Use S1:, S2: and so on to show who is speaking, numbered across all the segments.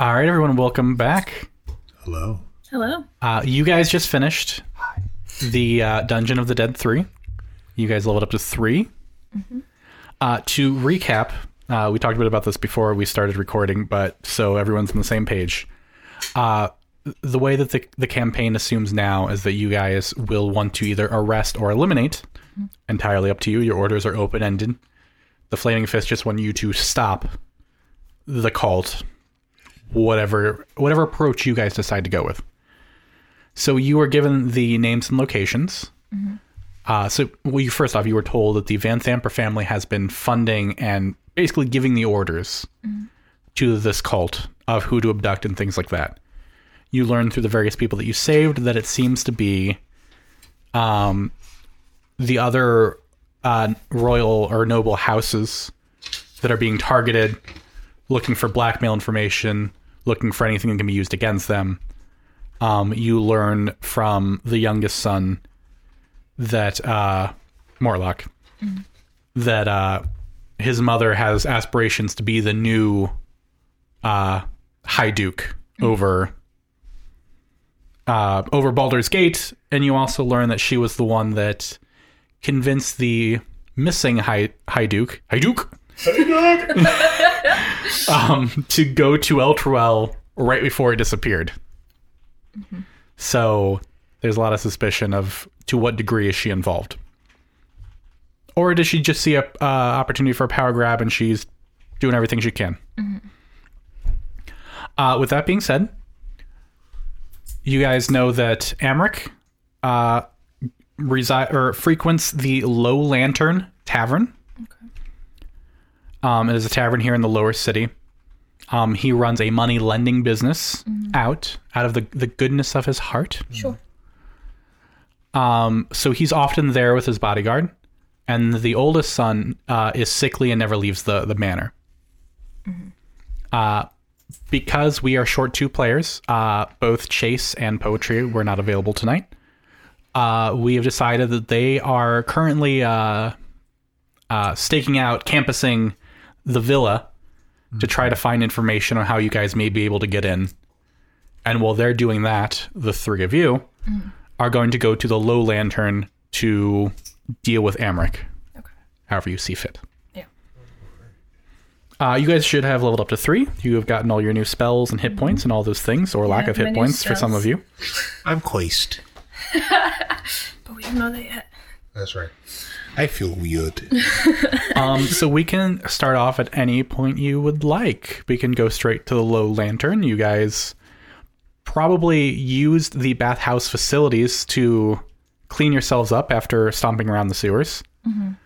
S1: All right, everyone, welcome back.
S2: Hello.
S3: Hello.
S1: Uh, you guys just finished the uh, Dungeon of the Dead 3. You guys leveled up to 3. Uh, to recap, uh, we talked a bit about this before we started recording, but so everyone's on the same page. Uh, the way that the, the campaign assumes now is that you guys will want to either arrest or eliminate. Entirely up to you. Your orders are open ended. The Flaming Fist just want you to stop the cult whatever whatever approach you guys decide to go with. So you were given the names and locations. Uh, so well, you, first off, you were told that the Van Thamper family has been funding and basically giving the orders to this cult of who to abduct and things like that. You learn through the various people that you saved that it seems to be um, the other uh, royal or noble houses that are being targeted looking for blackmail information, looking for anything that can be used against them. Um, you learn from the youngest son that uh, Morlock that uh, his mother has aspirations to be the new uh, High Duke over uh, over Baldur's Gate, and you also learn that she was the one that convinced the missing High High Duke High Duke um, to go to El Truel right before it disappeared. So there's a lot of suspicion of to what degree is she involved, or does she just see a uh, opportunity for a power grab and she's doing everything she can? Uh, with that being said, you guys know that Amric uh, resi- or frequents the Low Lantern Tavern. Um, it is a tavern here in the lower city. Um, he runs a money lending business out out of the, the goodness of his heart.
S3: Sure.
S1: Um, so he's often there with his bodyguard, and the oldest son uh, is sickly and never leaves the the manor. Uh, because we are short two players, uh, both Chase and Poetry were not available tonight. Uh, we have decided that they are currently uh, uh, staking out, campusing the villa to try to find information on how you guys may be able to get in. And while they're doing that, the three of you
S3: Mm.
S1: are going to go to the Low Lantern to deal with Amric,
S3: Okay.
S1: however you see fit.
S3: Yeah.
S1: Uh, you guys should have leveled up to three. You have gotten all your new spells and hit points and all those things, or lack
S3: Mm-hmm. Yeah,
S1: of hit
S3: my new
S1: points for some
S3: spells.
S1: of you.
S2: I'm Quaist.
S3: But we don't know that yet.
S2: That's right. I feel weird.
S1: Um, so we can start off at any point you would like. We can go straight to the low lantern. You guys probably used the bathhouse facilities to clean yourselves up after stomping around the sewers. Um,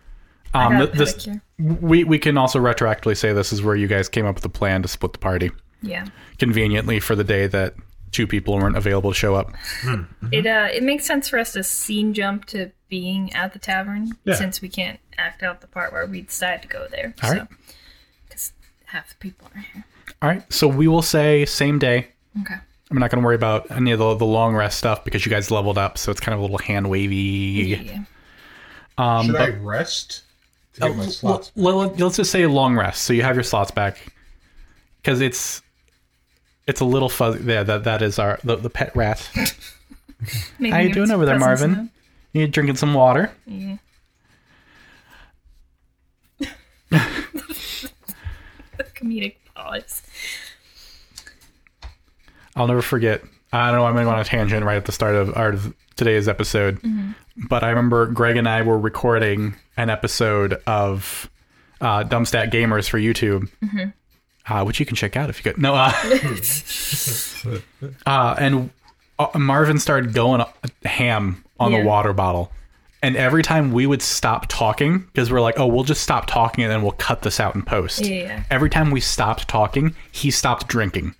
S3: Mm-hmm. got a
S1: th- this,
S3: pedicure.
S1: we we can also retroactively say this is where you guys came up with the plan to split the party
S3: Yeah.
S1: conveniently for the day that two people weren't available to show up.
S3: It uh it makes sense for us to scene jump to being at the tavern
S2: Yeah.
S3: since we can't act out the part where we decide to go there.
S1: All right.
S3: Because half the people are here.
S1: All right, so we will say same day.
S3: Okay.
S1: I'm not going to worry about any of the, the long rest stuff because you guys leveled up, so it's kind of a little hand wavy.
S3: Yeah.
S1: Um,
S2: Should
S1: but- Oh,
S2: I rest to get my slots?
S1: Uh, Well, let- let's just say a long rest, so you have your slots back, because it's it's a little fuzzy. There, that that is our the, the pet rat.
S3: Maybe
S1: How you
S3: give
S1: doing
S3: us
S1: over there,
S3: presents
S1: Marvin?
S3: now.
S1: You're drinking some water.
S3: Yeah. Comedic pause.
S1: I'll never forget. I don't know. I'm going on a tangent right at the start of our today's episode, but I remember Greg and I were recording an episode of uh, Dumbstat Gamers for YouTube, uh, which you can check out if you could. No, uh, uh, and uh, Marvin started going uh, ham on
S3: Yeah.
S1: the water bottle. And every time we would stop talking, because we're like, oh, we'll just stop talking and then we'll cut this out in post.
S3: Yeah.
S1: Every time we stopped talking, he stopped drinking.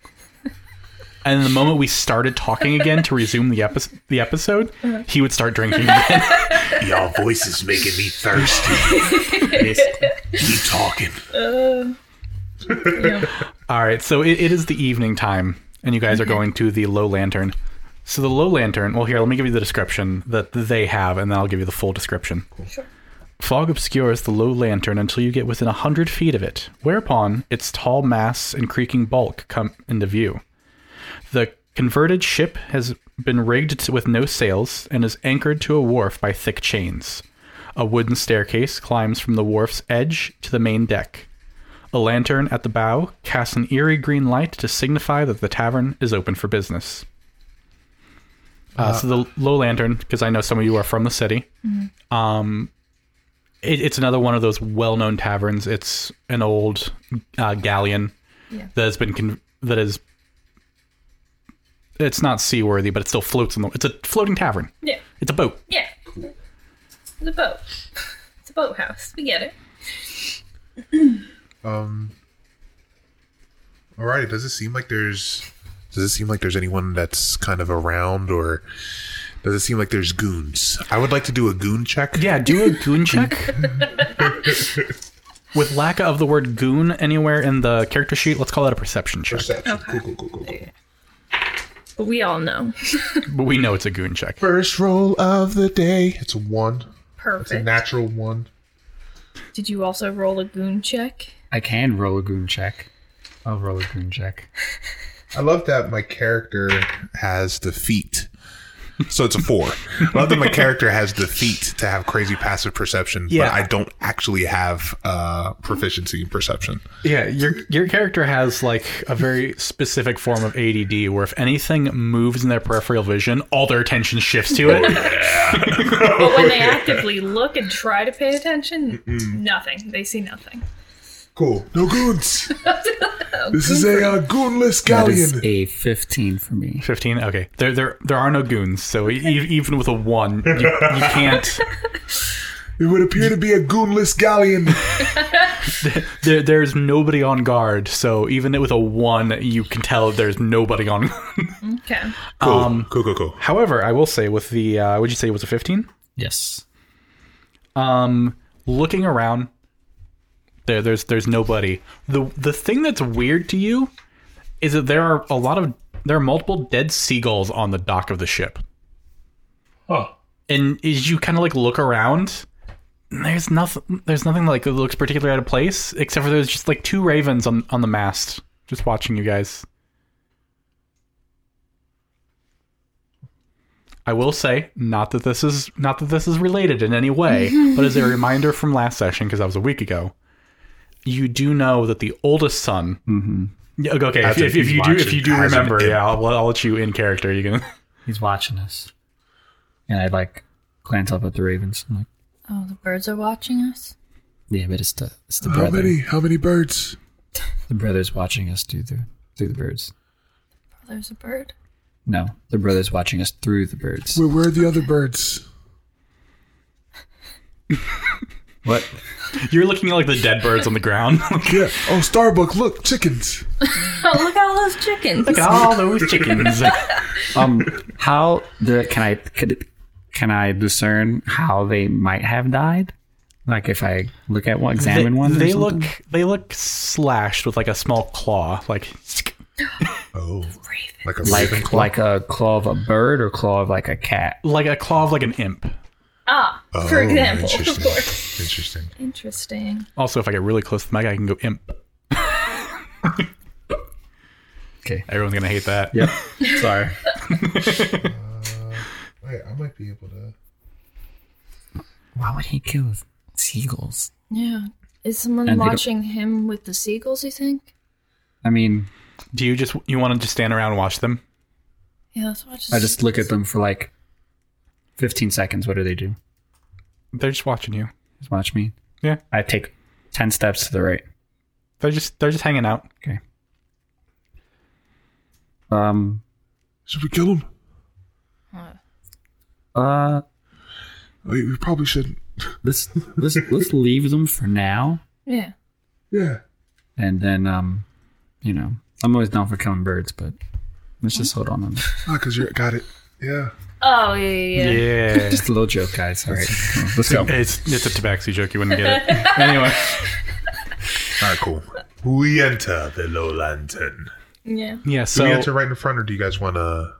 S1: And the moment we started talking again to resume the, epi- the episode, he would start drinking again.
S4: Y'all voices making me thirsty. Keep talking.
S1: All right, so it, it is the evening time, and you guys are going to the Low Lantern. So the Low Lantern, well, here, let me give you the description that they have, and then I'll give you the full description.
S3: Sure.
S1: Fog obscures the low lantern until you get within a hundred feet of it, whereupon its tall mass and creaking bulk come into view. The converted ship has been rigged to- with no sails and is anchored to a wharf by thick chains. A wooden staircase climbs from the wharf's edge to the main deck. A lantern at the bow casts an eerie green light to signify that the tavern is open for business. Uh, so the low lantern, because I know some of you are from the city, um, it, it's another one of those well-known taverns. It's an old uh, galleon
S3: Yeah.
S1: that has been con- that is. It's not seaworthy, but it still floats in the. It's a floating tavern.
S3: Yeah.
S1: It's a boat.
S3: Yeah. It's a boat. It's a boathouse. We get it.
S2: Alrighty, does it seem like there's does it seem like there's anyone that's kind of around or does it seem like there's goons? I would like to do a goon check.
S1: Yeah, do a goon check. With lack of the word goon anywhere in the character sheet, let's call that a perception check.
S2: Perception. Cool, cool, cool, cool, cool.
S3: But we all know.
S1: But we know it's a goon check.
S2: First roll of the day. It's a one. It's a
S3: Perfect.
S2: natural one.
S3: Did you also roll a goon check?
S5: I can roll a goon check. I'll roll a goon check.
S2: I love that my character has the feet. So it's a four. I love that my character has the feet to have crazy passive perception,
S1: Yeah.
S2: but I don't actually have uh, proficiency in perception.
S1: Yeah, your your character has like a very specific form of ADD where if anything moves in their peripheral vision, all their attention shifts to it.
S3: But Oh, when they actively look and try to pay attention, nothing. They see nothing.
S2: Cool. No goons. this is a uh, goonless
S5: That
S2: galleon.
S5: is a 15 for me.
S1: Fifteen. Okay, there there there are no goons, so e- e- even with a one, you, you can't.
S2: it would appear to be a goonless galleon.
S1: There, there's nobody on guard, so even with a one, you can tell there's nobody on.
S3: Okay.
S2: Cool.
S5: Um,
S2: cool, cool, cool.
S1: However, I will say with the uh, would you say it was a fifteen?
S5: Yes.
S1: looking around there there's there's nobody the the thing that's weird to you is that there are a lot of there are multiple dead seagulls on the dock of the ship
S4: Huh.
S1: and as you kind of like look around there's nothing there's nothing like that looks particularly out of place except for there's just like two ravens on on the mast just watching you guys I will say, not that this is not that this is related in any way, but as a reminder from last session, because that was a week ago, you do know that the oldest son. Yeah, Okay, if,
S2: As
S1: if,
S2: if
S1: if you
S2: he's
S1: do if you do
S2: watching, has an
S1: remember,
S2: imp.
S1: yeah, I'll, I'll let you in character. You can.
S5: He's watching us. And I like glance up at the ravens. I'm like,
S6: Oh, the birds are watching us?
S5: yeah, but it's the it's the
S2: How
S5: brother.
S2: many? How many birds?
S5: The brother's watching us through the through the birds.
S6: Oh, There's a bird.
S5: No, the brother's watching us through the birds.
S2: Where, where are the other birds?
S5: What?
S1: You're looking at like the dead birds on the ground.
S2: Yeah. Oh, Starbuck, look, chickens.
S6: Oh, look at all those chickens.
S1: Look at all those chickens.
S5: Um, how the can I could, can I discern how they might have died? Like if I look at one,
S1: they,
S5: examine one. or
S1: they
S5: something?
S1: look they look slashed with like a small claw. Like
S2: Oh, like a raven
S5: like
S2: claw.
S5: like a claw of a bird or claw of like a cat.
S1: like a claw of like an imp.
S3: Ah, for
S2: Oh,
S3: example, of
S2: interesting.
S3: course.
S2: Interesting.
S3: Interesting.
S1: Also, if I get really close to the mic, I can go imp.
S5: Okay.
S1: Everyone's gonna hate that.
S5: Yep. Sorry.
S2: Wait, I might be able to.
S5: Why would he kill seagulls?
S6: Yeah. Is someone
S5: And they don't-
S6: watching him with the seagulls, you think?
S5: I mean,
S1: Do you just you want to just stand around and watch them?
S6: Yeah, let's watch the
S5: I just look at them for like fifteen seconds. What do they do?
S1: They're just watching you.
S5: Just watch me.
S1: Yeah,
S5: I take ten steps to the right.
S1: they're just they're just hanging out.
S5: Okay. Um.
S2: Should we kill him?
S5: Uh.
S2: Wait, we probably shouldn't.
S5: Let's let's let's leave them for now,
S6: Yeah.
S2: Yeah.
S5: and then um, you know, I'm always down for killing birds, but let's just hold on. on that.
S2: Ah, because you got it. Yeah.
S6: Oh, yeah, yeah, yeah.
S1: Yeah.
S5: Just a little joke, guys. All right, come on, let's go.
S1: It's it's a tabaxi joke. You wouldn't get it anyway.
S2: All right, cool.
S4: We enter the low lantern.
S3: Yeah.
S1: Yeah.
S2: Do
S1: So
S2: we enter right in front, or do you guys want to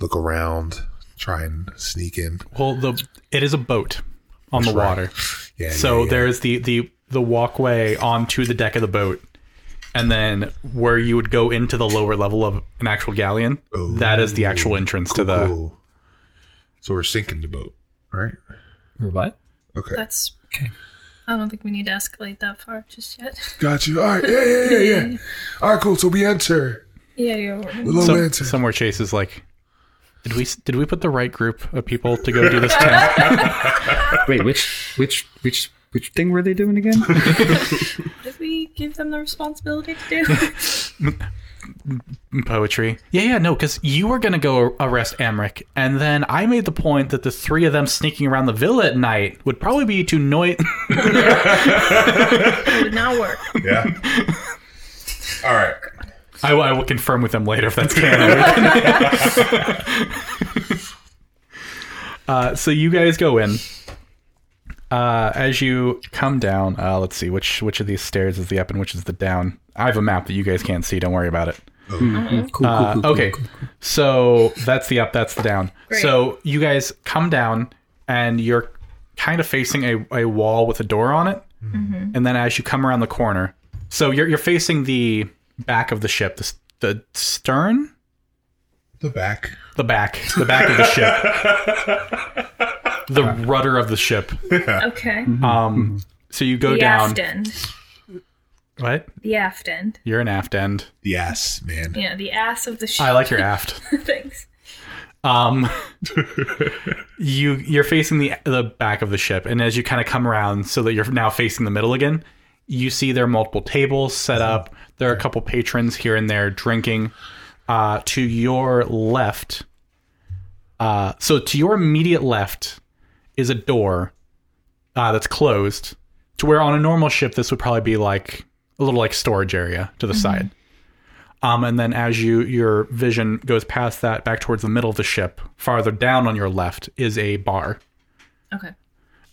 S2: look around, try and sneak in?
S1: well, the it is a boat. on the water.
S2: Yeah,
S1: So
S2: yeah, yeah.
S1: there's the the the walkway onto the deck of the boat, and then where you would go into the lower level of an actual galleon. that is the actual entrance to the.
S2: Cool. So we're sinking the boat, right?
S5: Or what?
S2: Okay.
S3: That's
S5: Okay.
S3: I don't think we need to escalate that far just yet.
S2: Got you. All right. Yeah, yeah, yeah, yeah. All right, cool. So we enter.
S3: yeah, you're right.
S2: Little
S1: So-
S2: lantern.
S1: somewhere Chase is like, did we did we put the right group of people to go do this task?
S5: Wait, which which which which thing were they doing again?
S3: Did we give them the responsibility to do?
S1: Poetry. Yeah, yeah, no, because you were gonna go arrest Amric, and then I made the point that the three of them sneaking around the villa at night would probably be too noi
S3: it would not work.
S2: Yeah. All right.
S1: I, I will confirm with them later if that's canon. uh, so you guys go in. Uh, as you come down, uh, let's see which which of these stairs is the up and which is the down. I have a map that you guys can't see. Don't worry about it.
S5: cool, cool,
S1: Uh, okay, so that's the up, that's the down. So you guys come down, and you're kind of facing a, a wall with a door on it.
S3: Mm-hmm.
S1: And then as you come around the corner, so you're you're facing the back of the ship, the s- the stern,
S2: The back.
S1: the back, the back of the ship, the rudder of the ship.
S3: Okay.
S1: Um, so you go
S3: the
S1: down.
S3: aft end.
S1: What?
S3: The aft end.
S1: You're an aft end.
S2: Yes, man.
S3: Yeah, the ass of the ship.
S1: I like your aft.
S3: Thanks.
S1: Um, you you're facing the the back of the ship, and as you kind of come around, so that you're now facing the middle again, you see there are multiple tables set up. There are a couple patrons here and there drinking. Uh, to your left, uh, so to your immediate left is a door uh, that's closed. To where on a normal ship, this would probably be like a little like storage area to the side. Um, and then as you your vision goes past that, back towards the middle of the ship, farther down on your left is a bar.
S3: Okay.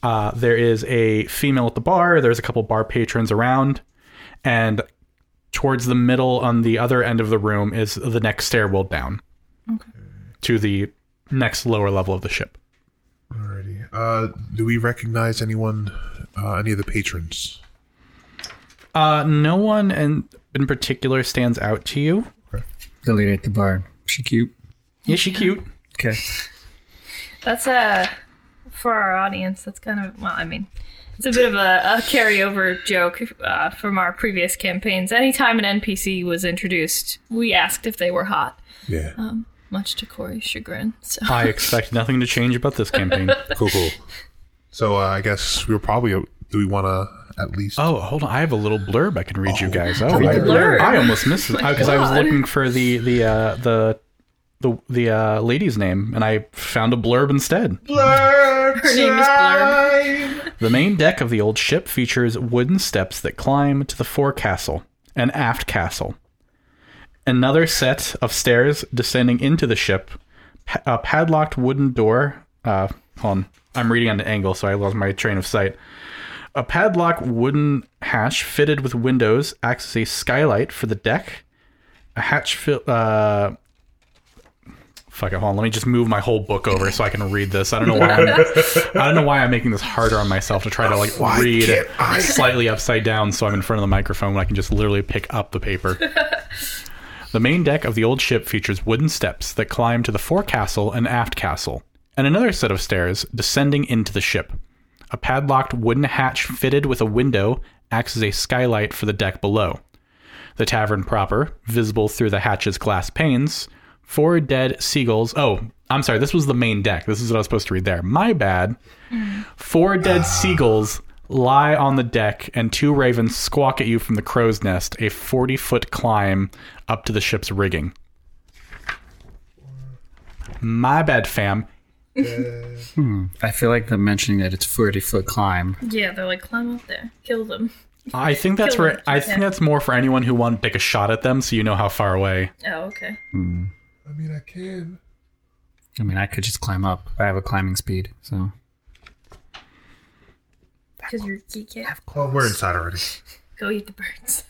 S1: Uh, there is a female at the bar. There's a couple bar patrons around, and towards the middle on the other end of the room is the next stairwell down to the next lower level of the ship.
S2: Alrighty. Uh, do we recognize anyone? Uh, any of the patrons?
S1: Uh, no one in, in particular stands out to you.
S5: The lady at the bar. She cute.
S1: Yeah, she cute.
S5: Okay.
S3: That's a for our audience. That's kind of well, I mean, it's a bit of a, a carryover joke uh, from our previous campaigns. Anytime an NPC was introduced, we asked if they were hot,
S2: Yeah.
S6: Much to Corey's chagrin. So
S1: I expect nothing to change about this campaign.
S2: cool, cool. So uh, I guess we are probably. Do we want to at least?
S1: Oh, hold on. I have a little blurb I can read you guys. Oh,
S2: read
S1: I,
S2: the
S3: blurb.
S1: I almost missed it because I was
S3: God.
S1: looking for the the uh, the the the uh, lady's name, and I found a blurb instead.
S3: Her name is Blurb.
S1: The main deck of the old ship features wooden steps that climb to the forecastle and aft castle. Another set of stairs descending into the ship, pa- a padlocked wooden door. Uh, hold on, I'm reading on an angle, so I lost my train of sight. A padlocked wooden hatch fitted with windows acts as a skylight for the deck. A hatch fill. Uh, fuck it, hold on. Let me just move my whole book over so I can read this. I don't know why I'm I don't know why I'm making this harder on myself to try to like
S2: Why
S1: read
S2: can't I?
S1: slightly upside down so I'm in front of the microphone when I can just literally pick up the paper. the main deck of the old ship features wooden steps that climb to the forecastle and aft castle, and another set of stairs descending into the ship. A padlocked wooden hatch fitted with a window acts as a skylight for the deck below. The tavern proper, visible through the hatch's glass panes, four dead seagulls. Oh, I'm sorry, this was the main deck. This is what I was supposed to read there. My bad. Four dead seagulls lie on the deck, and two ravens squawk at you from the crow's nest, a 40 foot climb up to the ship's rigging. My bad, fam.
S5: I feel like them mentioning that it's forty foot climb.
S3: Yeah, they're like climb up there, kill them.
S1: I think that's
S3: Kill
S1: where
S3: them.
S1: I think
S3: Yeah.
S1: that's more for anyone who want to take a shot at them, so you know how far away.
S3: Oh, okay.
S2: I mean, I can.
S5: I mean I could just climb up. I have a climbing speed, so
S3: Because you're geek. yeah.
S2: Oh, we're inside already.
S3: Go eat the birds.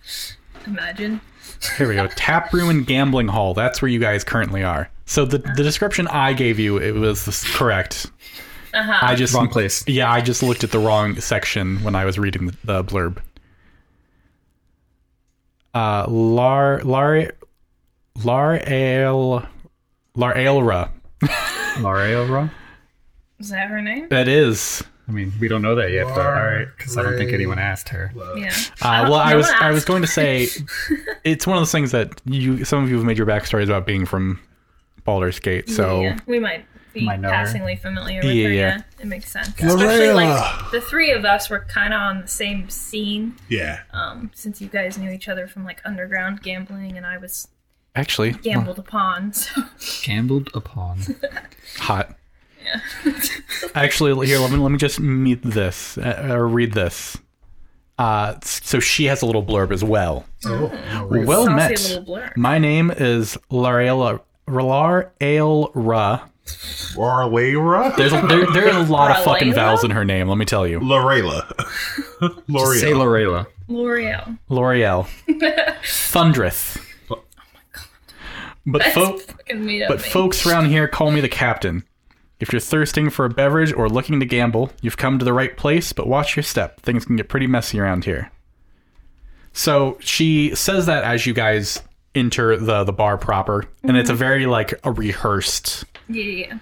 S3: Imagine.
S1: Here we go. Tap room and gambling hall. That's where you guys currently are. So the the description I gave you it was this- correct.
S3: Uh-huh.
S1: I just
S5: Wrong place.
S1: Yeah, I just looked at the wrong section when I was reading the, the blurb. Uh, Lar Lar Lar Ale Lar Aelra.
S5: Laura.
S3: Is that her name?
S1: That is.
S5: I mean, we don't know that yet, but all right, because I don't think anyone asked her.
S3: Yeah.
S1: Uh, well,
S3: no
S1: I was
S3: one
S1: I was
S3: asked.
S1: going to say, it's one of those things that you some of you have made your backstories about being from Baldur's Gate, so
S3: yeah, we might be
S5: Might know her.
S3: passingly familiar with
S1: Yeah,
S3: her.
S1: yeah.
S3: Yeah. it makes sense. Especially like the three of us were kind of on the same scene,
S2: Yeah.
S3: um, since you guys knew each other from like underground gambling, and I was
S1: actually
S3: gambled upon. So
S5: Gambled upon.
S1: hot. Actually, here let me let me just meet this uh, or read this. Uh, s- so she has a little blurb as well. well
S3: saucy
S1: met.
S3: little blur.
S1: My name is Larela Ralar Ale Ra.
S2: Larela?
S1: There's a, there, there are a lot of fucking
S3: Ralela?
S1: vowels in her name. Let me tell you,
S2: Larela.
S5: Say
S2: L'Oreal.
S5: Lorela.
S3: L'Oreal.
S1: L'Oreal Thundreth. But
S3: Oh That's
S1: folk,
S3: fucking made up.
S1: but
S3: name.
S1: folks around here call me the captain. If you're thirsting for a beverage or looking to gamble, you've come to the right place, but watch your step. Things can get pretty messy around here. So she says that as you guys enter the, the bar proper, and it's a very like a rehearsed
S3: yeah, yeah, yeah.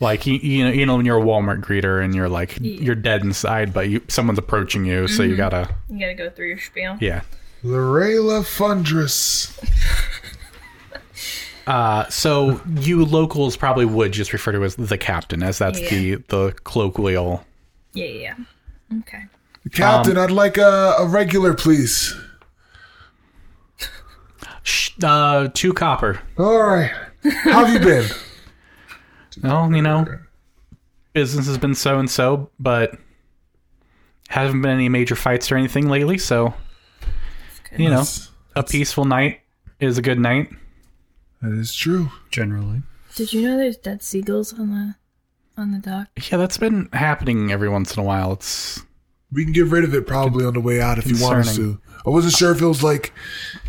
S1: like you, you know you know when you're a Walmart greeter and you're like you're dead inside, but you someone's approaching you, so you gotta
S3: you gotta go through your spiel.
S1: yeah.
S2: Larela Fundress.
S1: So you locals probably would just refer to as the captain, as that's the the colloquial.
S3: Yeah, yeah. yeah. Okay.
S2: Captain, I'd like a, a regular, please.
S1: Sh- uh, two copper.
S2: All right. How have you been?
S1: Well, you know, business has been so and so, but haven't been any major fights or anything lately. So, you know, a peaceful night is a good night.
S2: That is true.
S5: Generally.
S6: Did you know there's dead seagulls on the on the dock?
S1: Yeah, that's been happening every once in a while. It's
S2: We can get rid of it probably on the way out if you want us
S1: Concerning.
S2: to. I wasn't sure if it was like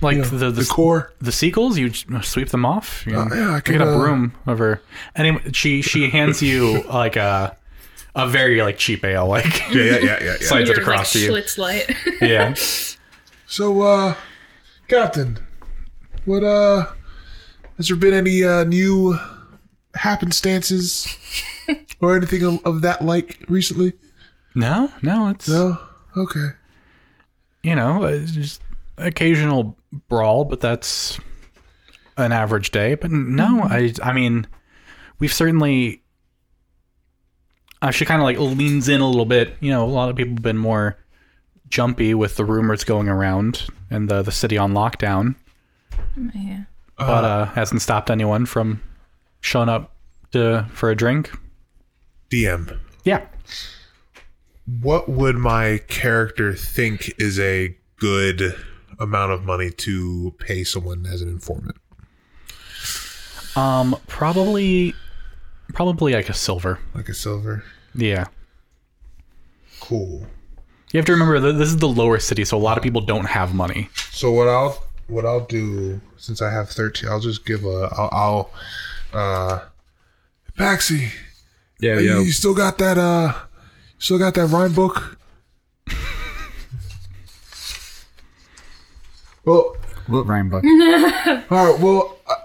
S1: like
S2: you know,
S1: the, the
S2: the core.
S1: the seagulls you j- sweep them off you
S2: Uh,
S1: know,
S2: yeah, I
S1: pick
S2: could,
S1: it up
S2: uh,
S1: room over anyway she she hands you like a a very like cheap ale like
S2: Yeah, yeah, yeah, yeah. yeah.
S1: slides it
S3: Your, like,
S1: across to you
S3: Schlitz light.
S1: yeah
S2: So, uh, Captain, what, uh, has there been any, uh, new happenstances or anything of, of that like recently?
S1: no no it's
S2: No? Okay.
S1: you know uh, it's just occasional brawl but that's an average day but no i i mean we've certainly uh, she kind of like leans in a little bit you know a lot of people have been more jumpy with the rumors going around and the the city on lockdown
S6: Yeah.
S1: but uh, hasn't stopped anyone from showing up to for a drink.
S2: DM.
S1: Yeah,
S2: What would my character think is a good amount of money to pay someone as an informant?
S1: um, probably, probably like a silver.
S2: Like a silver?
S1: Yeah,
S2: Cool.
S1: you have to remember that this is the lower city, so a lot of people don't have money.
S2: So what I'll what I'll do since I have thirteen, I'll just give a I'll, I'll uh, Baxi,
S5: Yeah,
S2: you, you still got that uh, you still got that rhyme book. well,
S5: What rhyme book?
S2: all right. Well, I,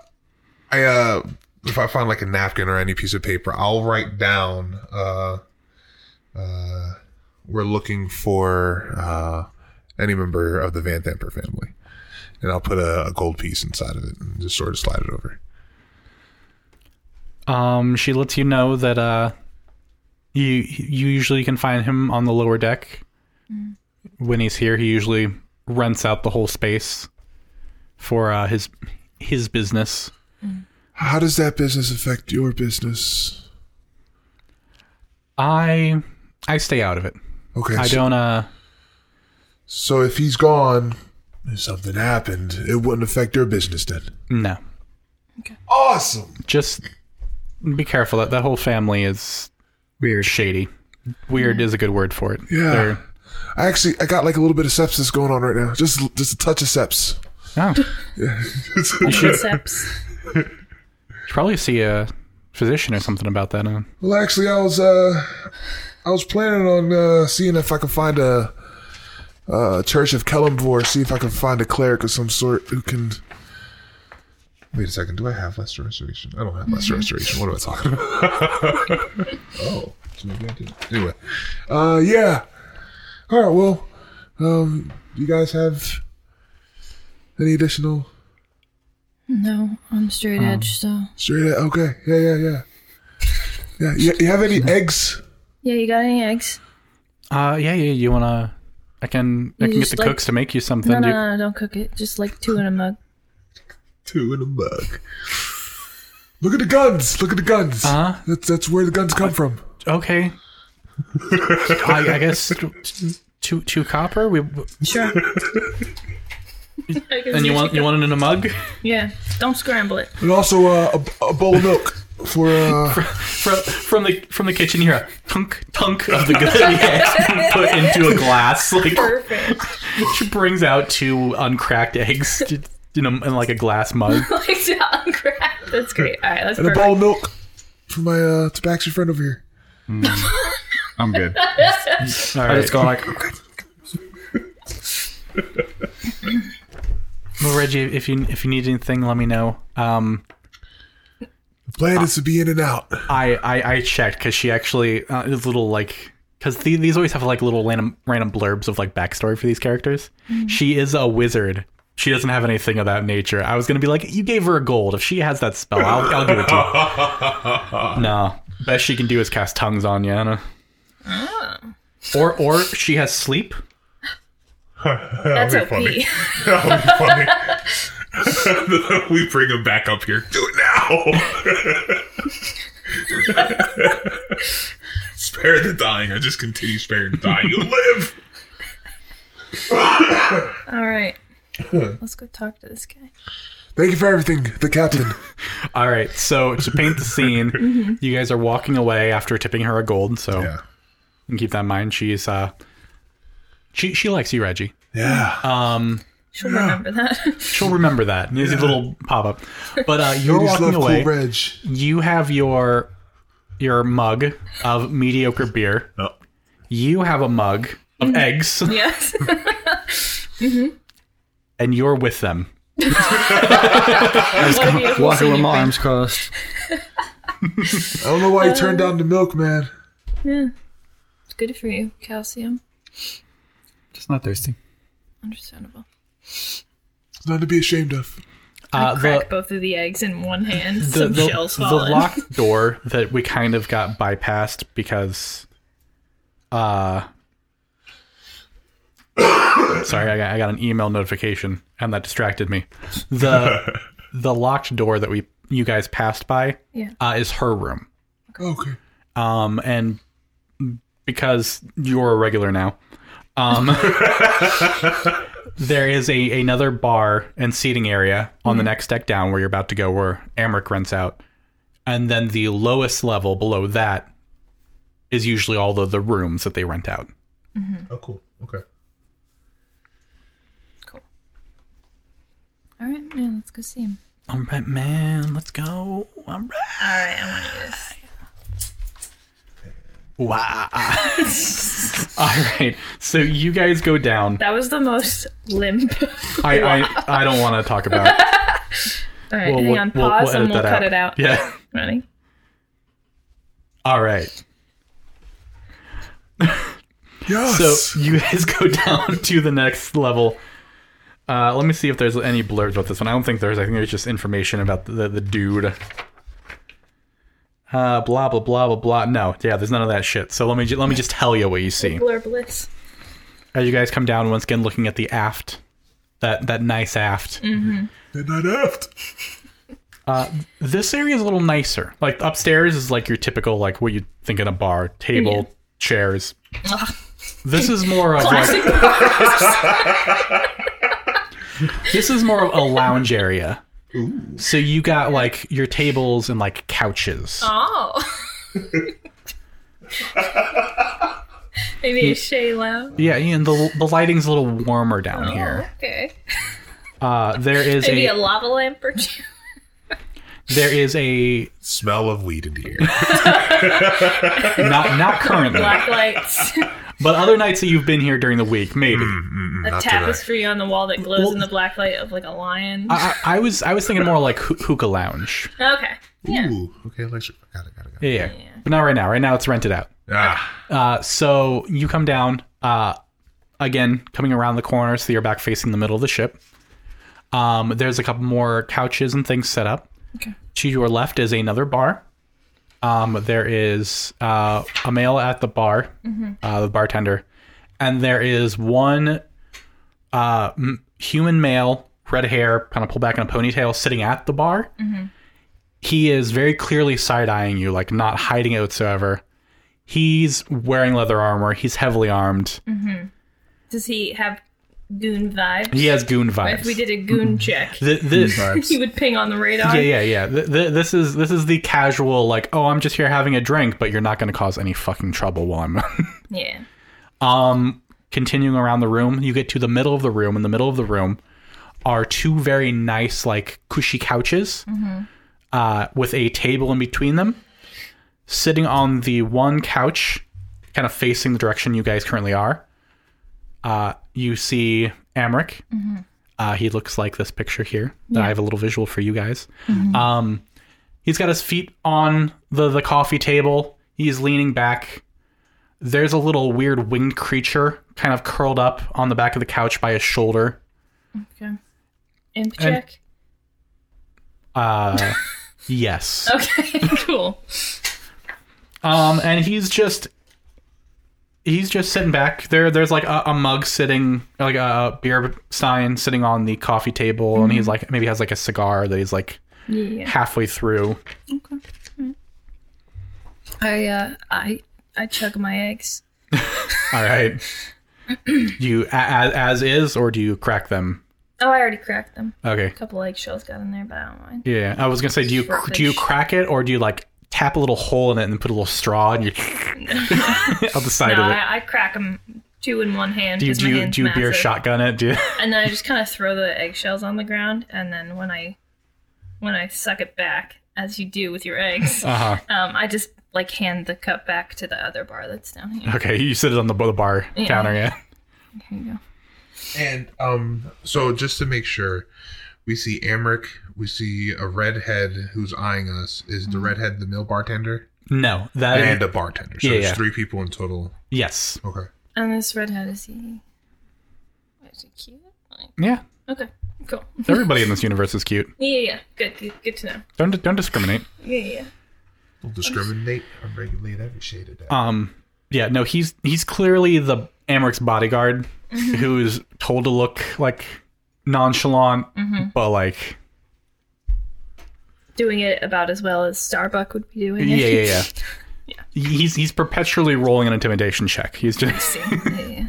S2: I uh, if I find like a napkin or any piece of paper, I'll write down uh, uh, we're looking for uh, any member of the Van Damper family, and I'll put a, a gold piece inside of it and just sort of slide it over.
S1: Um, she lets you know that uh, you you usually can find him on the lower deck. When he's here, he usually rents out the whole space for uh, his his business.
S2: How does that business affect your business?
S1: I I stay out of it.
S2: Okay,
S1: I
S2: so,
S1: don't uh
S2: so if he's gone, if something happened, it wouldn't affect your business then.
S1: no.
S2: Awesome.
S1: just be careful that that whole family is
S5: Weird.
S1: shady. Weird is a good word for it.
S2: Yeah.
S1: They're-
S2: I actually I got like a little bit of sepsis going on right now. Just just a touch of seps.
S1: oh, you should
S3: Biceps.
S1: probably see a physician or something about that. Huh?
S2: Well, actually, I was uh, I was planning on uh, seeing if I could find a, uh Church of Kellenvor, see if I can find a cleric of some sort who can. Wait a second. Do I have lesser restoration? I don't have lesser restoration. What am I talking about? oh, so maybe I do. Anyway, uh, yeah. All right. Well, um, you guys have any additional
S6: No, I'm straight
S5: Oh.
S6: edge, so.
S2: straight? Okay. Yeah. Yeah. Yeah. Yeah. You, you have any eggs?
S6: Yeah, you got any eggs?
S1: Uh, yeah, yeah. You wanna? I can. I can
S6: You
S1: get
S6: just
S1: the
S6: like-
S1: cooks to make you something.
S6: No, no,
S1: You-
S6: no, no, don't cook it. Just like two in a mug.
S2: Two in a mug. Look at the guns. Look at the guns.
S1: Uh-huh.
S2: That's that's where the guns come from.
S1: Okay. I, I guess two two copper. We
S3: Sure.
S1: and you want you want it in a mug
S3: Yeah. Don't scramble it.
S2: And also uh, a, a bowl of milk for uh,
S1: from from the from the kitchen. You hear a tunk tunk of the good eggs put into a glass. Like
S3: Perfect.
S1: she brings out two uncracked eggs in, a, in like a glass mug.
S3: like to uncrack. That's great. All right, that's
S2: and a
S3: perfect.
S2: bowl of milk for my uh, Tabaxi friend over here.
S5: I'm good.
S1: All
S5: I
S1: right,
S5: just go like,
S1: well, Reggie, if you if you need anything, let me know. Um,
S2: The plan is to be in and out.
S1: I I, I checked because she actually uh, is little like because the, these always have like little random random blurbs of like backstory for these characters. She is a wizard. She doesn't have anything of that nature. I was gonna be like, you gave her a gold. If she has that spell, I'll, I'll give it to you. no, best she can do is cast tongues on Yana. Or or she has sleep.
S3: That's
S4: That'll
S3: OP.
S4: be funny. That'll be funny. we bring him back up here. Do it now. spare the dying. I just continue sparing the dying. You live.
S3: All right.
S6: Let's go talk to this guy.
S2: Thank you for everything, the captain.
S1: All right, so to paint the scene, you guys are walking away after tipping her a gold. So
S2: Yeah.
S1: and keep that in mind. She's uh, she she likes you, Reggie.
S2: Yeah.
S3: She'll remember that.
S1: She'll remember that. There's a little pop up. But uh, you're
S2: Ladies
S1: walking
S2: love
S1: away.
S2: cool Reg.
S1: you have your your mug of mediocre beer.
S4: Oh.
S1: You have a mug of eggs,
S3: Mm-hmm. yes. Mm-hmm.
S1: and you're with them.
S3: what a beautiful
S5: walking
S3: scene
S5: with
S3: you
S5: my
S3: paint.
S5: arms crossed.
S2: I don't know why you turned down the milk, man.
S6: It's good for you. Calcium.
S5: Just not thirsty.
S6: Understandable.
S2: It's nothing to be ashamed of.
S1: Uh,
S3: Crack
S1: the
S3: both of the eggs in one hand.
S1: the,
S3: Some
S1: the,
S3: shells
S1: the
S3: falling.
S1: locked door that we kind of got bypassed because, uh, sorry, I got, I got an email notification and that distracted me. The the locked door that we you guys passed by
S6: Yeah.
S1: uh, is her room.
S2: Okay.
S1: um, and because you're a regular now, um, there is a another bar and seating area on the next deck down where you're about to go, where Amric rents out, and then the lowest level below that is usually all the the rooms that they rent out.
S2: Oh, cool. Okay.
S6: All right, yeah, let's go see him.
S1: All right, man, let's go. All right.
S3: All right, I want to do this.
S1: Wow. all right. So you guys go down.
S3: That was the most limp.
S1: I I, I don't want to talk about.
S3: All right, hang on. Pause and we'll
S1: edit that
S3: cut it out.
S1: Yeah.
S3: Ready?
S1: All right.
S2: Yes.
S1: So you guys go down to the next level. Uh, let me see if there's any blurbs about this one. I don't think there's. I think there's just information about the, the dude. Uh, blah blah blah blah blah. No, yeah, there's none of that shit. So let me ju- let me just tell you what you see
S3: Blurbless.
S1: as you guys come down once again, looking at the aft, that that nice aft.
S2: Midnight aft.
S1: This area is a little nicer. Like upstairs is like your typical like what you think in a bar: table, chairs. This is more of like
S3: Classic.
S1: This is more of a lounge area. So you got like your tables and like couches.
S3: oh. Maybe a Shayla.
S1: Yeah, and the the lighting's a little warmer down here.
S3: Okay.
S1: Uh, there is
S3: Maybe
S1: a,
S3: a lava lamp or two.
S1: There is a
S2: Smell of weed in the air.
S1: not not currently,
S3: Black lights,
S1: but other nights that you've been here during the week, maybe.
S3: a tapestry on the wall that glows in the black light of like a lion.
S1: I, I I was I was thinking more like hoo- hookah lounge.
S3: okay. Yeah.
S2: Ooh, okay, electric. Got it, got it, got it.
S1: Yeah, yeah, but not right now. Right now it's rented out.
S2: Ah,
S1: Uh, so you come down uh, again, coming around the corner, so you're back facing the middle of the ship. Um, there's a couple more couches and things set up.
S6: Okay.
S1: To your left is another bar. Um, there is uh, a male at the bar, uh, the bartender, and there is one uh, m- human male, red hair, kind of pulled back in a ponytail, sitting at the bar. He is very clearly side eyeing you, like not hiding it whatsoever. He's wearing leather armor. He's heavily armed.
S3: Does he have goon vibes?
S1: He has goon vibes.
S3: Mm-hmm. If we did a goon check,
S1: Th- this,
S3: he would ping on the radar.
S1: Mm-hmm. yeah, yeah, yeah. Th- th- this is this is the casual like, oh, I'm just here having a drink, but you're not going to cause any fucking trouble while I'm Um,
S3: Yeah.
S1: continuing around the room. You get to the middle of the room. In the middle of the room are two very nice like cushy couches uh, with a table in between them. Sitting on the one couch, kind of facing the direction you guys currently are, uh, you see Amric. Uh, he looks like this picture here. that I have a little visual for you guys. Um, he's got his feet on the, the coffee table. He's leaning back. There's a little weird winged creature kind of curled up on the back of the couch by his shoulder.
S3: Imp check.
S1: Uh, yes.
S3: okay. Cool.
S1: Um, and he's just he's just sitting back there. There's like a, a mug sitting, like a beer stein sitting on the coffee table, and he's like maybe has like a cigar that he's like
S3: Mm-hmm. Yeah.
S1: halfway through.
S6: I uh I I chug my eggs.
S1: All right. do you a- as, as is, or do you crack them?
S3: Oh, I already cracked them.
S1: Okay.
S3: A couple eggshells got in there, but I don't mind.
S1: Yeah, I was gonna say, do you do you crack it, or do you like tap a little hole in it and then put a little straw and you out the side
S3: No,
S1: of it?
S3: I, I crack them two in one hand.
S1: Do you
S3: 'cause my
S1: do you,
S3: hand's
S1: do you beer
S3: massive.
S1: shotgun it? Do you,
S3: And then I just kind of throw the eggshells on the ground, and then when I when I suck it back, as you do with your eggs,
S1: uh-huh.
S3: um, I just like hand the cup back to the other bar that's down here.
S1: Okay, you sit it on the, the bar
S3: Yeah.
S1: counter. Yeah.
S3: Here you go.
S2: and um, so just to make sure, we see Amric, we see a redhead who's eyeing us. Is the redhead the male bartender
S1: No, that
S2: and a bartender?
S1: Mm-hmm.
S2: So
S1: Yeah,
S2: there's
S1: yeah.
S2: three people in total.
S1: yes.
S2: Okay.
S6: And this redhead is he
S3: Is it cute?
S1: Yeah,
S3: Okay. Cool.
S1: everybody in this universe is cute.
S3: Yeah, yeah. Good, good, good to know.
S1: Don't don't discriminate.
S3: Yeah, yeah.
S2: We'll discriminate or regulate every shade of that.
S1: Um, yeah, no, he's he's clearly the Amric's bodyguard who is told to look like nonchalant, but like
S3: Doing it about as well as Starbuck would be doing
S1: yeah,
S3: it.
S1: yeah, yeah. He's he's perpetually rolling an intimidation check. He's just
S3: yeah, yeah.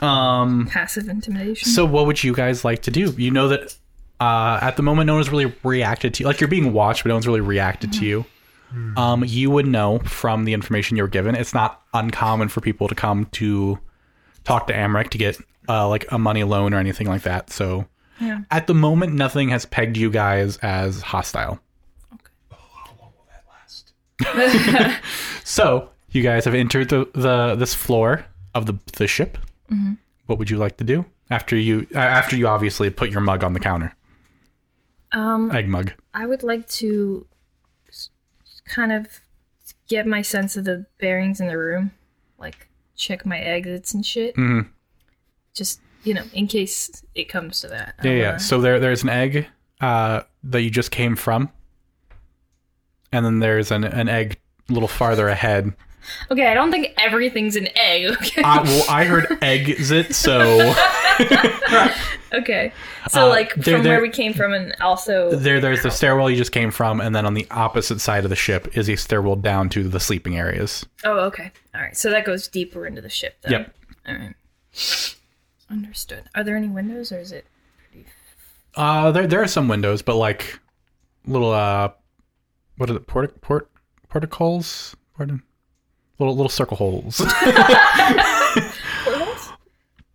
S1: um.
S3: Passive intimidation.
S1: So what would you guys like to do? You know that uh, at the moment no one's really reacted to you. Like you're being watched, but no one's really reacted to you. Um, you would know from the information you were given. It's not uncommon for people to come to talk to Amric to get uh, like a money loan or anything like that. So at the moment, nothing has pegged you guys as hostile. So you guys have entered the, the this floor of the the ship. What would you like to do after you uh, after you obviously put your mug on the counter?
S6: Um
S1: Egg mug.
S6: I would like to s- kind of get my sense of the bearings in the room, like check my exits and shit.
S1: Mhm.
S6: Just you know, in case it comes to that.
S1: Yeah,
S3: uh-huh.
S1: yeah. So there there's an egg uh, that you just came from, and then there's an an egg a little farther ahead.
S3: okay, I don't think everything's an egg. Okay.
S1: I, well, I heard exit, so
S3: okay. So
S1: Uh,
S3: like from
S1: there- there-
S3: where we came from, and also
S1: there there's the stairwell you just came from, and then on the opposite side of the ship is a stairwell down to the sleeping areas.
S3: oh, okay. All right. So that goes deeper into the ship. Then.
S1: Yep.
S3: All right.
S6: Understood. Are there any windows or is it
S1: Uh, there there are some windows, but like little uh, what are the port port porticles? Pardon, little little circle holes.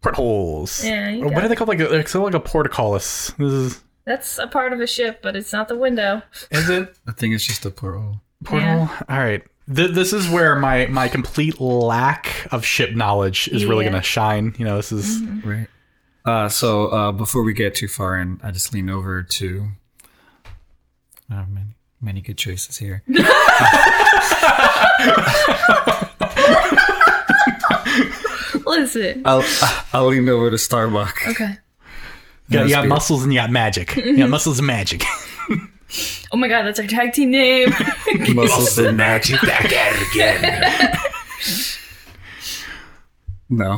S1: Portholes.
S3: Yeah,
S1: Or
S3: you got
S1: Oh, what are they called? Like a, it's like a portcullis. This is
S3: That's a part of a ship, but it's not the window.
S1: Is it
S5: I think it's just a plural.
S1: portal? All right. Th- this is where my my complete lack of ship knowledge is really
S3: Yeah.
S1: going to shine. You know, this is
S5: Right. Uh, so uh, before we get too far in, I just lean over to. I have many, many good choices here.
S3: Listen.
S5: I'll, I'll lean over to Starbuck.
S3: Okay.
S1: you got, you got
S5: Spear.
S1: muscles and you got magic. You got muscles and magic.
S3: Oh my god, that's our tag team name.
S5: Muscles and magic.
S2: Back at it again.
S5: No.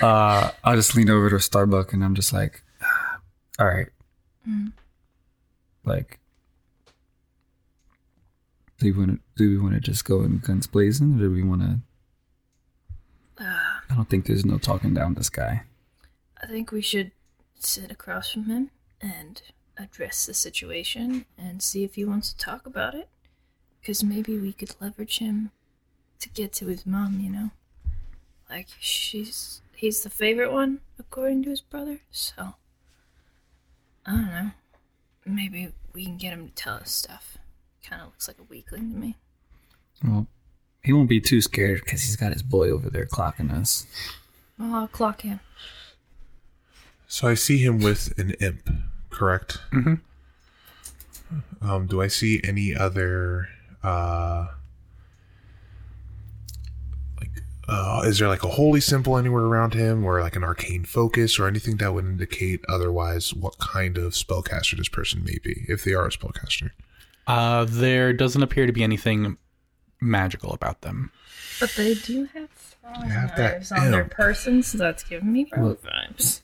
S5: uh, I'll just lean over to Starbuck and I'm just like, "Ah, all right. Like, do we want to do we want to just go in guns blazing, or do we want to? I don't think there's no talking down this guy.
S6: I think we should sit across from him and address the situation and see if he wants to talk about it. Because maybe we could leverage him to get to his mom, you know? Like, she's. He's the favorite one, according to his brother, so. I don't know. Maybe we can get him to tell us stuff. Kind of looks like a weakling to me.
S5: Well, he won't be too scared because he's got his boy over there clocking us.
S6: Well, I'll clock him.
S2: So I see him with an imp, correct? Mm-hmm. Um, do I see any other uh like uh, is there like a holy symbol anywhere around him or like an arcane focus or anything that would indicate otherwise what kind of spellcaster this person may be if they are a spellcaster?
S1: Uh, there doesn't appear to be anything magical about them.
S3: but they do have throwing
S2: They have that
S3: knives on their
S2: imp.
S3: person, so that's giving me bro
S5: Look.
S3: vibes.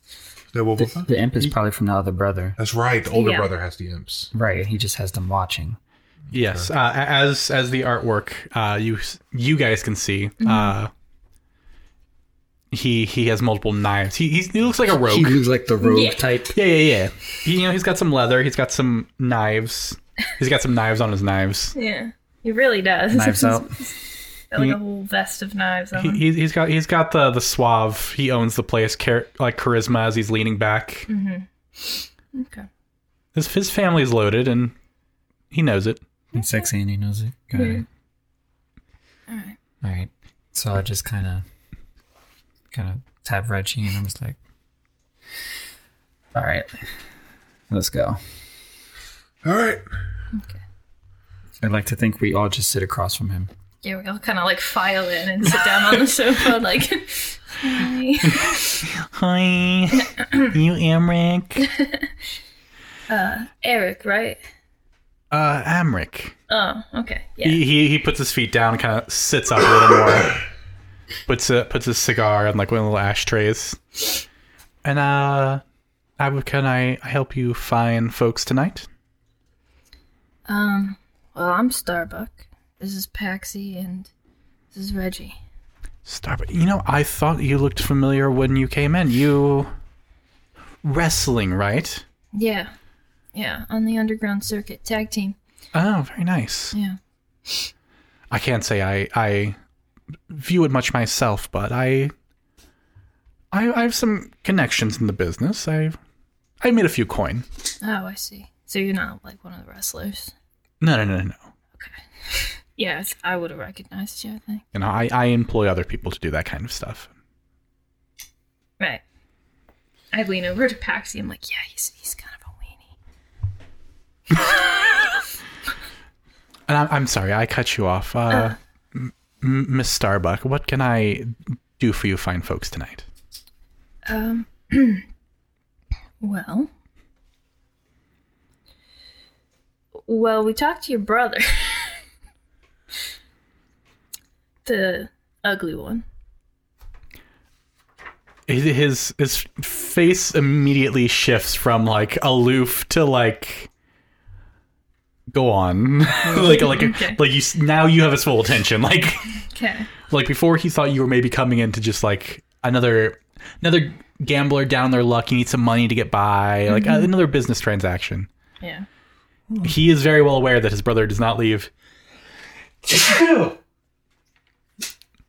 S2: That will-
S5: The, the imp is probably from the other brother,
S2: That's right. The older
S3: Yeah.
S2: brother has the imps.
S5: right? He just has them watching.
S1: Yes, uh, a- as as the artwork uh, you you guys can see, uh, he he has multiple knives. He he's, he looks like a rogue.
S5: He looks like the rogue type.
S1: yeah, yeah, yeah. He, you know, he's got some leather. He's got some knives. He's got some knives on his knives.
S3: Yeah. He really does.
S5: Knives out.
S3: Got like a
S6: Mm.
S3: whole vest of knives on
S1: He,
S3: him.
S1: he's- he's got he's got the the suave. He owns the place. Char- like charisma as he's leaning back.
S6: Okay.
S1: His his family's loaded and he knows it.
S5: And sexy and he knows it. Got it.
S6: Alright.
S5: Alright. So I just kinda kinda tap Reggie and I'm just like Alright. Let's go.
S2: All right.
S5: I'd like to think we all just sit across from him.
S3: Yeah, we all kind of like file in and sit down on the sofa, like,
S1: Hi, you Amric.
S3: Eric, right?
S1: Uh, Amric.
S3: Oh, okay. Yeah.
S1: He, he he puts his feet down, kind of sits up a little more, puts a, puts his cigar on like one of the little ashtrays, and uh, I would can I help you find folks tonight?
S6: Um, well, I'm Starbuck. This is Paxi, and this is Reggie.
S1: Starbuck, you know I thought you looked familiar when you came in. You wrestling, right?
S6: Yeah, yeah, on the underground circuit tag team.
S1: Oh, very nice.
S6: Yeah,
S1: I can't say I I view it much myself, but I I, I have some connections in the business. I I made a few coin.
S6: oh, I see. So you're not like one of the wrestlers.
S1: No, no, no, no, no.
S6: Yes, I would have recognized you, I think.
S1: You know, I, I employ other people to do that kind of stuff.
S3: Right. I lean over to Paxi. I'm like,
S6: Yeah, he's, he's kind of a weenie.
S1: And I'm, I'm sorry, I cut you off. Uh, M- M- Miss Starbuck, what can I do for you fine folks tonight?
S6: Um, well,
S3: well, we talked to your brother,
S6: the ugly one.
S1: His, his his face immediately shifts from like aloof to like go on like like like you s- now you have his full attention like
S3: okay,
S1: like before he thought you were maybe coming in to just like another another gambler down on their luck he needs some money to get by like uh, another business transaction
S3: Yeah.
S1: he is very well aware that his brother does not leave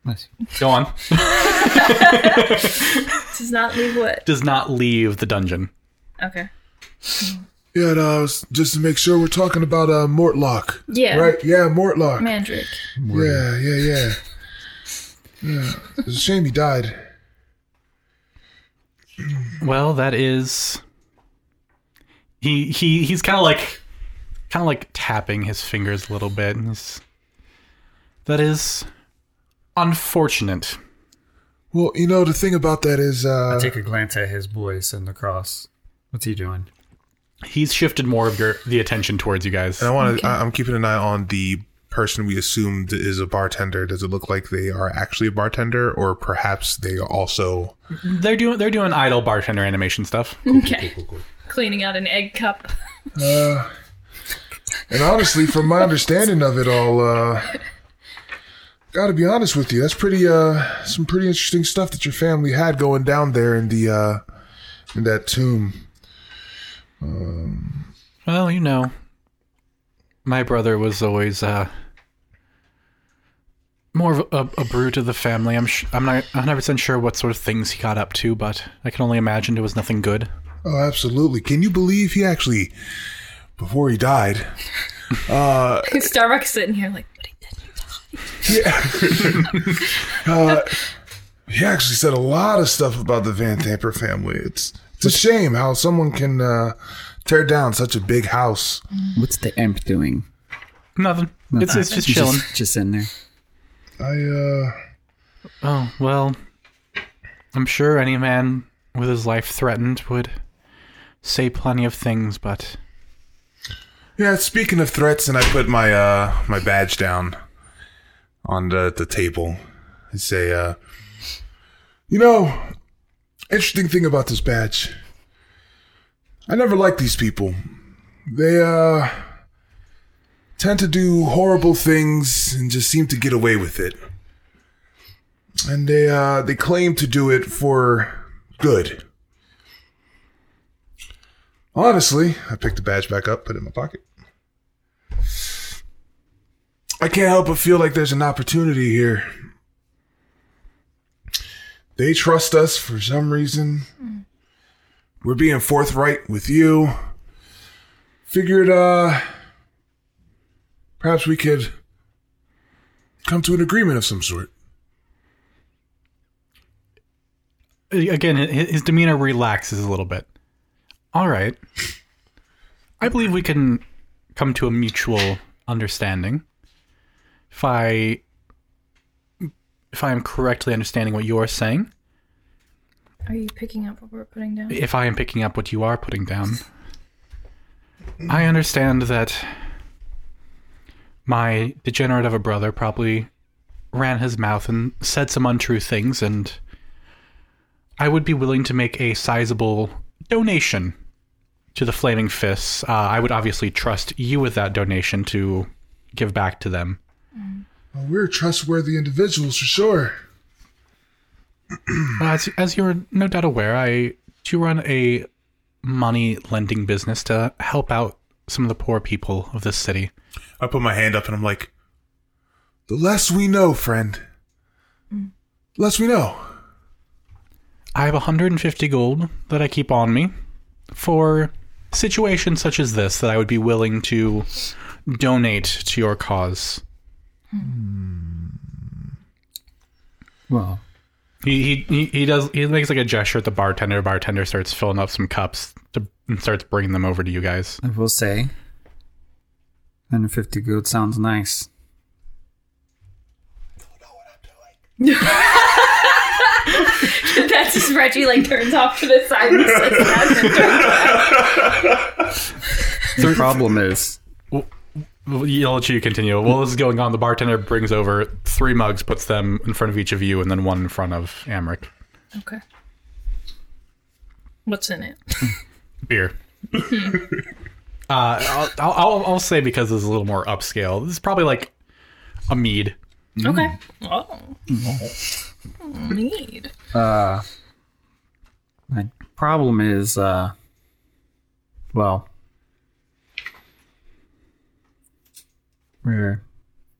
S5: Nice.
S1: go on
S3: does not leave what?
S1: does not leave the dungeon
S3: Okay.
S2: Yeah, and, uh, s- just to make sure we're talking about uh, Mortlock.
S3: Yeah.
S2: Right? Yeah, Mortlock.
S3: Mandrake.
S2: Yeah, yeah, yeah. Yeah. It's a shame he died.
S1: Well, that is. He he he's kind of like, kind of like tapping his fingers a little bit. And he's, that is unfortunate.
S2: Well, you know, the thing about that is, uh,
S7: Take a glance at his boy sitting across. What's he doing?
S1: He's shifted more of your the attention towards you guys.
S2: and I want to, I'm keeping an eye on the person we assumed is a bartender. Does it look like they are actually a bartender, or perhaps they are also.
S1: They're doing they're doing idle bartender animation stuff.
S3: Okay. Cleaning out an egg cup.
S2: And honestly, from my understanding of it all, uh, gotta be honest with you, that's pretty, uh, some pretty interesting stuff that your family had going down there in the, uh, in that tomb.
S1: Well, you know, my brother was always uh, more of a, a brute of the family. I'm sh- I'm not 100 percent sure what sort of things he got up to, but I can only imagine it was nothing good.
S2: Oh, absolutely. Can you believe he actually, before he died,
S3: Starbucks sitting here like, what did
S2: Uh, he actually said a lot of stuff about the Van Tamper family. It's it's a shame how someone can uh, tear down such a big house.
S5: What's the imp doing?
S1: Nothing. It's it's just chilling.
S5: Just, just in there.
S2: I uh
S1: Oh well, I'm sure any man with his life threatened would say plenty of things, but
S2: yeah. Speaking of threats, and I put my uh my badge down on the the table. I say, uh, you know, interesting thing about this badge. I never liked these people. They uh tend to do horrible things and just seem to get away with it. And they uh they claim to do it for good. Honestly, I picked the badge back up, put it in my pocket. I can't help but feel like there's an opportunity here. They trust us for some reason. We're being forthright with you. Figured, uh, perhaps we could come to an agreement of some sort.
S1: uh, again, hi- his demeanor relaxes a little bit. All right, I believe we can come to a mutual understanding. If I, if I am correctly understanding what you are saying,
S3: Are you picking up what we're putting down?
S1: if I am picking up what you are putting down, I understand that my degenerate of a brother probably ran his mouth and said some untrue things, and I would be willing to make a sizable donation to the Flaming Fists. Uh, I would obviously trust you with that donation to give back to them.
S2: Well, we're trustworthy individuals for sure.
S1: As, as you're no doubt aware, I do run a money lending business to help out some of the poor people of this city.
S2: I put my hand up and I'm like, the less we know, friend, the less we know.
S1: I have 150 gold that I keep on me for situations such as this that I would be willing to donate to your cause.
S5: Well,
S1: He he he- he does he makes like a gesture at the bartender. Bartender starts filling up some cups to, and starts bringing them over to you guys.
S5: I will say, 150 gold sounds nice.
S3: That's just Reggie like turns off to the side and sits down.
S5: The problem is,
S1: I'll let you continue. While this is going on, the bartender brings over three mugs, puts them in front of each of you, and then one in front of Amric.
S3: Okay. What's in it?
S1: Beer. uh, I'll, I'll, I'll say because this is a little more upscale. This is probably like a mead.
S3: Okay. Oh. Oh, Need.
S5: my problem is, uh, well, we're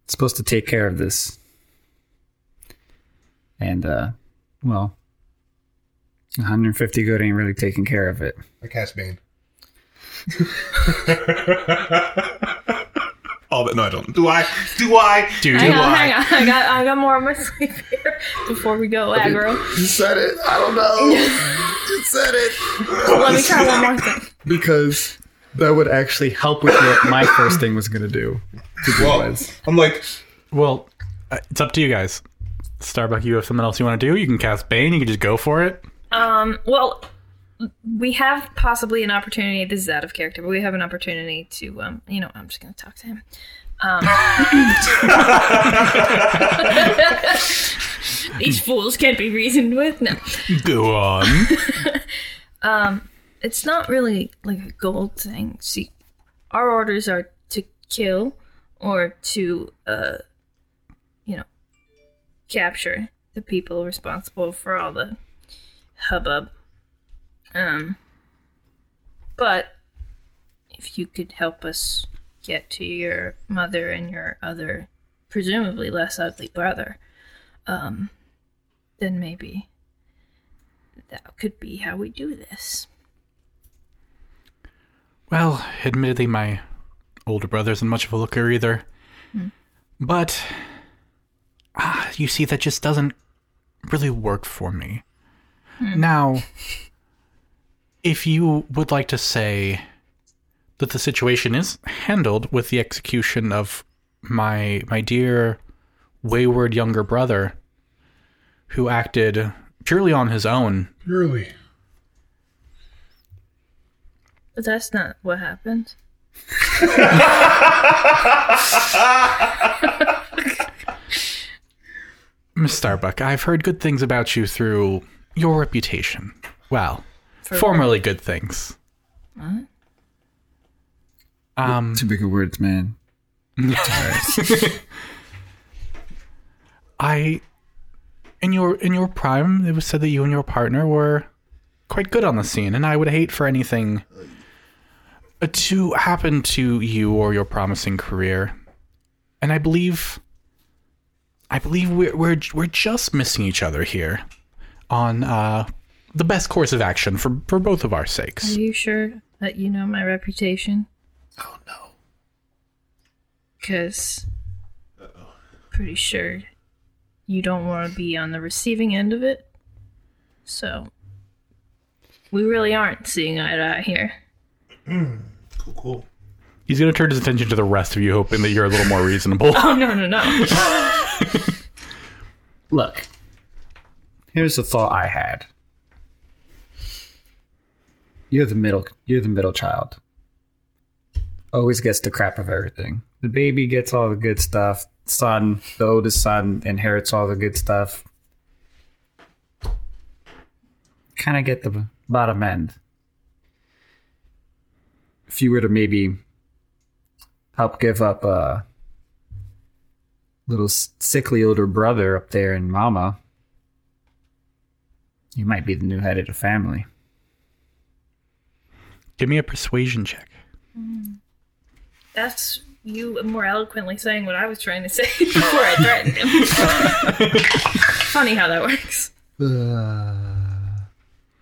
S5: supposed to take care of this. And, uh, well, 150 gold ain't really taking care of it.
S2: I cast Bane. oh,
S4: All that no, I don't. Do I? Do I?
S1: Dude,
S6: Hang on, hang on. I got, I got more on my sleeve here before we go aggro.
S2: You said it. I don't know. you said it.
S6: Let me try one more thing.
S8: because that would actually help with what my first thing was going to do. To do
S4: Well,
S8: was.
S4: I'm like,
S1: Well, uh, it's up to you guys. Starbuck, you have something else you want to do? You can cast Bane. You can just go for it.
S6: Um, well, we have possibly an opportunity. This is out of character, but we have an opportunity to, um, you know, I'm just going to talk to him. Um, These fools can't be reasoned with. No.
S1: Go on.
S6: It's not really like a gold thing. See, our orders are to kill or to, uh, you know, capture the people responsible for all the hubbub. Um, but if you could help us get to your mother and your other, presumably less ugly brother, um, then maybe that could be how we do this.
S1: Well, admittedly, my older brother isn't much of a looker either. But ah, you see, that just doesn't really work for me. Now, if you would like to say that the situation is handled with the execution of my my dear wayward younger brother, who acted purely on his own,
S2: Really?
S6: But that's not what happened.
S1: Miss Starbuck, I've heard good things about you through your reputation. Well, formerly good things. Um,
S9: Too big of words, man.
S1: I in your in your prime, it was said that you and your partner were quite good on the scene, and I would hate for anything uh, to happen to you or your promising career. And I believe, I believe we're we're we're just missing each other here on uh, the best course of action for for both of our
S6: Are
S1: sakes.
S6: you sure that you know my reputation?
S2: Oh no.
S6: Because pretty sure you don't want to be on the receiving end of it. So we really aren't seeing eye to eye here.
S4: cool, cool.
S1: He's gonna turn his attention to the rest of you, hoping that you're a little more reasonable.
S6: Oh no no no!
S5: Look, here's the thought I had. You're the middle. You're the middle child. Always gets the crap of everything. The baby gets all the good stuff. Son, the oldest son, inherits all the good stuff. Kind of get the b- bottom end. If you were to maybe help give up uh, little s- sickly older brother up there and mama, you might be the new head of the family.
S1: Give me a persuasion check.
S6: That's you more eloquently saying what I was trying to say before I threatened him. Funny how that works.
S5: Uh,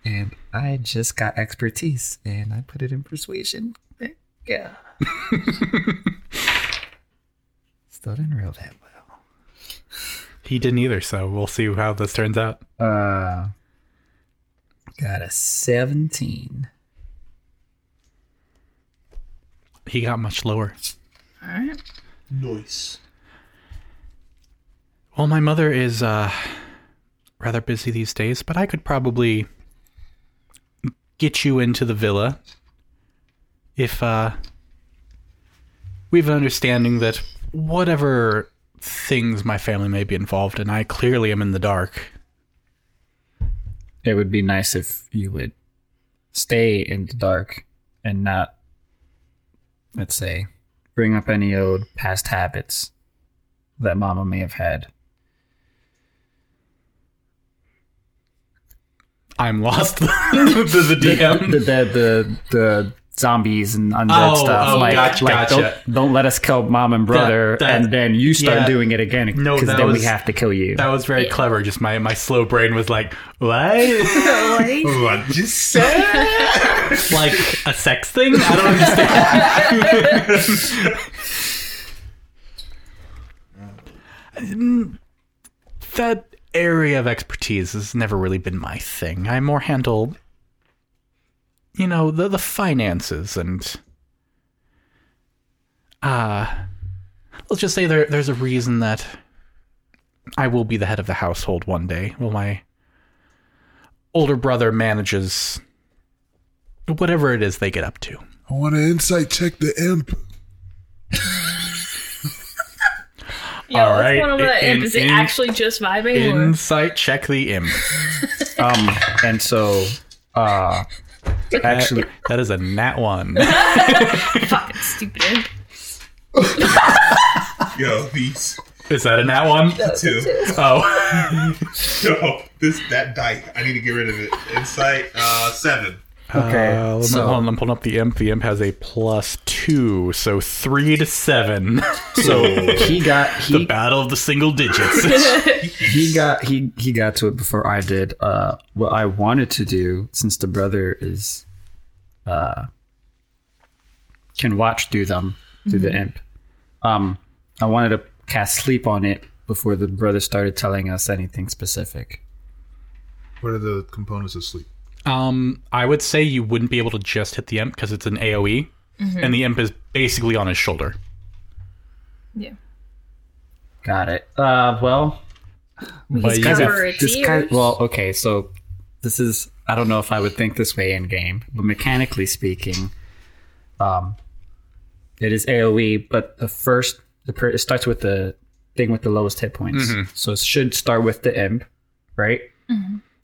S5: And I just got expertise and I put it in persuasion. Yeah. Still didn't roll that well.
S1: He didn't either, so we'll see how this turns out.
S5: Uh, got a 17.
S1: He got much lower.
S6: All right.
S4: Nice.
S1: Well, my mother is uh, rather busy these days, but I could probably get you into the villa if uh, we have an understanding that whatever things my family may be involved in, I clearly am in the dark.
S5: It would be nice if you would stay in the dark and not, let's say, bring up any old past habits that Mama may have had.
S1: I'm lost. the, the DM.
S5: The the the, the zombies and undead
S1: Oh,
S5: stuff.
S1: oh,
S5: like,
S1: gotcha,
S5: like
S1: gotcha.
S5: Don't, don't let us kill mom and brother,
S1: that-
S5: and then you start
S1: yeah.
S5: doing it again because
S1: No, that
S5: then
S1: was-
S5: we have to kill you.
S1: That was very clever. Just my, my slow brain was like, what?
S2: What just said?
S1: like a sex thing? I don't understand. Mm, that area of expertise has never really been my thing. I more handle, you know, the the finances and uh let's just say there there's a reason that I will be the head of the household one day. Well, my older brother manages whatever it is they get up to.
S2: I want to insight check the imp.
S3: Yeah,
S1: All right,
S3: One of the
S1: in-
S3: is it
S1: in-
S3: actually just vibing? or?
S1: Insight check the imp.
S5: Um, and so, uh, actually,
S1: That is a nat one.
S3: Fucking stupid. imp.
S4: Yo, these
S1: Is that a nat one?
S4: two.
S1: Oh,
S4: Yo, this that die. I need to get rid of it. Insight uh, seven.
S5: okay.
S1: Uh, let me- hold on, I'm pulling up the imp. The imp has a plus two, so three to seven.
S5: so he got
S1: the
S5: he
S1: battle of the single digits.
S5: he got he he got to it before I did. Uh, what I wanted to do, since the brother is, uh, can watch through them through the imp. Um, I wanted to cast sleep on it before the brother started telling us anything specific.
S2: What are the components of sleep?
S1: um, I would say you wouldn't be able to just hit the imp because it's an AOE,
S3: Mm-hmm.
S1: and the imp is basically on his shoulder.
S5: Got it. Uh, well,
S1: But you,
S3: covered. Cover its
S5: this
S3: ears.
S5: well, okay, so this is I don't know if I would think this way in game, but mechanically speaking, um, it is AOE, but the first the per, it starts with the thing with the lowest hit points, so it should start with the imp, right?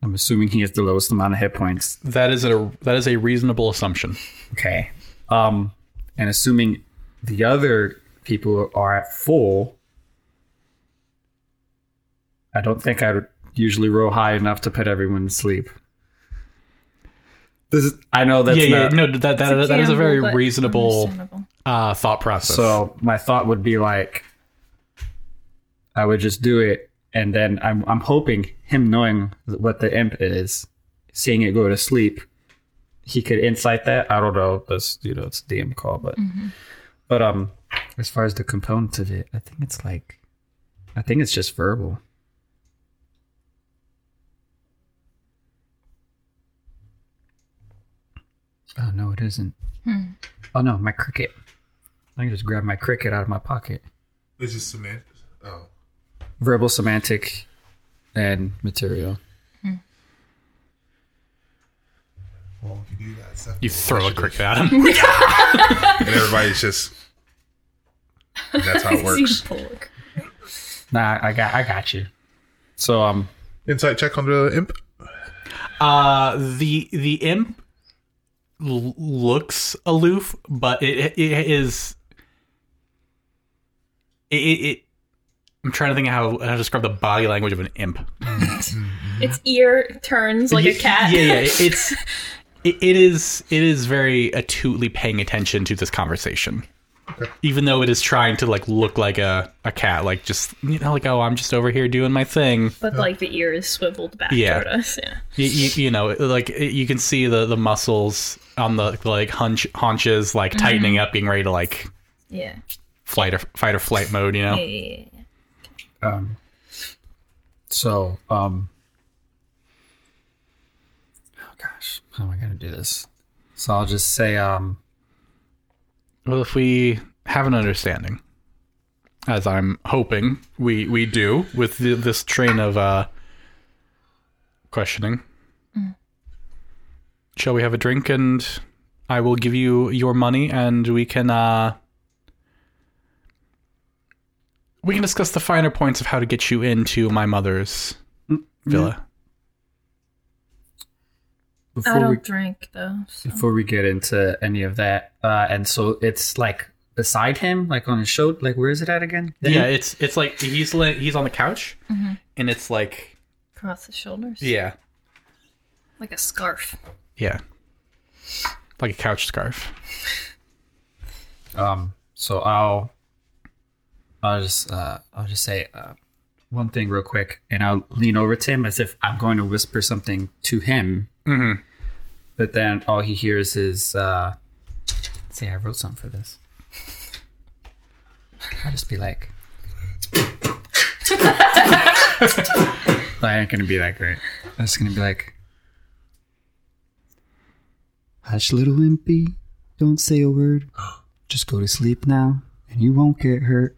S5: I'm assuming he has the lowest amount of hit points.
S1: that is a that is a reasonable assumption.
S5: Okay. Um, and assuming the other people are at full, I don't think I would usually roll high enough to put everyone to sleep.
S7: This is
S5: I know that's
S1: yeah, yeah,
S5: not.
S1: no, that that, that,
S3: It's
S1: that is a very
S3: gamble, but
S1: reasonable
S3: understandable.
S1: uh, thought process.
S5: So my thought would be like, I would just do it, and then I'm I'm hoping him knowing what the imp is, seeing it go to sleep, he could insight that. I don't know. That's you know it's a DM call, but but um, as far as the components of it, I think it's like, I think it's just verbal. Oh no, it isn't. Oh no, my cricket. I can just grab my cricket out of my pocket.
S2: It's just semantics. Oh.
S5: Verbal, semantic, and material.
S2: Well, if you do that, stuff.
S1: you throw a cricket at him.
S2: And everybody's just. That's how it works.
S5: Nah, I got, I got you. So um,
S2: Insight check on the imp.
S1: Uh, the the imp l- looks aloof, but it it is it, it, it. I'm trying to think of how how to describe the body language of an imp.
S3: Its ear turns like a cat.
S1: Yeah, yeah. it- It's it, it is it is very acutely paying attention to this conversation, even though it is trying to like look like a a cat, like just you know, like oh, I'm just over here doing my thing.
S3: But like the ear is swiveled back
S1: Yeah.
S3: toward us. Yeah.
S1: you, you, you know like you can see the the muscles on the like hunch haunches like tightening
S3: Mm-hmm.
S1: up being ready to like
S3: Yeah.
S1: flight or fight or flight mode you know
S3: Yeah, yeah, yeah.
S5: um, so um. Oh gosh, how am I gonna do this? So I'll just say um,
S1: well if we have an understanding as i'm hoping we we do with the, this train of uh questioning shall we have a drink and i will give you your money and we can uh we can discuss the finer points of how to get you into my mother's villa
S5: before
S3: I
S5: we
S3: don't drink though. So.
S5: before we get into any of that, uh, and so it's like beside him, like on his shoulder. Like where is it at again?
S1: Yeah, it's it's like he's la- he's on the couch, and it's like
S3: Across the shoulders.
S1: yeah,
S3: Like a scarf.
S1: yeah. like a couch scarf.
S5: Um, so I'll, I'll just, uh, I'll just say uh, one thing real quick, and I'll lean over to him as if I'm going to whisper something to him. But then all he hears is, uh, "Say I wrote something for this." I'll just be like, "I ain't gonna be that great." I'm just gonna be like, "Hush, little impy, don't say a word." just go to sleep now and you won't get hurt.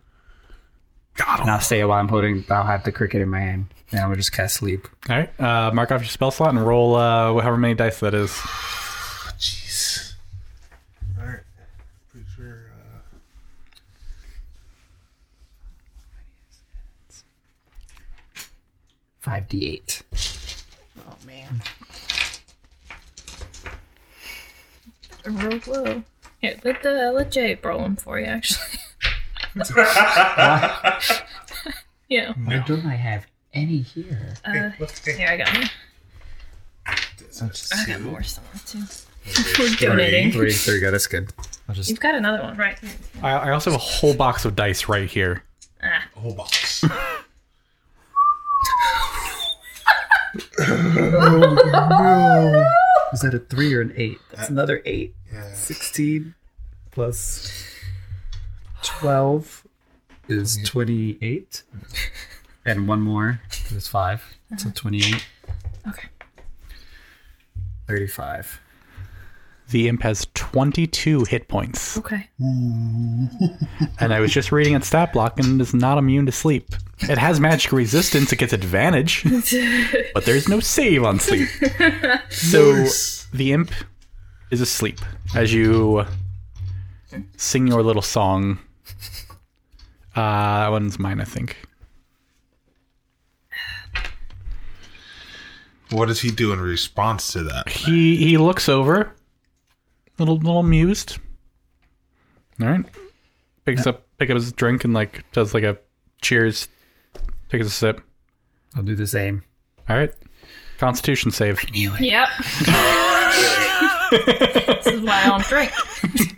S5: and I'll say it while I'm holding, I'll have the cricket in my hand and I will just cast sleep.
S1: All right, uh, mark off your spell slot and roll uh, however many dice that is.
S2: Jeez. All right. Pretty sure. Uh,
S5: Five D eight.
S6: Roll low. Yeah, let the uh, let Jay roll them for you. Actually. yeah.
S5: Why don't I have any here?
S6: Uh, here I got. One. I got more somewhere too. We're donating.
S5: Three, there you go. That's good. I'll just
S6: You've got another one, right?
S1: I, I also have a whole box of dice right here.
S6: Ah,
S2: a whole box.
S4: Was that a three or an eight? That's another eight.
S2: Yeah.
S4: 16 plus 12
S5: is twenty eight, and one more is five. So twenty eight.
S6: Uh-huh. Okay.
S5: Thirty five.
S1: The imp has 22 hit points,
S6: okay.
S1: and I was just reading its stat block, and it is not immune to sleep. It has magic resistance; it gets advantage, but there's no save on sleep. So the imp is asleep as you sing your little song. Uh, that one's mine, I think.
S2: What does he do in response to that?
S1: He he looks over, little little amused. All right, picks up pick up his drink and like does like a cheers, takes a sip.
S5: I'll do the same.
S1: All right, Constitution save.
S6: Yep. this is why I don't drink.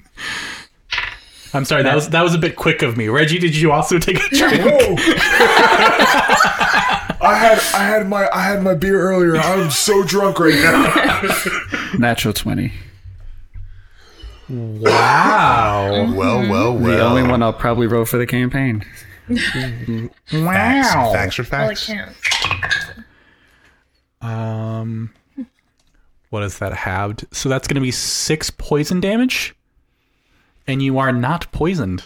S1: I'm sorry, that was that was a bit quick of me. Reggie, did you also take a drink?
S2: Oh! I had I had my I had my beer earlier. I'm so drunk right now.
S4: natural 20
S1: Wow,
S2: Oh, Well, well, well.
S4: the only one i'll probably roll for the campaign
S1: wow.
S2: Facts are
S6: All it
S2: facts.
S6: counts.
S1: Um, what is that halved? So that's going to be six poison damage, and you are not poisoned,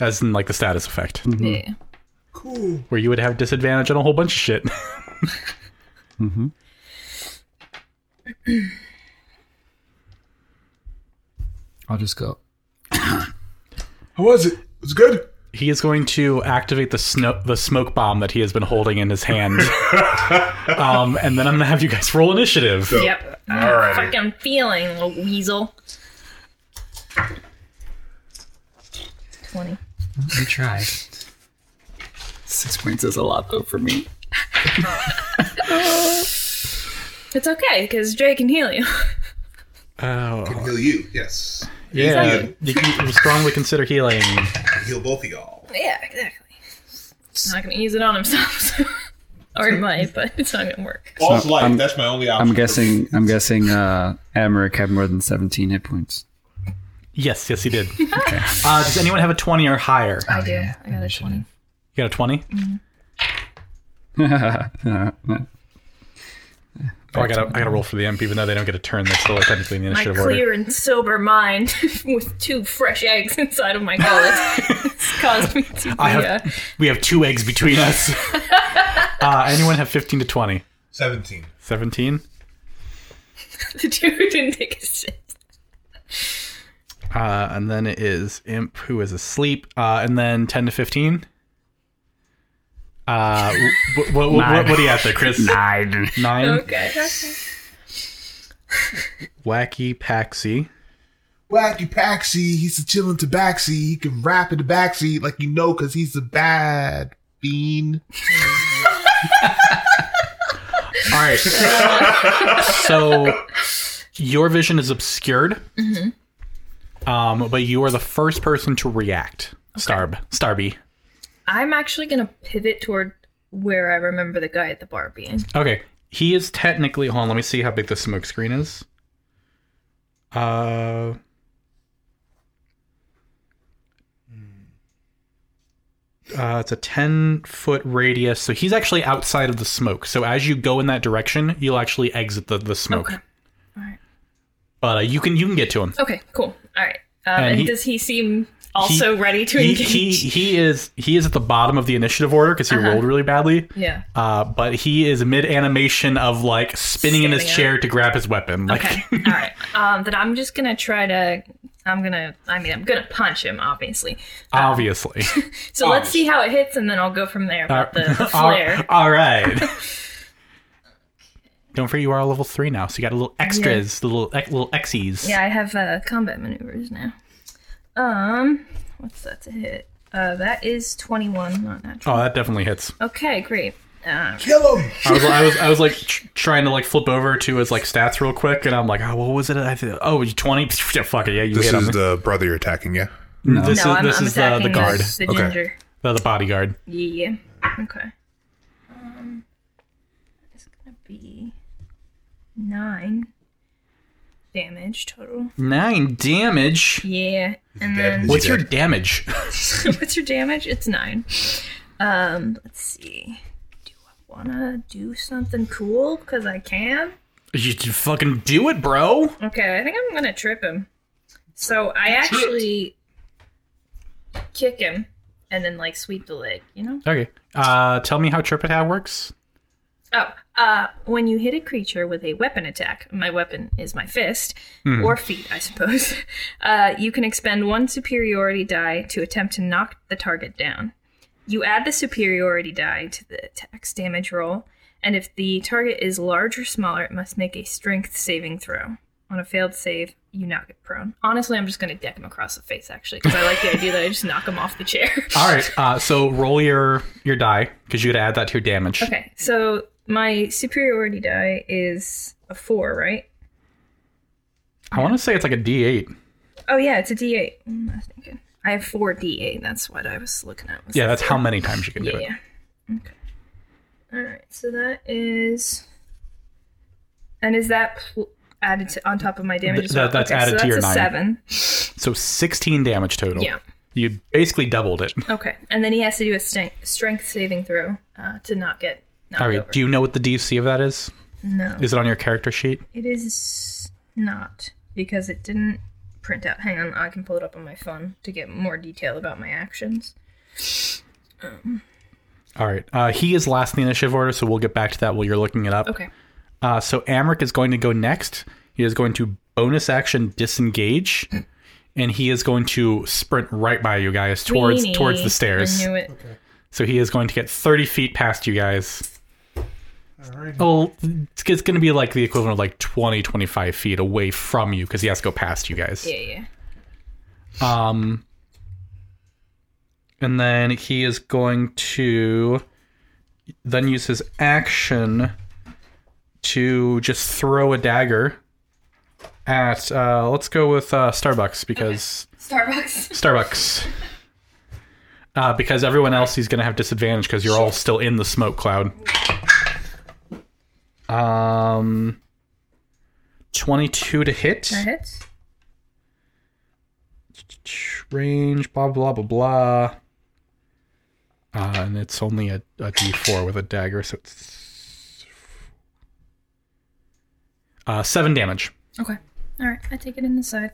S1: as in like the status effect,
S6: Yeah.
S1: where you would have disadvantage on a whole bunch of shit.
S5: I'll just go.
S2: How was it? Was it good?
S1: he is going to activate the snow, the smoke bomb that he has been holding in his hand, um, and then I'm going to have you guys roll initiative.
S6: Yep.
S2: Alrighty.
S6: Ah, Fucking feeling, little weasel. Twenty.
S5: We tried.
S4: six points is a lot though for me
S6: It's okay, because Jay can heal you.
S1: Oh,
S2: Heal you. Yes.
S1: yeah, you can strongly consider healing.
S2: Heal both of y'all.
S6: yeah, exactly. He's not gonna use it on himself. so- or he might, but it's not gonna work.
S2: All's life.
S4: I'm-
S2: That's my only option.
S4: i'm guessing i'm guessing uh Amarik had more than 17 hit points
S1: Yes, yes, he did. Uh, does anyone have a twenty or higher?
S6: I
S5: Oh,
S6: do. I got a twenty.
S1: You got a 20? oh, I gotta, I gotta roll for the imp, even though they don't get a turn. They're still technically in the
S6: My
S1: initiative order.
S6: clear and sober mind, with two fresh eggs inside of my gullet, has caused me to be.
S1: I have,
S6: uh,
S1: we have two eggs between us. uh, anyone have 15 to 20?
S2: Seventeen.
S1: 17?
S6: the dude who didn't take a sip.
S1: Uh, and then it is imp who is asleep. Uh, and then 10 to 15? Uh, what, what, what, what do you have there, Chris? Nine. Nine?
S6: Okay. okay.
S1: Wacky Paxi.
S2: Wacky Paxi, he's a chillin' tabaxi. He can rap in the backseat like you know, cause he's a bad bean.
S1: All right. so Your vision is obscured, um, but you are the first person to react. Starb, Starby.
S3: I'm actually gonna pivot toward where I remember the guy at the bar being.
S1: Okay, he is technically. Hold on, let me see how big the smoke screen is. Uh, uh, it's a ten foot radius, so he's actually outside of the smoke. So as you go in that direction, you'll actually exit the the smoke.
S3: Okay. Alright.
S1: But uh, you can you can get to him.
S3: Okay, cool. All right. Um,
S1: And
S3: and
S1: he-
S3: does he seem also ready to Uh-huh.
S1: He,
S3: engage?
S1: he he is he is at the bottom of the initiative order because he rolled really badly.
S3: yeah.
S1: Uh, but he is mid animation of like spinning in his
S3: Standing up.
S1: chair to grab his weapon. Like,
S3: Okay. All right. Um, then I'm just gonna try to. I'm gonna. I mean, I'm gonna punch him, obviously.
S1: obviously.
S3: So let's see how it hits, and then I'll go from there. With the, the
S1: All-
S3: flare.
S1: all right. Don't forget, you are level three now, so you got a little extras, little ex- little X's.
S3: Yeah, I have uh, combat maneuvers now. Um, what's that to hit? Uh, that is 21, not natural.
S1: Oh, that definitely hits.
S3: Okay, great. Uh,
S1: I was, I was, I was like tr- trying to like flip over to his like stats real quick, and I'm like, oh, what was it? I th- oh, you twenty? Yeah, fuck it, yeah, you
S2: This
S1: hit
S2: is
S1: him.
S2: the brother you're attacking, yeah?
S1: this
S3: no,
S1: is
S3: I'm,
S1: this
S3: I'm
S1: is uh, the,
S3: attacking
S1: the guard,
S3: The,
S2: Okay.
S3: ginger.
S1: the, the bodyguard.
S3: Yeah. Okay. Um, it's gonna be nine damage total.
S1: Nine damage.
S3: Yeah, and then
S1: What's your damage?
S3: what's your damage? It's nine. Um, let's see. Do I wanna do something cool? Cause I can.
S1: You, you fucking do it, bro.
S3: Okay, I think I'm gonna trip him. So I actually kick him and then like sweep the leg, you know?
S1: Okay. Uh, tell me how trip it how works.
S3: Oh, uh, when you hit a creature with a weapon attack, my weapon is my fist or feet, I suppose. Uh, you can expend one superiority die to attempt to knock the target down. You add the superiority die to the attack's damage roll, and if the target is large or smaller, it must make a strength saving throw. On a failed save, you knock it prone. Honestly, I'm just going to deck him across the face, actually, because I like the idea that I just knock him off the chair.
S1: All right. Uh, so roll your your die because you would add that to your damage.
S3: Okay, so my superiority die is a four, right?
S1: I want to say it's like a D8.
S3: Oh yeah, it's a D eight. I'm not thinking. I have four D eight. That's what I was looking at. was
S1: Yeah,
S3: the
S1: that's how many times you can do
S3: four.
S1: it.
S3: yeah. Okay. All right. So that is. And is that pl- added to, on top of my damage?
S1: Th-
S3: as well?
S1: that- that's
S3: Okay,
S1: added
S3: so
S1: to your
S3: that's
S1: nine.
S3: a Seven.
S1: So 16 damage total.
S3: Yeah.
S1: You basically doubled it.
S3: Okay. And then he has to do a sten- strength saving throw uh, to not get knocked
S1: All right.
S3: over.
S1: Do you know what the DC of that is?
S3: no,
S1: Is it on your character sheet?
S3: it is not because it didn't print out. Hang on, I can pull it up on my phone to get more detail about my actions.
S1: All right. Uh, he is last in the initiative order, so we'll get back to that while you're looking it up.
S3: Okay.
S1: Uh, so Amric is going to go next. He is going to bonus action disengage, and he is going to sprint right by you guys towards
S3: Weenie.
S1: towards the
S3: I
S1: stairs.
S3: knew it.
S1: So he is going to get 30 feet past you guys. Oh, it's, it's going to be like the equivalent of like 20, 25 feet away from you because he has to go past you guys.
S3: Yeah, yeah.
S1: Um, and then he is going to then use his action to just throw a dagger at. Uh, let's go with uh, Starbucks because
S3: Starbucks.
S1: Starbucks. Uh, because everyone else he's going to have disadvantage because you're all still in the smoke cloud. Um, twenty-two to hit
S3: That hits.
S1: range, blah blah blah blah. Uh, and it's only a, a D4 with a dagger, so it's uh, seven damage.
S3: Okay. All right. I take it in the side.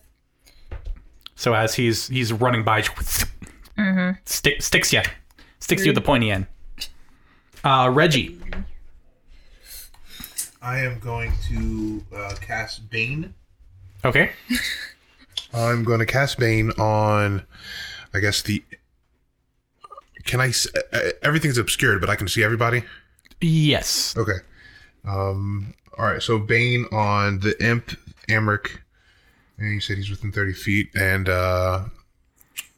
S1: So as he's he's running by, stick, sticks you, sticks you with the pointy end. Uh, Reggie,
S2: I am going to uh, cast Bane.
S1: okay,
S2: I'm going to cast Bane on, I guess, the. Can I. s- uh, Everything's obscured, but I can see everybody?
S1: yes,
S2: Okay. Um. All right. So Bane on the imp Amric, and you said he's within thirty feet, and uh,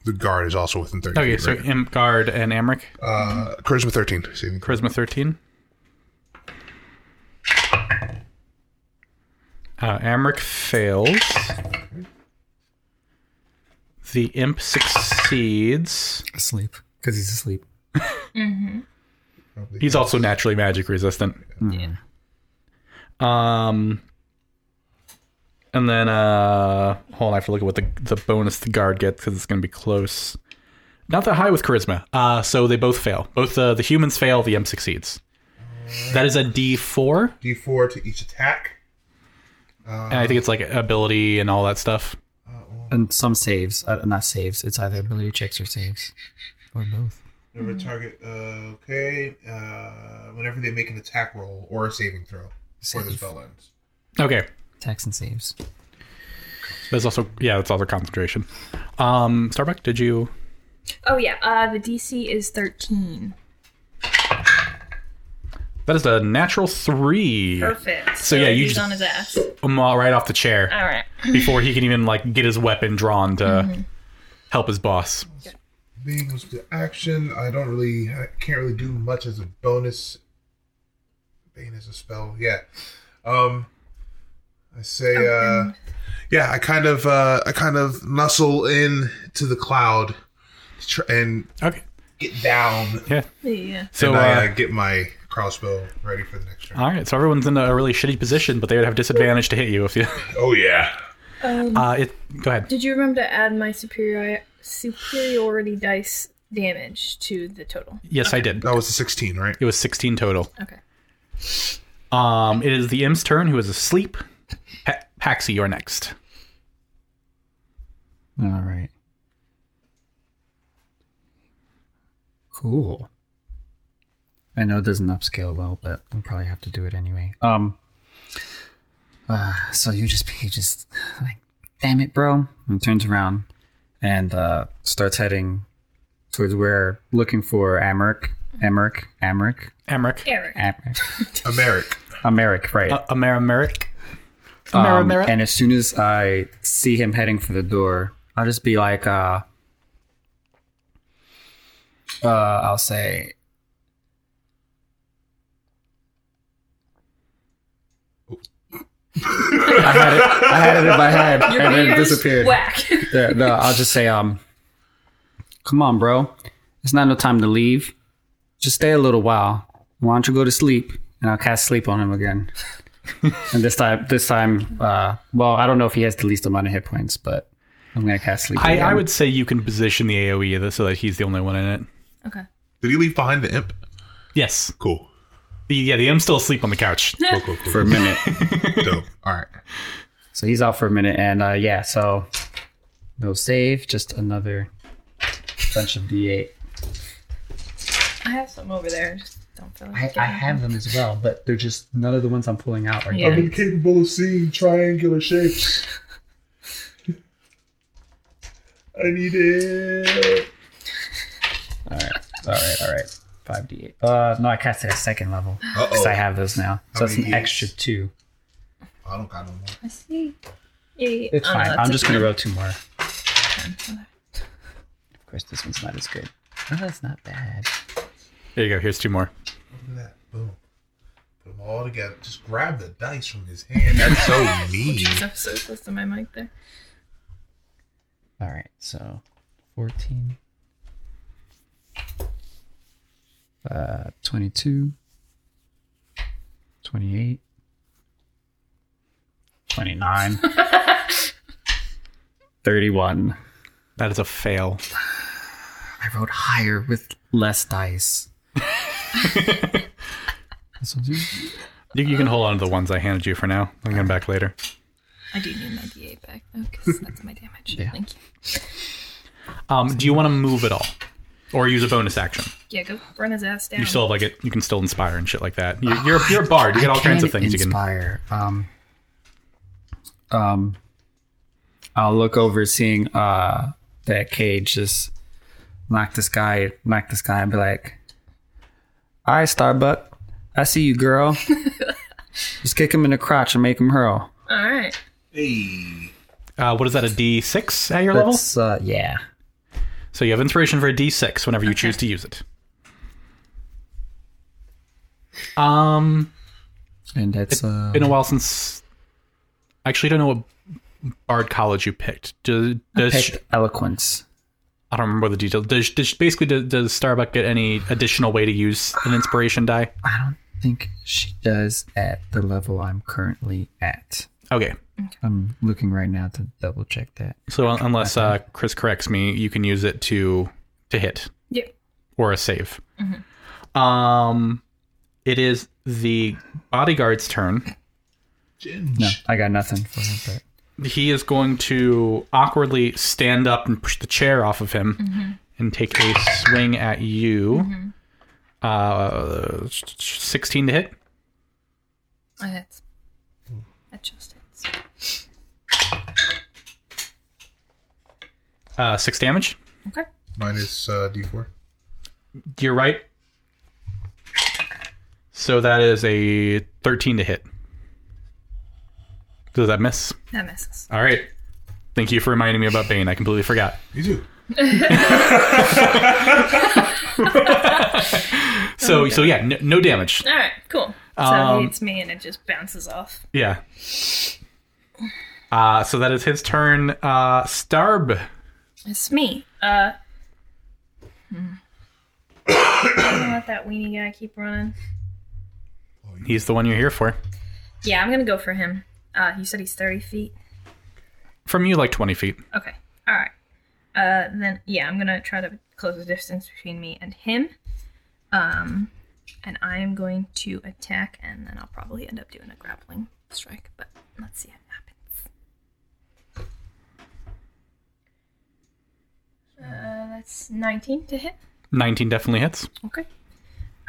S2: the guard is also within thirty.
S1: okay.
S2: feet,
S1: So
S2: right?
S1: Imp Guard and Amric,
S2: uh, charisma thirteen saving. throw.
S1: Charisma thirteen. Uh, Amric fails. The imp succeeds.
S5: Asleep. Because he's asleep.
S1: He's also naturally magic resistant. Um, and then uh, hold on, I have to look at what the the bonus the guard gets because it's going to be close. Not that high with charisma. Uh, so they both fail. Both uh, the the humans fail. The imp succeeds. That is a D four,
S4: D4 to each attack.
S1: and I think it's like ability and all that stuff.
S5: And some saves. Uh, not saves. It's either ability checks or saves. Or both.
S4: Whenever target, uh, okay, uh, whenever they make an attack roll or a saving throw before the
S5: Save.
S4: spell ends.
S1: Okay,
S5: Attacks and saves.
S1: there's also yeah, that's also concentration. Um, Starbuck, did you?
S3: Oh yeah, uh, the DC is thirteen.
S1: That is a natural three.
S3: Perfect.
S1: So, yeah, you
S3: he's
S1: just-
S3: on his ass.
S1: Um, uh, right off the chair.
S3: All right.
S1: before he can even like get his weapon drawn to
S3: Mm-hmm.
S1: help his boss.
S4: Being was the action. I don't really, I can't really do much as a bonus. Bane is a spell, yeah. Um, I say, uh, yeah, I kind of, uh, I kind of nuzzle in to the cloud to tr- and
S1: Okay.
S4: get down.
S3: Yeah.
S1: So
S4: and
S1: uh,
S4: I uh, get my crossbow ready for the next turn.
S1: all right, so everyone's in a really shitty position, but they would have disadvantage to hit you if you.
S10: Oh yeah.
S3: Um,
S1: Uh, it go ahead.
S3: Did you remember to add my superior superiority dice damage to the total?
S1: Yes, I did.
S4: That was a 16, right?
S1: It was sixteen total.
S3: Okay.
S1: Um, it is the imp's turn, who is asleep. Pa- Paxi, you're next.
S5: All right. Cool. I know it doesn't upscale well, but we'll probably have to do it anyway. Um. Uh, so you just he just like, damn it, bro, and turns around and uh, starts heading towards where looking for Amric, Amric, Amric,
S1: Emmerich.
S3: Eric.
S5: Amric,
S4: Americ.
S5: Amric, right?
S1: Uh, Amerimeric.
S5: Um,
S1: Amerimeric.
S5: and as soon as I see him heading for the door, I'll just be like, uh, uh, I'll say, I had it, I had it in my head, and then it disappeared.
S3: Whack.
S5: Yeah, no, I'll just say, um, come on, bro, it's not no time to leave. Just stay a little while. Why don't you go to sleep? And I'll cast sleep on him again. and this time, this time, uh, well, I don't know if he has the least amount of hit points, but I'm gonna cast sleep.
S1: I,
S5: again.
S1: I would say you can position the AOE of this so that he's the only one in it.
S3: okay.
S4: Did he leave behind the imp?
S1: Yes.
S4: Cool.
S1: The, yeah, the imp's still asleep on the couch.
S4: Cool, cool, cool.
S5: for a minute.
S4: Dope. All right.
S5: so he's out for a minute, and uh, yeah, so no save, just another bunch of d8.
S3: I have some over there. Just don't feel
S5: I,
S3: like
S5: I have them as well, but they're just none of the ones I'm pulling out are.
S3: Yeah.
S4: Incapable of seeing triangular shapes. I need it.
S5: All right, all right, all right. Five d8. Uh, no, I cast it at second level because I have those now, so
S4: How
S5: it's
S4: many
S5: an
S4: d8s?
S5: extra two.
S4: I don't got no more.
S3: I see. Yeah, yeah,
S5: It's
S3: I don't know,
S5: fine.
S3: that's
S5: I'm
S3: a
S5: just gonna
S3: good-
S5: roll two more. Of course, this one's not as good. Oh, that's not bad.
S1: There you go. Here's two more.
S4: Look at that. Boom. Put them all together. Just grab the dice from his hand. That's so mean.
S3: I'm so close to my mic there.
S5: All right, so fourteen. Uh, 22, 28, 29, 31.
S1: That is a fail.
S5: I wrote higher with less dice. this one's yours?
S1: You, you can hold on to the ones I handed you for now. I'll get them back later.
S3: I do need my DA back though, because that's my damage. Thank you.
S1: Um, do you want to move at all, or use a bonus action?
S3: Yeah, go burn his ass down.
S1: You still have like it. You can still inspire and shit like that. You're you're, you're a bard. You get all kinds of things you can.
S5: inspire. Um, um, I'll look over, seeing uh that cage just knock this guy, knock this guy, and be like, "All right, Starbuck, I see you, girl. just kick him in the crotch and make him hurl."
S3: All right.
S1: Uh, what is that? A D six at your level?
S5: That's uh, yeah.
S1: So you have inspiration for a D six whenever you choose to use it. Um,
S5: And that's uh,
S1: been a while since I actually don't know what bard college you picked. Does, does
S5: Picked eloquence.
S1: I don't remember the detail. Does, does basically does, does Starbuck get any additional way to use an inspiration die?
S5: I don't think she does at the level I'm currently at.
S1: Okay,
S5: I'm looking right now to double check that.
S1: so un- unless uh, Chris corrects me, you can use it to to hit
S3: Yeah.
S1: or a save. Um, it is the bodyguard's turn.
S5: No, I got nothing for him. But
S1: He is going to awkwardly stand up and push the chair off of him and take a swing at you. Uh, sixteen to hit.
S3: I hit. I just hits.
S1: Uh, six damage.
S3: Okay.
S4: Minus uh, D4.
S1: You're right. So that is a 13 to hit. Does that miss?
S3: That misses.
S1: All right. Thank you for reminding me about Bane. I completely forgot.
S4: You do.
S1: So so yeah, no, no damage.
S3: All right, cool. So
S1: Um,
S3: he hits me and it just bounces off.
S1: Yeah. Uh, so that is his turn. Uh, Starb.
S3: It's me. Uh. hmm. Don't let that weenie guy keep running.
S1: He's the one you're here for.
S3: Yeah, I'm gonna go for him. Uh, you said he's 30 feet.
S1: From you, like 20 feet.
S3: Okay. All right. Uh, then yeah, I'm gonna try to close the distance between me and him. Um, and I am going to attack, and then I'll probably end up doing a grappling strike. But let's see what happens. Uh, that's 19 to hit.
S1: 19 definitely hits.
S3: Okay.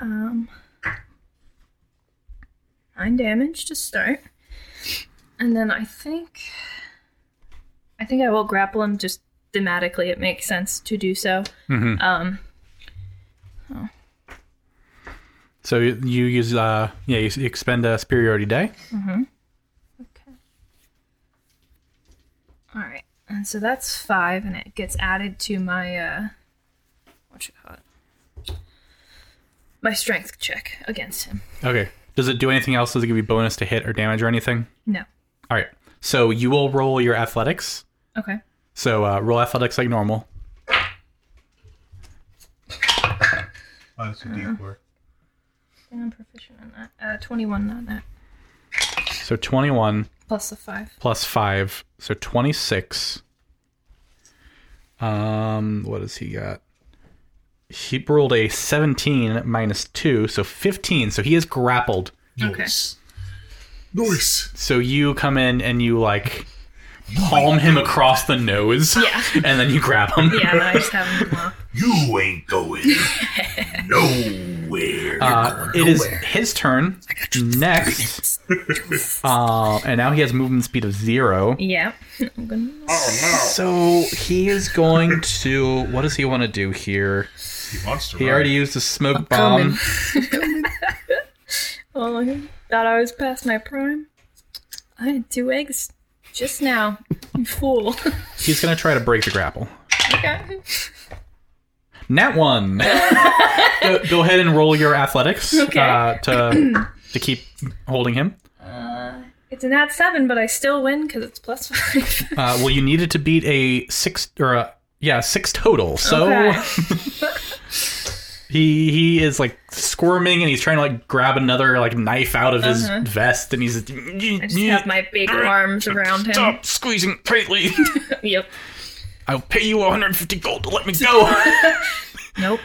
S3: Um, nine damage to start, and then I think, I think I will grapple him. Just thematically, it makes sense to do so. Um,
S1: So you, you use, uh, yeah, you, you expend a superiority die.
S3: okay. All right, and so that's five, and it gets added to my uh, what you call it, my strength check against him.
S1: Okay. Does it do anything else? Does it give you bonus to hit or damage or anything?
S3: No.
S1: All right. So you will roll your athletics.
S3: Okay.
S1: So uh, roll athletics like normal.
S4: Minus a D4.
S3: I'm proficient in that. Uh, 21 on that.
S1: So 21
S3: Plus the five.
S1: plus 5. So 26. Um, what has he got? He rolled a 17 minus 2, so 15. So he is grappled.
S3: Okay.
S4: Nice.
S1: So you come in and you like palm him across the nose.
S3: Yeah.
S1: And then you grab him.
S3: Yeah, and I just have him block.
S11: You ain't going nowhere.
S1: Uh, it is his turn next. uh, and now he has movement speed of zero.
S3: Yeah. I'm gonna-
S1: So he is going to. What does he want to do here?
S4: He wants to
S1: He
S4: ride.
S1: already used a smoke bomb.
S3: Oh, look at him. Thought I was past my prime. I had two eggs just now. You fool.
S1: He's going to try to break the grapple.
S3: okay.
S1: Nat one. go, go ahead and roll your athletics uh, to to keep holding him.
S3: It's an at seven, but I still win because it's plus five.
S1: Uh, well, you needed to beat a six or a yeah six total. So
S3: Okay.
S1: he he is like squirming and he's trying to like grab another like knife out of his vest and he's
S3: Uh-huh. I just have my big arms around him.
S1: stop squeezing tightly.
S3: Yep.
S1: I'll pay you 150 gold to let me go.
S3: Nope.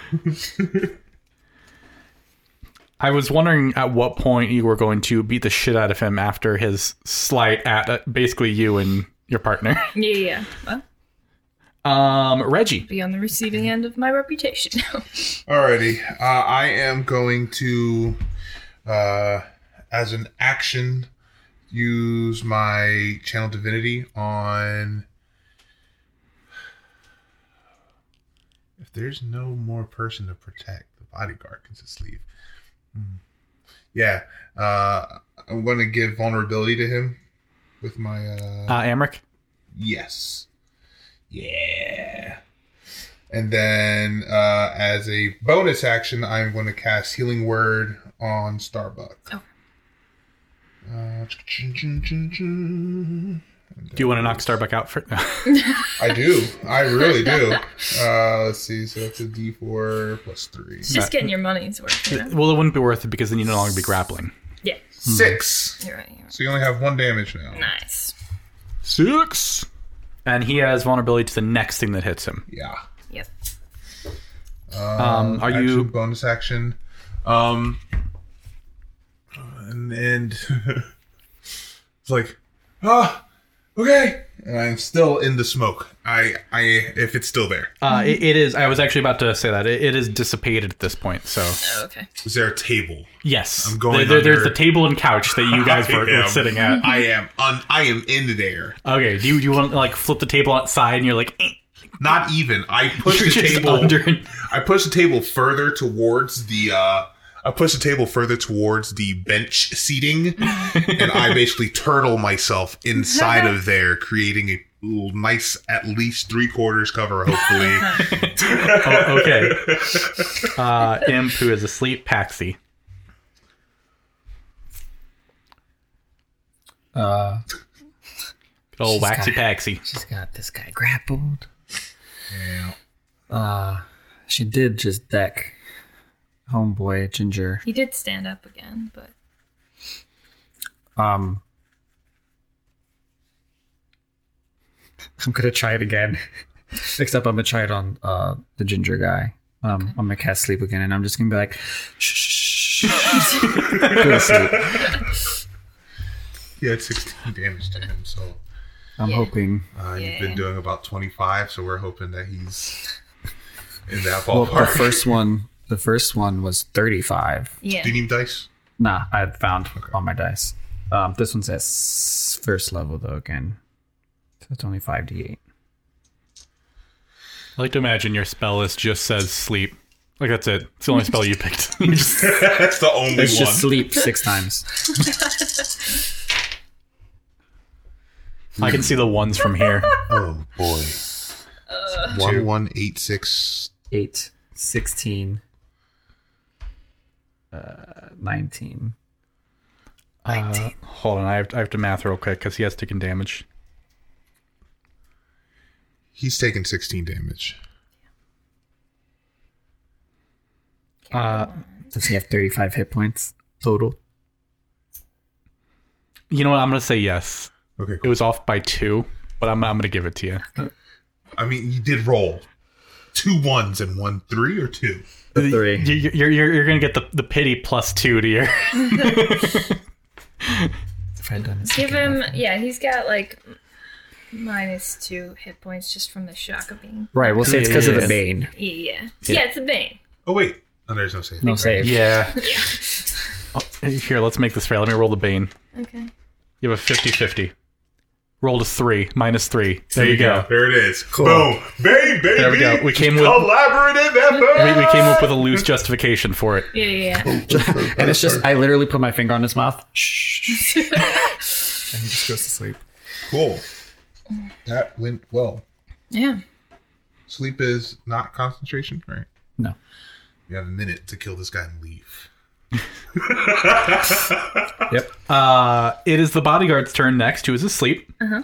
S1: I was wondering at what point you were going to beat the shit out of him after his slight at uh, basically you and your partner.
S3: Yeah, yeah. Well,
S1: Um, Reggie.
S3: be on the receiving end of my reputation now.
S4: Alrighty. Uh, I am going to, uh, as an action, use my channel divinity on. If there's no more person to protect, the bodyguard can just leave. Hmm. Yeah. Uh, I'm going to give vulnerability to him with my. Uh,
S1: Uh, Amric.
S4: Yes. Yeah. And then, uh, as a bonus action, I'm going to cast Healing Word on Starbuck.
S3: Oh.
S4: Uh,
S1: Do you want to knock Starbuck out for?
S4: I do. I really do. Uh, let's see. So that's a D4 plus three.
S3: It's just getting your money's worth. You know?
S1: well, it wouldn't be worth it because then you'd no longer be grappling.
S3: Yeah.
S4: Six.
S3: You're right. You're right.
S4: So you only have one damage now.
S3: Nice.
S1: Six. And he has vulnerability to the next thing that hits him.
S4: Yeah.
S3: Yep.
S1: Um, are
S4: action,
S1: you?
S4: bonus action? Um, and, and it's like, ah, okay. And I'm still in the smoke. I, I, if it's still there,
S1: Uh, it, it is. I was actually about to say that it, it is dissipated at this point. So
S3: Oh, okay.
S4: is there a table?
S1: yes,
S4: I'm going
S1: There- there- there's
S4: under-
S1: the table and couch that you guys were,
S4: I am.
S1: were sitting at.
S4: I am on. I am in there.
S1: Okay. Do you, do you want to like flip the table outside and you're like eh,
S4: Not even. I push the
S1: you're just
S4: table.
S1: under? and-
S4: I push the table further towards the. uh I push the table further towards the bench seating, and I basically turtle myself inside of there, creating a l- nice, at least three quarters cover, hopefully.
S1: Oh, okay. Uh, Imp, who is asleep, Paxi.
S5: Uh,
S1: Oh,
S5: She's
S1: waxy
S5: got-
S1: Paxi.
S5: she's got this guy grappled. Yeah. Uh, she did just deck homeboy Ginger.
S3: He did stand up again, but
S5: Um, I'm gonna try it again. Except I'm gonna try it on uh the ginger guy. Um, I'm gonna cast sleep again, and I'm just gonna be like, shh. Go to sleep.
S4: yeah, it's sixteen damage to him, so
S5: I'm hoping.
S4: uh, you've
S3: Yeah.
S4: been doing about twenty-five. So we're hoping that he's in that
S5: Well, the
S4: ballpark.
S5: first one, the first one was 35.
S3: yeah.
S4: Do you need dice?
S5: Nah, I found on my dice. Um, this one says first level though again, so it's only five d8.
S1: I like to imagine your spell list just says sleep. Like that's it. It's the only spell you picked. You just-
S4: That's the only
S5: It's
S4: one.
S5: just sleep six times.
S1: I can see the ones from here.
S4: Oh boy. One one eight six.
S5: Eight, sixteen, uh, nineteen.
S1: Uh, hold on, I have, I have to math real quick because he has taken damage.
S4: He's taken sixteen damage.
S5: uh, Does he have 35 hit points total?
S1: You know what? I'm gonna say yes.
S4: Okay,
S1: It was off by two, but I'm I'm gonna give it to you.
S4: I mean, you did roll two ones and one three or two.
S5: three.
S1: You, you- you're you're you're gonna get the, the pity plus two to your.
S5: If I'd done this
S3: Give him, yeah, he's got like minus two hit points just from the shock of being.
S5: Right, we'll say it's because of the bane.
S3: Yeah, yeah. Yeah, it's a bane.
S4: Oh wait, oh, there's no save.
S5: No save.
S1: Yeah. Oh, here, let's make this fair. Let me roll the bane.
S3: Okay.
S1: You have a 50-50. Rolled a three, minus three. There you go.
S4: There it is. Boom, baby. There
S1: we go. We came with-
S4: collaborative effort.
S1: We, we came up with a loose justification for it.
S3: Yeah, yeah, yeah.
S5: And it's just, I literally put my finger on his mouth.
S12: he just goes to sleep.
S4: cool. That went well.
S3: yeah.
S4: Sleep is not concentration, right?
S5: No.
S4: You have a minute to kill this guy and leave.
S1: Uh, it is the bodyguard's turn next, who is asleep. Uh-huh.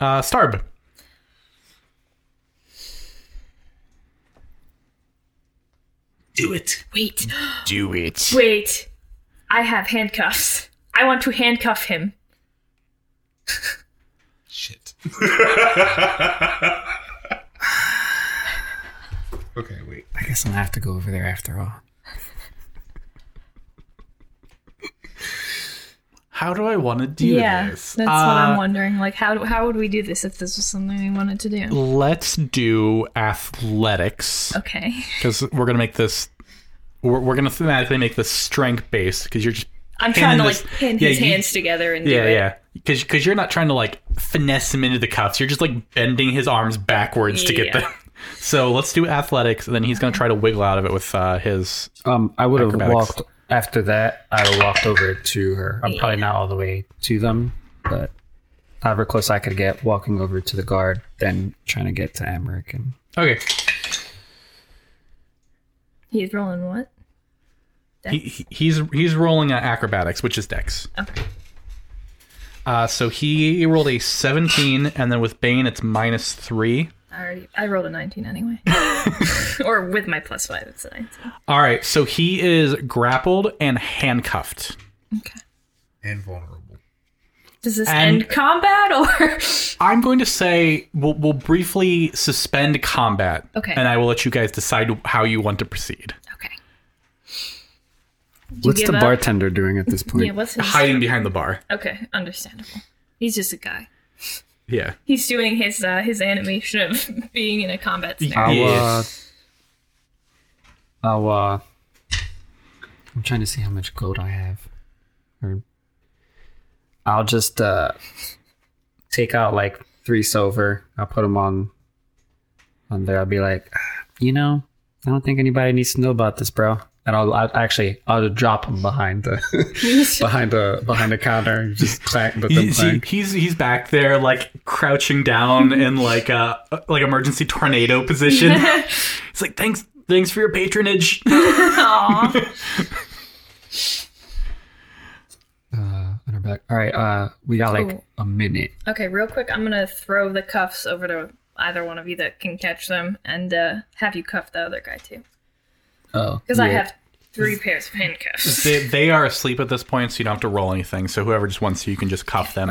S1: Uh, Starb.
S4: Do it.
S3: Wait,
S1: Do it.
S3: wait. I have handcuffs. I want to handcuff him.
S4: Shit. okay, wait.
S5: I guess I'm gonna have to go over there after all.
S1: How do I want to do
S3: Yeah,
S1: this?
S3: that's what I'm
S1: Uh,
S3: wondering. Like, how how would we do this if this was something we wanted to do?
S1: Let's do athletics
S3: Okay.
S1: because we're gonna make this. We're, we're gonna thematically make this strength based because you're just
S3: I'm trying to
S1: this-
S3: like pin
S1: yeah,
S3: his
S1: you-
S3: hands together and
S1: yeah
S3: do it.
S1: yeah because because you're not trying to like finesse him into the cuffs. You're just like bending his arms backwards to get
S3: Yeah.
S1: them. So let's do athletics, and then he's gonna try to wiggle out of it with uh, his.
S5: Um, I would have
S1: Acrobatics.
S5: walked after that. I would've walked over to her. I'm probably not all the way to them, but however close I could get, walking over to the guard, then trying to get to Emmerich. And
S1: Okay,
S3: He's rolling what?
S1: he, he- he's he's rolling uh, acrobatics, which is dex.
S3: Okay.
S1: Uh, so he rolled a 17, and then with Bane, it's minus three.
S3: I already I rolled a 19 anyway. or with my plus 5 it's a 19.
S1: All right, so he is grappled and handcuffed.
S3: Okay.
S2: and vulnerable.
S3: Does this
S1: And-
S3: end combat or
S1: I'm going to say we'll, we'll briefly suspend combat.
S3: Okay.
S1: And I will let you guys decide how you want to proceed.
S3: Okay. Do you
S5: What's
S3: give
S5: the
S3: up?
S5: bartender doing at this point?
S3: Yeah, what's his
S1: Hiding behind the bar.
S3: Okay, understandable. He's just a guy.
S1: Yeah.
S3: He's doing his uh, his animation of being in a combat snare.
S5: I'll,
S1: Yeah.
S5: uh, I'll, uh, I'm trying to see how much gold I have. Or I'll just uh, take out like three silver. I'll put them on on there. I'll be like, "Ah, you know, I don't think anybody needs to know about this, bro. And I'll, I'll actually I'll drop them behind the behind the behind the counter. and Just clank, but them
S1: He's, he-
S5: clank.
S1: he's he's back there, like crouching down in like a like emergency tornado position. it's like thanks thanks for your patronage.
S3: Aw.
S5: Uh, on her back. All right, uh, we got like
S3: Cool.
S5: a minute.
S3: okay, real quick, I'm gonna throw the cuffs over to either one of you that can catch them, and uh, have you cuff the other guy too,
S5: Oh,
S3: because I
S5: yeah.
S3: have three pairs of handcuffs.
S1: they, they are asleep at this point, so you don't have to roll anything. So whoever just wants to, you can just cuff them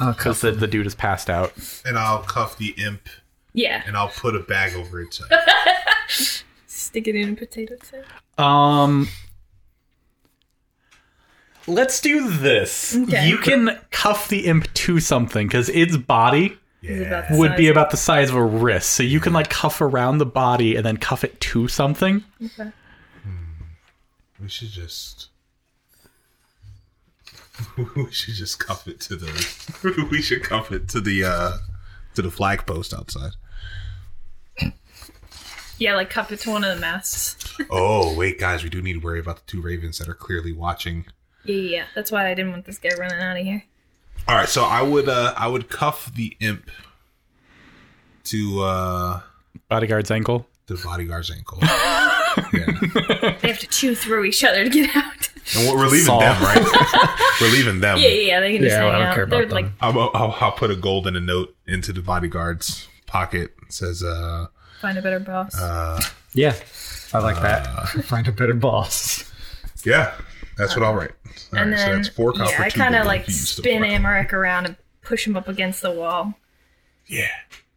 S5: I'll
S1: because the, the dude is passed out.
S2: And I'll cuff the imp
S3: yeah,
S2: and I'll put a bag over its head.
S3: stick it in a potato sack.
S1: Um, let's do this.
S3: Okay.
S1: You can cuff the imp to something because its body
S2: Yeah.
S1: would be about the size of a wrist, so you can like cuff around the body and then cuff it to something.
S2: We should just. We should just cuff it to the. We should cuff it to the uh to the flag post outside.
S3: Yeah, like cuff it to one of the masks.
S2: Oh wait, guys, we do need to worry about the two ravens that are clearly watching.
S3: Yeah, yeah, yeah. That's why I didn't want this guy running out of here.
S2: All right, so I would uh I would cuff the imp to uh
S1: Bodyguard's ankle.
S2: the bodyguard's ankle. yeah, and
S3: They have to chew through each other to get out.
S2: we're we're leaving
S1: Saw.
S2: them, right? we're leaving them.
S3: yeah, yeah, yeah. They can just
S5: Yeah,
S3: hang
S5: I don't
S3: out.
S5: care about
S3: They're
S5: them.
S3: like
S2: I'll, I'll, I'll put a gold and a note into the bodyguard's pocket. It says uh
S3: find a better boss.
S5: Yeah, I like that. Find a better boss.
S2: Yeah, that's what I'll write. All
S3: and
S2: right,
S3: then
S2: so that's four copper.
S3: yeah, I
S2: two
S3: kind of
S2: gold.
S3: like
S2: You used the
S3: spin
S2: four.
S3: Amarik around and push him up against the wall.
S2: Yeah.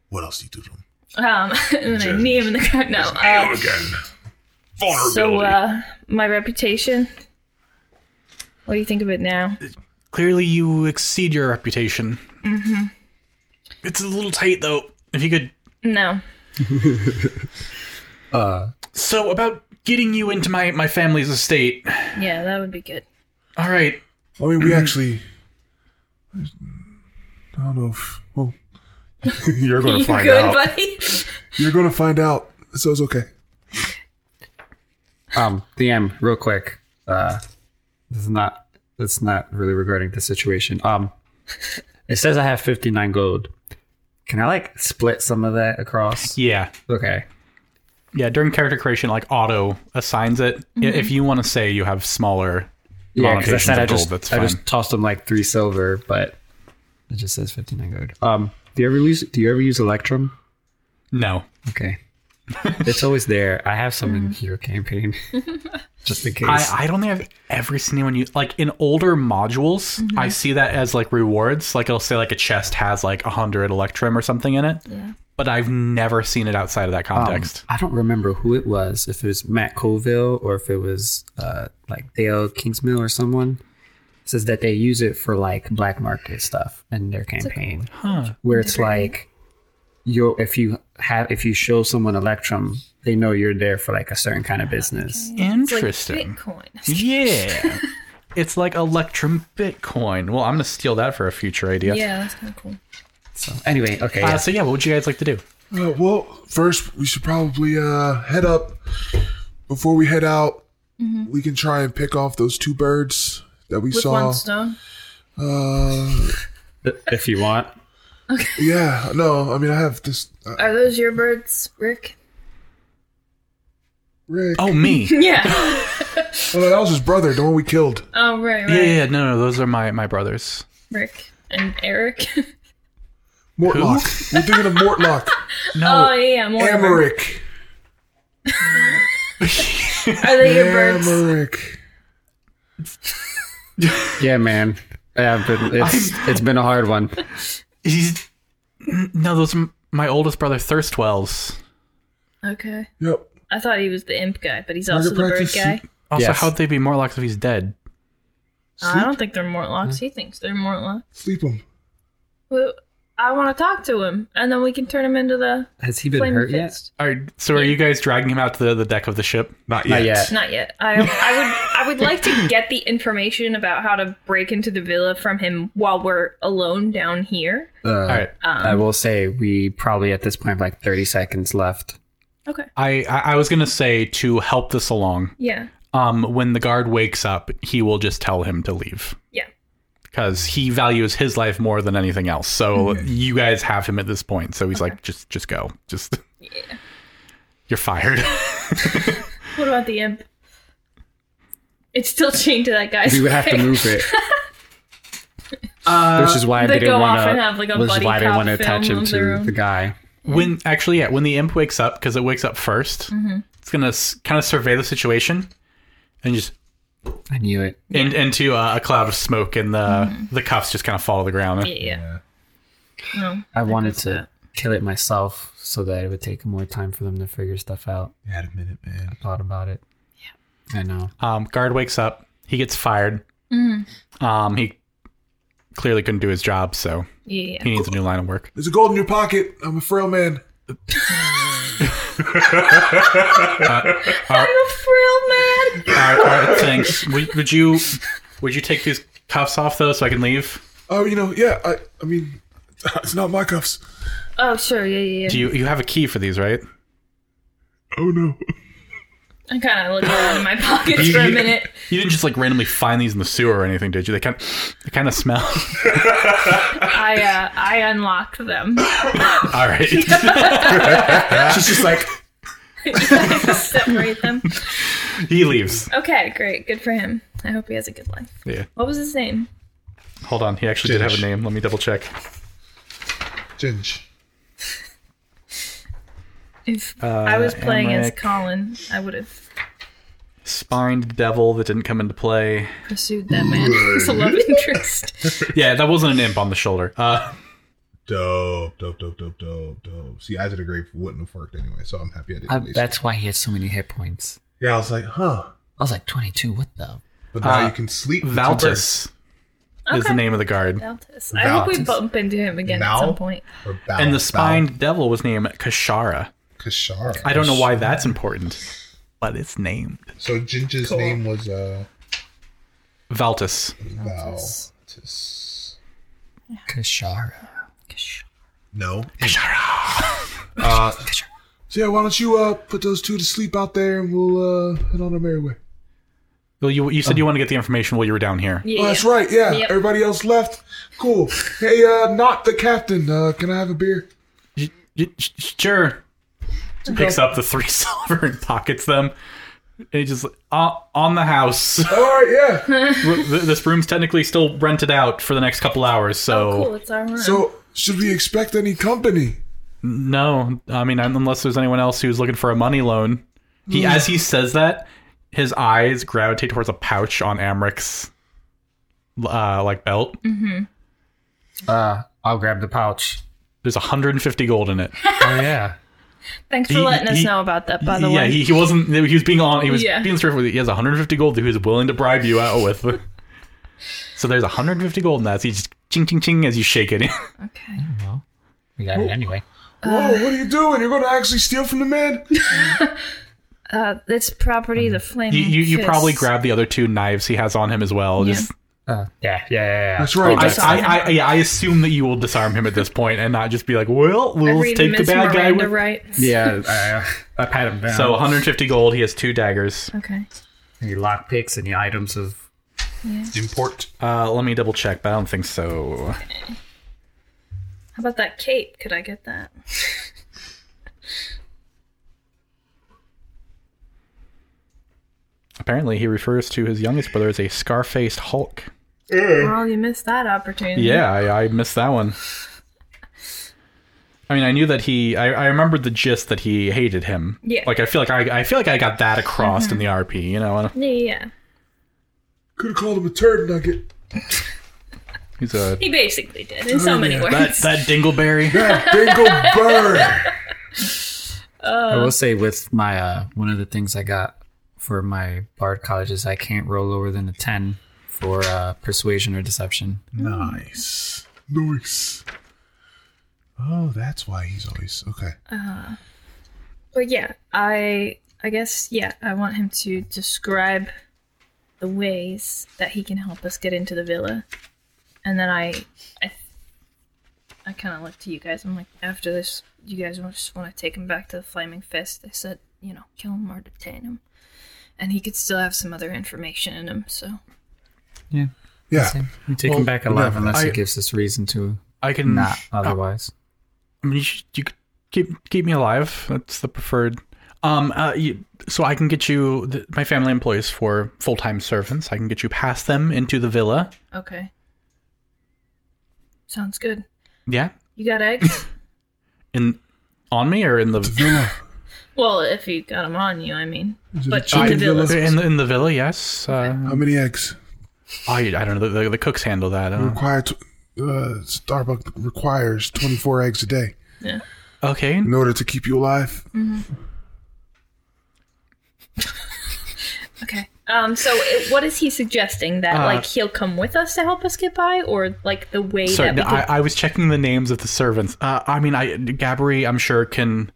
S2: What else do you do to him?
S3: Um, and then I knee him in the ground. No.
S2: Oh,
S3: Uh,
S2: again.
S3: so
S2: Vulnerability.
S3: uh, my reputation. What do you think of it now?
S1: Clearly, you exceed your reputation. Mm-hmm. It's a little tight though. If you could
S3: No.
S1: So about getting you into my my family's estate.
S3: Yeah, that would be good.
S1: All right.
S2: I mean, we actually. I don't know if. Well, you're going
S3: You
S2: to
S3: good,
S2: find out.
S3: buddy?
S2: You're going to find out. So it's okay.
S5: Um, DM, real quick. Uh, this is not. That's not really regarding the situation. Um, it says I have fifty nine gold. Can I like split some of that across?
S1: Yeah.
S5: Okay.
S1: Yeah. During character creation, like auto assigns it. I- If you want to say you have smaller,
S5: Yeah, because
S1: Modifications
S5: I said I
S1: of gold,
S5: just
S1: that's
S5: I
S1: fine.
S5: just tossed them like three silver, but it just says fifty nine gold. Um, do you ever use Do you ever use Electrum?
S1: no.
S5: Okay. it's always there. I have some in your campaign, just in case.
S1: I, I don't think I've ever seen anyone use like in older modules.
S3: Mm-hmm.
S1: I see that as like rewards. Like it'll say like a chest has like hundred electrum or something in it. Yeah. But I've never seen it outside of that context.
S5: Um, I don't remember who it was, if it was Matt Colville or if it was uh, like Dale Kingsmill or someone, says that they use it for like black market stuff in their campaign,
S1: huh.
S5: where it's like you if you have if you show someone Electrum, they know you're there for like a certain kind of business.
S3: It's like
S1: Interesting.
S3: Bitcoin.
S1: yeah. it's like Electrum Bitcoin. Well, I'm gonna steal that for a future idea.
S3: Yeah, that's kind of cool.
S5: So anyway, okay,
S1: Uh, so yeah, what would you guys like to do?
S2: Uh, well, first, we should probably uh, head up. Before we head out, we can try and pick off those two birds that we
S3: Mm-hmm. With
S2: saw.
S3: one stone.
S2: Uh,
S5: if you want,
S2: yeah, no, I mean, I have this. Uh,
S3: Are those your birds, Rick?
S2: Rick.
S1: Oh, me. yeah,
S3: Yeah.
S2: Oh, no, that was his brother, the one we killed.
S3: oh, right, right.
S1: yeah, yeah, no, no, those are my my brothers.
S3: Rick. and Eric.
S2: Mortlock. We're thinking of Mortlock.
S3: Oh yeah, more.
S2: Amaric.
S3: Are they your birds?
S2: Amaric.
S5: Yeah, man. Yeah, but it's it's been a hard one.
S1: He's no, those are my oldest brother thirst twelves.
S3: Okay.
S2: Yep.
S3: I thought he was the imp guy, but he's also the bird
S2: practice.
S3: guy.
S1: Also,
S5: Yes.
S1: how'd they be Morlocks if he's dead?
S3: I don't think they're Mortlocks. He thinks they're Mortlocks.
S2: Sleep him.
S3: Well, I want to talk to him, and then we can turn him into the
S5: Has he been
S3: flaming
S5: hurt yet?
S3: fist.
S1: All right, so are you guys dragging him out to the, the deck of the ship?
S2: Not
S5: Not yet.
S3: Not yet. I, I would I would like to get the information about how to break into the villa from him while we're alone down here.
S5: Uh,
S1: All right,
S5: I will say we probably at this point have like 30 seconds left.
S3: Okay.
S1: I I, I was gonna say to help this along.
S3: Yeah.
S1: Um, when the guard wakes up, he will just tell him to leave
S3: Yeah.
S1: because he values his life more than anything else. So you guys have him at this point. So he's like, just just go, just. You're fired.
S3: What about the imp? It's still chained to that guy's.
S5: We would have to
S3: leg.
S5: move it. which is why
S3: Uh, they go
S5: they didn't want
S3: off and have, like, a
S5: to. Which is
S3: buddy
S5: why they
S3: cop
S5: want to attach
S3: film
S5: him
S3: of the
S5: to
S3: room.
S5: the guy.
S1: when actually yeah when the imp wakes up because it wakes up 1st it's gonna s- kind of survey the situation and just
S5: I knew it.
S1: in, into uh, a cloud of smoke and the the cuffs just kind of fall to the ground
S3: Yeah. yeah. No.
S5: I wanted to kill it myself so that it would take more time for them to figure stuff out.
S2: You had a minute, man.
S5: Thought about it. Yeah, I know.
S1: um, guard wakes up he gets fired um, he clearly couldn't do his job so
S3: Yeah.
S1: he needs a new line of work
S2: There's a gold in your pocket. I'm a frail man.
S3: I'm a frill man.
S1: all right, all right thanks would, would you would you take these cuffs off though so i can leave
S2: Oh, you know, yeah. I, I mean, it's not my cuffs.
S3: Oh sure. Yeah. Yeah.
S1: do
S3: yeah.
S1: you you have a key for these right
S2: Oh no.
S3: I kind of look around in my pockets
S1: You-
S3: for a
S1: you-
S3: minute.
S1: you didn't just like randomly find these in the sewer or anything did you they kind they kind of smell
S3: I uh, I unlock them.
S1: all right
S13: She's just like,
S3: separate them.
S1: He leaves.
S3: Okay, great. Good for him. I hope he has a good life.
S1: Yeah.
S3: What was his name?
S1: Hold on. He actually did have a name. Let me double check.
S2: Ginge.
S5: Uh,
S3: If I was playing as
S1: Amric.
S3: Colin, I would have
S1: Spined devil that didn't come into play.
S3: pursued that man as a love interest.
S1: Yeah, that wasn't an imp on the shoulder. Uh,
S2: Dope, dope, dope, dope, dope, dope. See, Eyes of the Grave wouldn't have worked anyway, so I'm happy I didn't.
S5: I,
S2: at least.
S5: that's why he had so many hit points.
S2: yeah, I was like, huh.
S5: I was like 22. What the?
S2: But now
S1: Uh,
S2: you can sleep. with two birds.
S1: Valtus is the
S3: Okay.
S1: name of the guard.
S3: Valtis. I hope we
S2: Valtis.
S3: bump into him again
S2: Val?
S3: at some point.
S2: Or Val-
S1: And the
S2: Val-
S1: spined devil was named Kashara.
S2: Kashara.
S1: I don't know why that's important, but it's named
S2: So Ginge's name was uh
S1: Valtus.
S2: Valtis.
S5: Kashara.
S2: No. Kashara. Uh, so yeah, why don't you uh put those two to sleep out there, and we'll uh head on our merry way.
S1: Well, you, you said you want to get the information while you were down here.
S3: Yeah.
S2: Oh, that's right. Yeah,
S3: Yep.
S2: everybody else left. Cool. Hey, uh, not the captain. Uh, can I have a beer?
S1: Y- sh- Sure. Picks up the three silver and pockets them. It just uh, on the house.
S2: All right. Yeah.
S1: Th- this room's technically still rented out for the next couple hours, so
S3: Oh, Cool, it's our room.
S2: so should we expect any company?
S1: No, I mean unless there's anyone else who's looking for a money loan.
S3: Hmm.
S1: He, as he says that, his eyes gravitate towards a pouch on Amric's, uh, like belt.
S3: Mm.
S5: Uh, I'll grab the pouch.
S1: There's 150 gold in it.
S5: Oh yeah.
S3: Thanks for
S1: he-
S3: letting us
S1: he-
S3: know about that, by the
S1: yeah,
S3: way.
S1: he, he wasn't. He was being on. He was
S3: Yeah.
S1: being straightforward. with you. He has 150 gold that he was willing to bribe you out with. so there's 150 gold in that. So you just ching ching ching as you shake it.
S3: okay.
S5: We got it anyway.
S2: Whoa! What are you doing? You're going to actually steal from the man?
S3: Uh, it's property, the flame.
S1: you you, you probably grab the other two knives he has on him as well.
S3: Yeah.
S1: Just
S5: Uh, yeah, yeah, yeah, yeah.
S2: That's right.
S1: I,
S2: That's
S1: I, I, yeah, I assume that you will disarm him at this point and not just be like, well,
S3: I
S1: we'll
S3: read
S1: take the
S3: Ms.
S1: bad guy
S3: Miranda
S1: with.
S3: rights.
S5: Yeah, I, I pat him down.
S1: So 150 gold. He has two daggers.
S3: Okay.
S5: any lockpicks, any items of
S2: import.
S1: Uh, let me double check, but I don't think so.
S3: How about that cape? Could I get that?
S1: Apparently, he refers to his youngest brother as a scar-faced Hulk.
S3: Well, you missed that opportunity.
S1: Yeah, I, I missed that one. I mean, I knew that he. I, I remembered the gist that he hated him.
S3: Yeah.
S1: Like I feel like I, I feel like I got that across in the RP. You know, and
S3: Yeah, yeah.
S2: Could have called him a turd nugget.
S1: he's a
S3: He basically did in so many words.
S1: Oh, that that dingleberry.
S2: That bingo bird.
S7: I
S3: Uh-huh.
S7: will say with my uh, one of the things I got for my bard college is I can't roll lower than a ten for uh, persuasion or deception.
S2: Nice. Nice. Oh, that's why he's always okay.
S3: But yeah, I I guess yeah, I want him to describe the ways that he can help us get into the villa, and then I I, I kind of look to you guys. I'm like, after this, you guys wa- just want to take him back to the Flaming Fist. I said, you know, kill him or detain him, and he could still have some other information in him. So
S2: Yeah.
S7: You take him back alive unless
S1: I- Mm. Oh.
S7: it gives us reason to
S1: I can.
S7: not otherwise.
S1: I mean, you, should, you could keep keep me alive. That's the preferred. Um, uh, you, so I can get you. th my family employs for full time servants. I can get you past them into the villa.
S3: okay, sounds good.
S1: Yeah,
S3: You got eggs?
S1: in on me or in the
S3: well, if you got them on you, I mean, but in
S2: chicken
S3: the villa.
S1: in the, in the villa. Yes. Uh,
S2: How many eggs?
S1: I I don't know. The, the, the cooks handle that. Uh,
S2: Require t- uh, Starbucks requires 24 eggs a day
S1: okay.
S2: in order to keep you alive.
S3: Okay. Um. So, it, what is he suggesting that
S1: Uh,
S3: like he'll come with us to help us get by, or like the way
S1: Sorry,
S3: that we
S1: no,
S3: could...
S1: I, I was checking the names of the servants. Uh, I mean, I Gabri, I'm sure can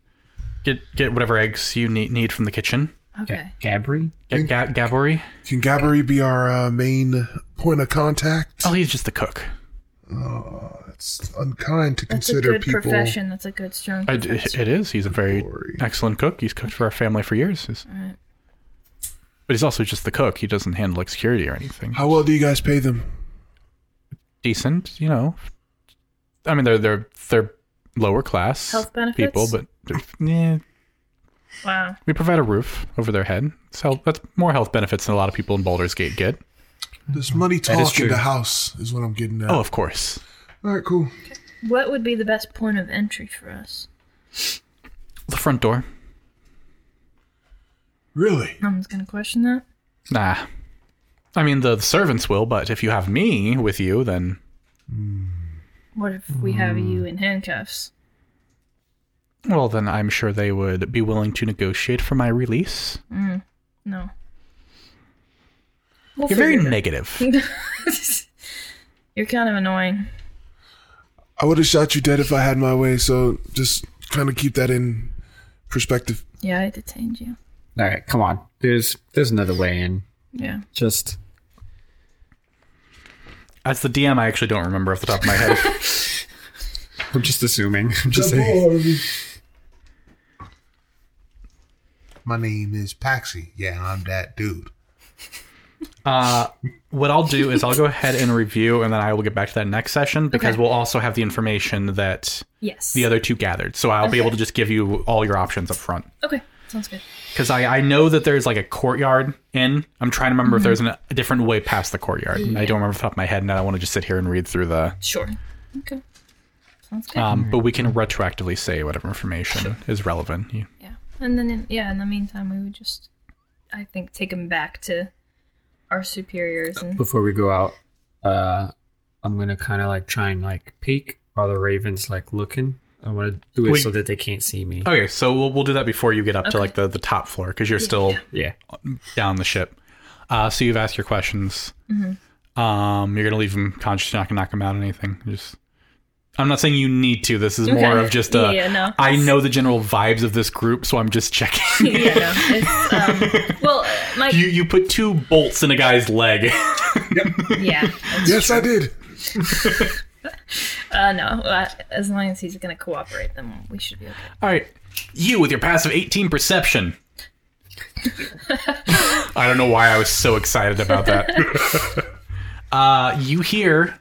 S1: get get whatever eggs you need need from the kitchen.
S3: okay.
S7: Gabri?
S1: Get Ga- Gabri.
S2: Can Gabbery be our uh, main point of contact?
S1: Oh, he's just the cook.
S2: Oh, It's unkind to
S3: That's a
S2: consider
S3: good
S2: people.
S3: profession. That's a good strong.
S1: I- it- it is. He's a very excellent cook. He's cooked for our family for years. He's- But he's also just the cook. He doesn't handle like security or anything.
S2: How well do you guys pay them?
S1: Decent, you know. I mean, they're they're they're lower class
S3: Health benefits?
S1: people, but yeah,
S3: wow.
S1: we provide a roof over their head. So that's more health benefits than a lot of people in Baldur's Gate get.
S2: Does money talk in
S7: true.
S2: the house? Is what I'm getting at.
S1: Oh, of course.
S2: All right, cool.
S3: What would be the best point of entry for us?
S1: The front door.
S2: Really?
S3: No one's gonna question that.
S1: Nah. I mean, the, the servants will, but if you have me with you, then
S3: What if we have
S1: Mm.
S3: you in handcuffs?
S1: well, then I'm sure they would be willing to negotiate for my release.
S3: No. We'll
S1: You're very
S3: figure it
S1: negative.
S3: out. You're kind of annoying.
S2: I would have shot you dead if I had my way. So just kind of keep that in perspective.
S3: Yeah, I detained you.
S5: All right, come on. There's there's another way in.
S3: Yeah.
S5: Just
S1: As the DM, I actually don't remember off the top of my head.
S5: I'm just assuming. I'm just saying.
S2: My name is Paxi. Yeah, I'm that dude.
S1: what I'll do is I'll go ahead and review, and then I will get back to that next session because we'll also have the information that
S3: Yes.
S1: the other two gathered. So I'll be able to just give you all your options up front.
S3: Okay. Sounds good.
S1: Because I, I know that there's like a courtyard in. I'm trying to remember if
S3: Mm-hmm.
S1: there's an, a different way past the courtyard. and I don't remember off the top of my head, and I want to just sit here and read through the.
S3: Sure. Okay. Sounds good.
S1: Um, But we can retroactively say whatever information is relevant. You-
S3: Yeah, and then in, yeah, in the meantime, we would just, I think, take him back to our superiors and
S7: Before we go out, uh, I'm gonna kind of like try and like peek. Are the ravens like looking? I want to do it
S1: Wait. Uh,
S7: so that they can't see me.
S1: Okay, so we'll, we'll do that before you get up to like the, the top floor because you're still
S7: Yeah.
S1: down the ship. Uh, so you've asked your questions.
S3: Mm-hmm.
S1: Um, you're gonna leave him conscious. You're not gonna knock him out or anything. You Just, I'm not saying you need to. This is more
S3: Okay.
S1: of just
S3: Yeah,
S1: a.
S3: yeah, no.
S1: I know the general vibes of this group, so I'm just checking.
S3: yeah, no, it's, um, well, uh, my
S1: you you put two bolts in a guy's leg.
S3: yeah,
S2: Yes, I did.
S3: uh, no, uh, as long as he's gonna cooperate, then we should be okay.
S1: All right, you with your passive 18 perception. I don't know why I was so excited about that. uh, you hear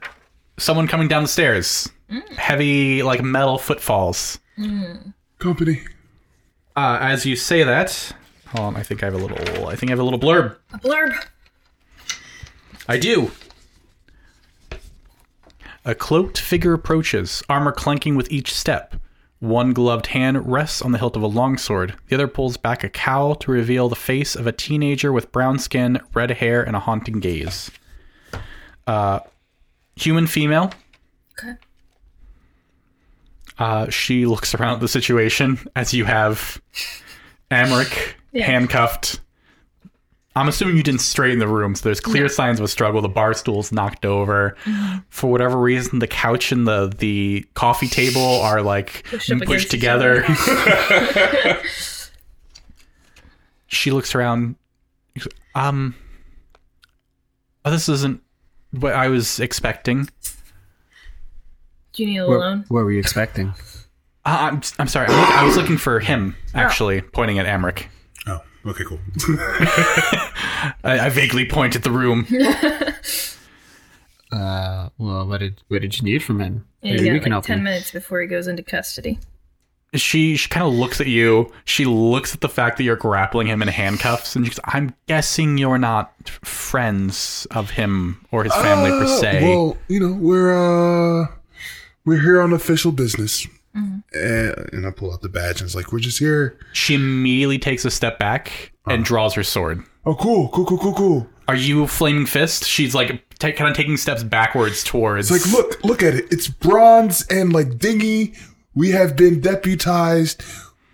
S1: someone coming down the stairs.
S3: Mm.
S1: Heavy, like metal footfalls.
S2: Company.
S1: Uh, as you say that, hold on, I think I have a little. I think I have a little blurb.
S3: A blurb.
S1: I do. A cloaked figure approaches, armor clanking with each step. One gloved hand rests on the hilt of a longsword. The other pulls back a cowl to reveal the face of a teenager with brown skin, red hair, and a haunting gaze. Uh, human female.
S6: Okay.
S1: Uh, she looks around at the situation as you have Amric handcuffed. I'm assuming you didn't straighten the room, so there's clear signs of a struggle. The bar stool's knocked over.
S3: Mm-hmm.
S1: For whatever reason, the couch and the, the coffee table are like pushed,
S3: up against each
S1: together. she looks around. Um, oh, this isn't what I was expecting.
S3: Do you need a loan?
S5: What were you expecting?
S1: Uh, I'm, I'm sorry. I'm look- I was looking for him,
S2: Oh.
S1: actually, pointing at Amric.
S4: Oh, okay, cool.
S1: I, I vaguely point at the room.
S5: Uh, well, what did what did you need from him?
S3: Yeah,
S5: Maybe
S3: you
S5: we
S3: got
S5: can
S3: like
S5: help
S3: ten
S5: him.
S3: minutes before he goes into custody.
S1: she she kind of looks at you. She looks at the fact that you're grappling him in handcuffs, and she goes, "I'm guessing you're not f- friends of him or his family per
S2: Uh,
S1: se."
S2: Well, you know, we're uh we're here on official business.
S3: Mm-hmm.
S2: And, and I pull out the badge and it's like, we're just here.
S1: she immediately takes a step back and draws her sword.
S2: Oh, cool, cool, cool, cool, cool.
S1: Are you flaming fist? She's like ta kind of taking steps backwards towards.
S2: It's like, look, look at it. It's bronze and like dingy. We have been deputized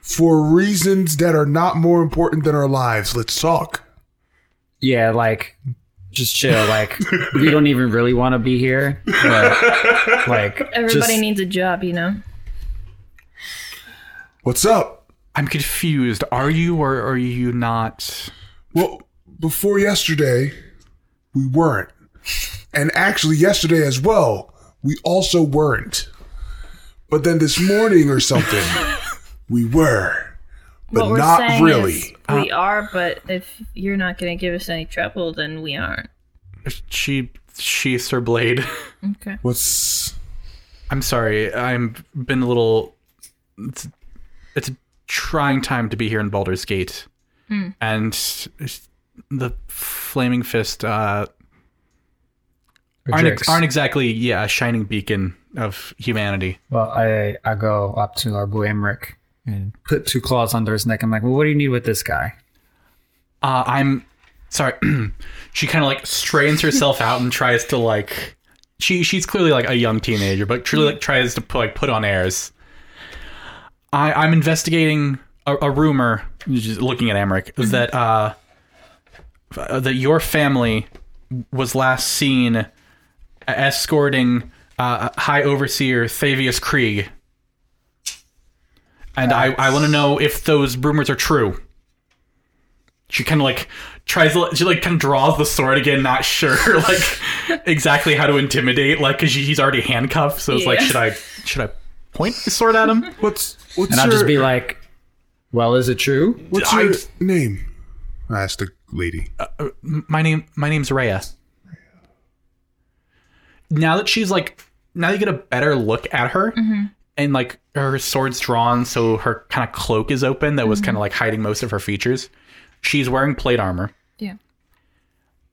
S2: for reasons that are not more important than our lives. Let's talk.
S5: Yeah, like just chill. Like we don't even really want to be here. But, like
S3: Everybody
S5: just-
S3: needs a job, you know.
S2: What's up?
S1: I'm confused. Are you or are you not?
S2: Well, before yesterday, we weren't. And actually, yesterday as well, we also weren't. But then this morning or something, we were. But
S3: what we're
S2: not
S3: saying
S2: really.
S3: is we are, but if you're not going to give us any trouble, then we aren't.
S1: She sheaths her blade.
S3: Okay.
S2: What's.
S1: I'm sorry. I'm been a little. It's, it's a trying time to be here in Baldur's Gate, and the flaming fist uh, aren't
S5: jerks.
S1: aren't exactly yeah a shining beacon of humanity.
S5: Well, I I go up to our boy Emmerich and put two claws under his neck. I'm like, well, what do you need with this guy?
S1: Uh, I'm sorry. she kind of like strains herself out and tries to like. She she's clearly like a young teenager, but truly like tries to put, like put on airs. I I'm investigating a, a rumor, just looking at Amric, that uh uh, that your family was last seen escorting uh, High Overseer Thavius Krieg. And I, I want to know if those rumors are true. She kind of like tries to, she like kind of draws the sword again, not sure like exactly how to intimidate, like because he's already handcuffed. So it's like,
S3: Yeah.
S1: should I should I point the sword at him?
S2: What's. What's
S5: And
S2: your,
S5: I'll just be like, well, is it true?
S2: what's
S1: I-
S2: your name? I asked the lady.
S1: my name my name's Raya. Now that she's like now you get a better look at her and like her sword's drawn so her kind of cloak is open that was kind of like hiding most of her features. She's wearing plate armor.
S6: Yeah.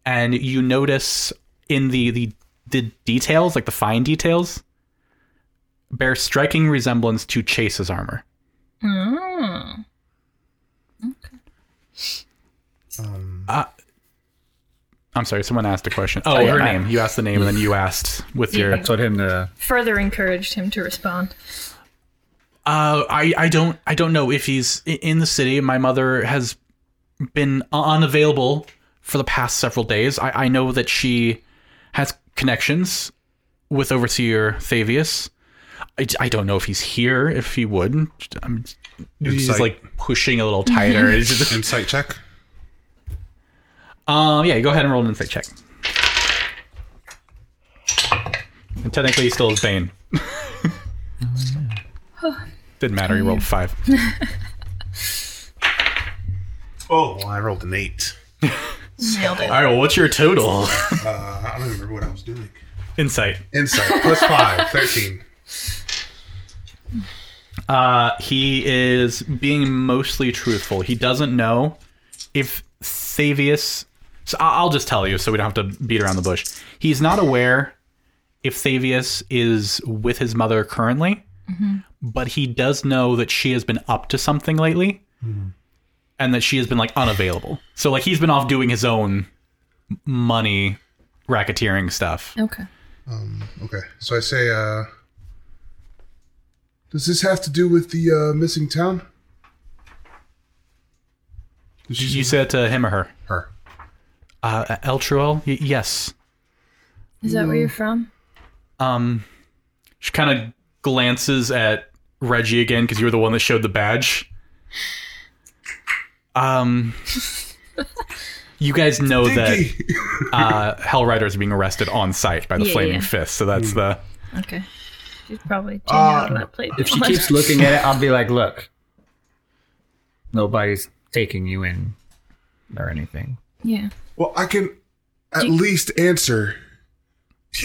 S1: And you notice in the the, the details, like the fine details, bear striking resemblance to Chase's armor. Uh, I'm sorry, someone asked a question. Um. Oh, her name. You asked the name and then you asked with your
S5: I told him to.
S3: Further encouraged him to respond.
S1: Uh, I, I don't I don't know if he's i- in the city. My mother has been u- unavailable for the past several days. I, I know that she has connections with Overseer Thavius. I, d- I don't know if he's here. If he would, I'm, he's
S2: Insight.
S1: like pushing a little tighter. It's just-
S2: Insight check.
S1: um, yeah, go ahead and roll an insight check. And technically, he still is Bane. Didn't matter. He rolled five.
S2: Oh, well, I rolled an eight.
S3: Nailed
S1: All
S3: it.
S1: right, well, what's your total?
S2: Uh, I don't remember what I was doing.
S1: Insight.
S2: Insight plus five, 13.
S1: Uh, he is being mostly truthful. He doesn't know if Savius. So I- I'll just tell you, so we don't have to beat around the bush. He's not aware if Thavius is with his mother currently, but he does know that she has been up to something lately and that she has been like unavailable. So like he's been off doing his own m- money racketeering stuff.
S3: Okay.
S2: Okay, so I say, uh, does this have to do with the uh, missing town?
S1: You said to him or her,
S2: Her.
S1: uh, El Truel? Y- yes.
S3: Is that where you're from?
S1: Um, she kind of glances at Reggie again because you were the one that showed the badge. Um, you guys know that uh, Hell Riders are being arrested on site by the
S3: Yeah,
S1: Flaming
S3: yeah.
S1: Fist, so that's the
S3: Okay. She's probably
S1: Uh,
S3: changing out of that plate.
S5: If she keeps looking at it, I'll be like, look, nobody's taking you in or anything.
S3: yeah.
S2: Well, I can at least answer.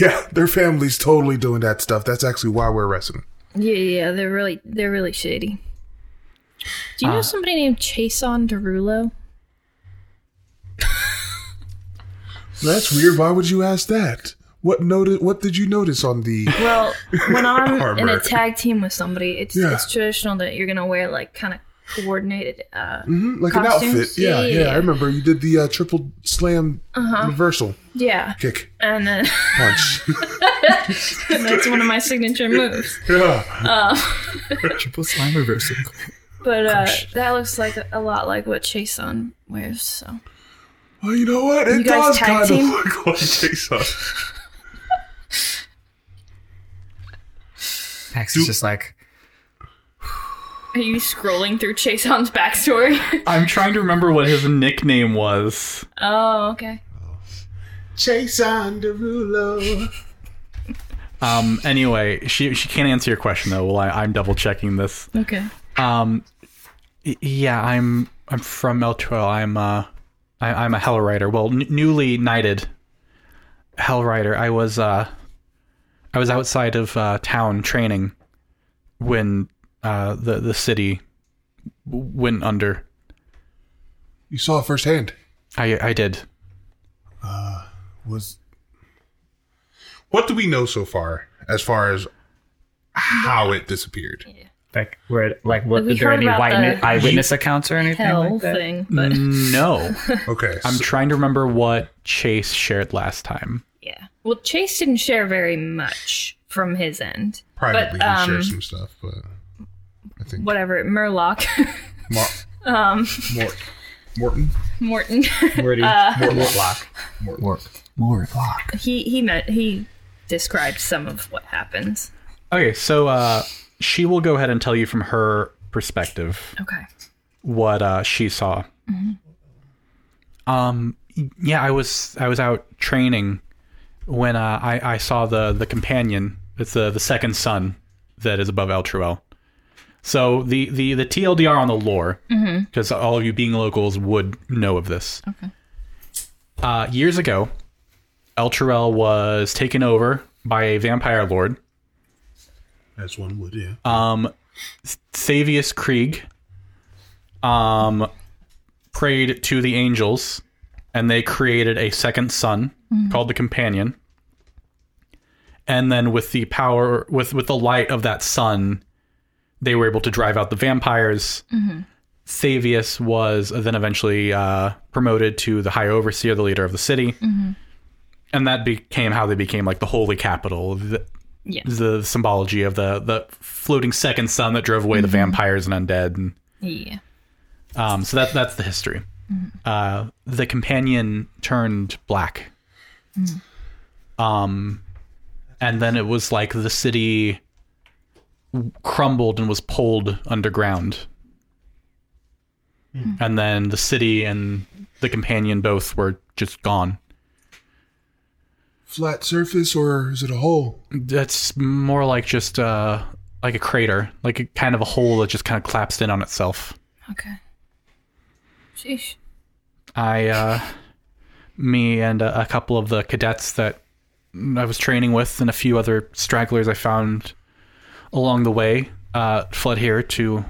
S2: Yeah, their family's totally doing that stuff. That's actually why we're arresting. them.
S3: Yeah, yeah, they're really they're really shady. Do you
S1: Uh.
S3: know somebody named Chason Derulo?
S2: That's weird. Why would you ask that? What noted? What did you notice on the?
S3: Well, when I'm in
S2: Harbor.
S3: a tag team with somebody, it's
S2: Yeah.
S3: it's traditional that you're gonna wear like kind of coordinated. Uh,
S2: Mhm, like an
S3: Costumes?
S2: outfit. Yeah,
S3: Yeah,
S2: yeah,
S3: yeah, Uh-huh. yeah.
S2: I remember you did the uh, triple slam reversal
S3: Yeah,
S2: kick
S3: and then
S2: punch.
S3: that's one of my signature moves.
S2: yeah.
S13: Triple slam reversal.
S3: But uh, that looks like a lot like what Chason wears. So
S2: Well, you know what? It
S3: you
S2: does
S3: guys
S2: kind
S3: tag team.
S2: of.
S4: God, Jesus.
S5: Pax
S4: Do-
S5: is just like,
S3: Are you scrolling through Chason's backstory?
S1: I'm trying to remember what his nickname was.
S3: oh, okay.
S2: Chase on Derulo.
S1: Um, anyway, she she can't answer your question though. Well, I, I'm double checking this.
S3: Okay.
S1: Um, y- yeah, I'm I'm from Meltrell. I'm uh, I, I'm a Hell Rider. Well, n- newly knighted Hell Rider. I was uh, I was outside of uh, town training when uh, the the city w- went under.
S2: You saw it firsthand.
S1: I I did.
S2: Was. What do we know so far, as far as how it disappeared?
S5: like, where, like, what?
S3: We
S5: Is there
S3: heard
S5: any
S3: about
S5: white
S3: the
S5: eyewitness accounts or anything?
S3: Hell
S5: like that?
S3: thing, but
S1: No,
S2: Okay,
S1: I'm
S2: so-
S1: trying to remember what Chase shared last time.
S3: yeah. Well, Chase didn't share very much from his end.
S2: privately
S3: but,
S2: we share
S3: um,
S2: some stuff, but I think
S3: Whatever, Murloc,
S2: Mar-
S3: um,
S2: Mort- Morton,
S3: Morton.
S5: Where do you-
S6: Uh,
S2: Mortlock, Mortlock.
S3: he he meant he described some of what happens.
S1: Okay, so uh, she will go ahead and tell you from her perspective
S3: Okay.
S1: what uh, she saw. Um, yeah, I was I was out training when uh, I I saw the the companion. It's the the second son that is above El Truel. So the the the TLDR on the lore, because all of you being locals would know of this. Okay. Uh, years ago, El Truel was taken over by a vampire lord.
S2: As one would, yeah.
S1: Uh, Savius Krieg um prayed to the angels and they created a second son called the companion and then with the power with with the light of that sun they were able to drive out the vampires Savius was then eventually uh, promoted to the high overseer the leader of the city and that became how they became like the holy capital the,
S3: Yeah.
S1: the symbology of the the floating second sun that drove away the vampires and undead and
S3: Yeah.
S1: um, so that that's the history. Uh, the companion turned black. Um, and then it was like the city crumbled and was pulled underground. And then the city and the companion both were just gone.
S2: Flat surface or is it a hole?
S1: That's more like just uh, like a crater, like a kind of a hole that just kind of collapsed in on itself.
S3: Okay. Sheesh.
S1: I, uh, me and a, a couple of the cadets that I was training with, and a few other stragglers I found along the way, uh, fled here to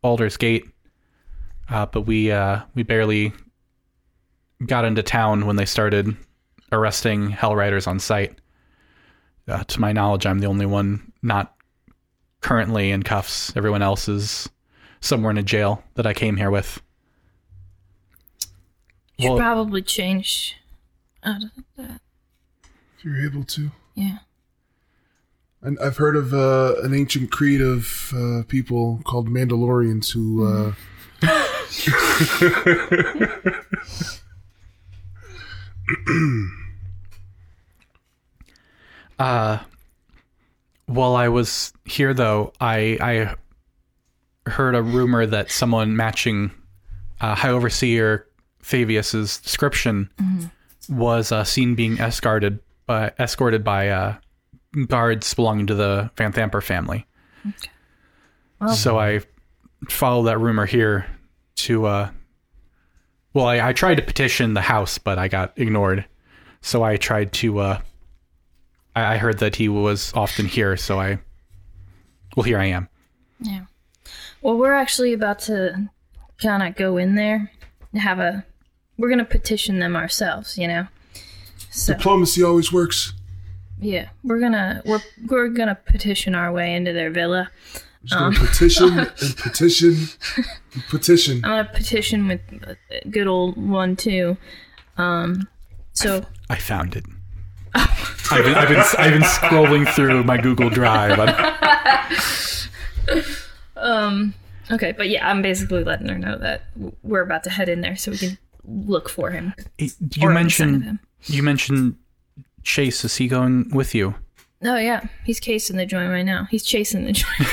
S1: Baldur's Gate. Uh, but we uh, we barely got into town when they started arresting Hell Riders on site. Uh, to my knowledge, I'm the only one not currently in cuffs. Everyone else is somewhere in a jail that I came here with.
S6: Should
S1: Well-
S6: probably change out of that.
S2: If you're able to.
S6: Yeah.
S2: And I've heard of uh, an ancient creed of uh, people called Mandalorians who. Uh,
S1: Uh, while I was here, though, I I heard a rumor that someone matching uh, High Overseer Fabius's description was uh, seen being escorted by escorted by uh, guards belonging to the Van Thamper family. so I followed that rumor here to. Uh, well, I, I tried to petition the house, but I got ignored. So I tried to uh, I, I heard that he was often here, so I. Well, here I am.
S6: Yeah. Well, we're actually about to kind of go in there and have a. We're going to petition them ourselves, you know? So,
S2: diplomacy always works.
S6: yeah. We're going to. We're, we're going to petition our way into their villa.
S2: Just gonna petition and petition and petition.
S6: I'm going to petition with uh, good old one, too. Um, so,
S1: I found it. I've, been, I've, been, I've been scrolling through my Google Drive. I'm-
S6: okay. But yeah, I'm basically letting her know that w- we're about to head in there so we can look for him.
S1: you
S6: Or inside of
S1: mentioned
S6: him.
S1: you mentioned Chase. Is he going with you?
S6: Oh, yeah. He's casing the joint right now. He's chasing the joint.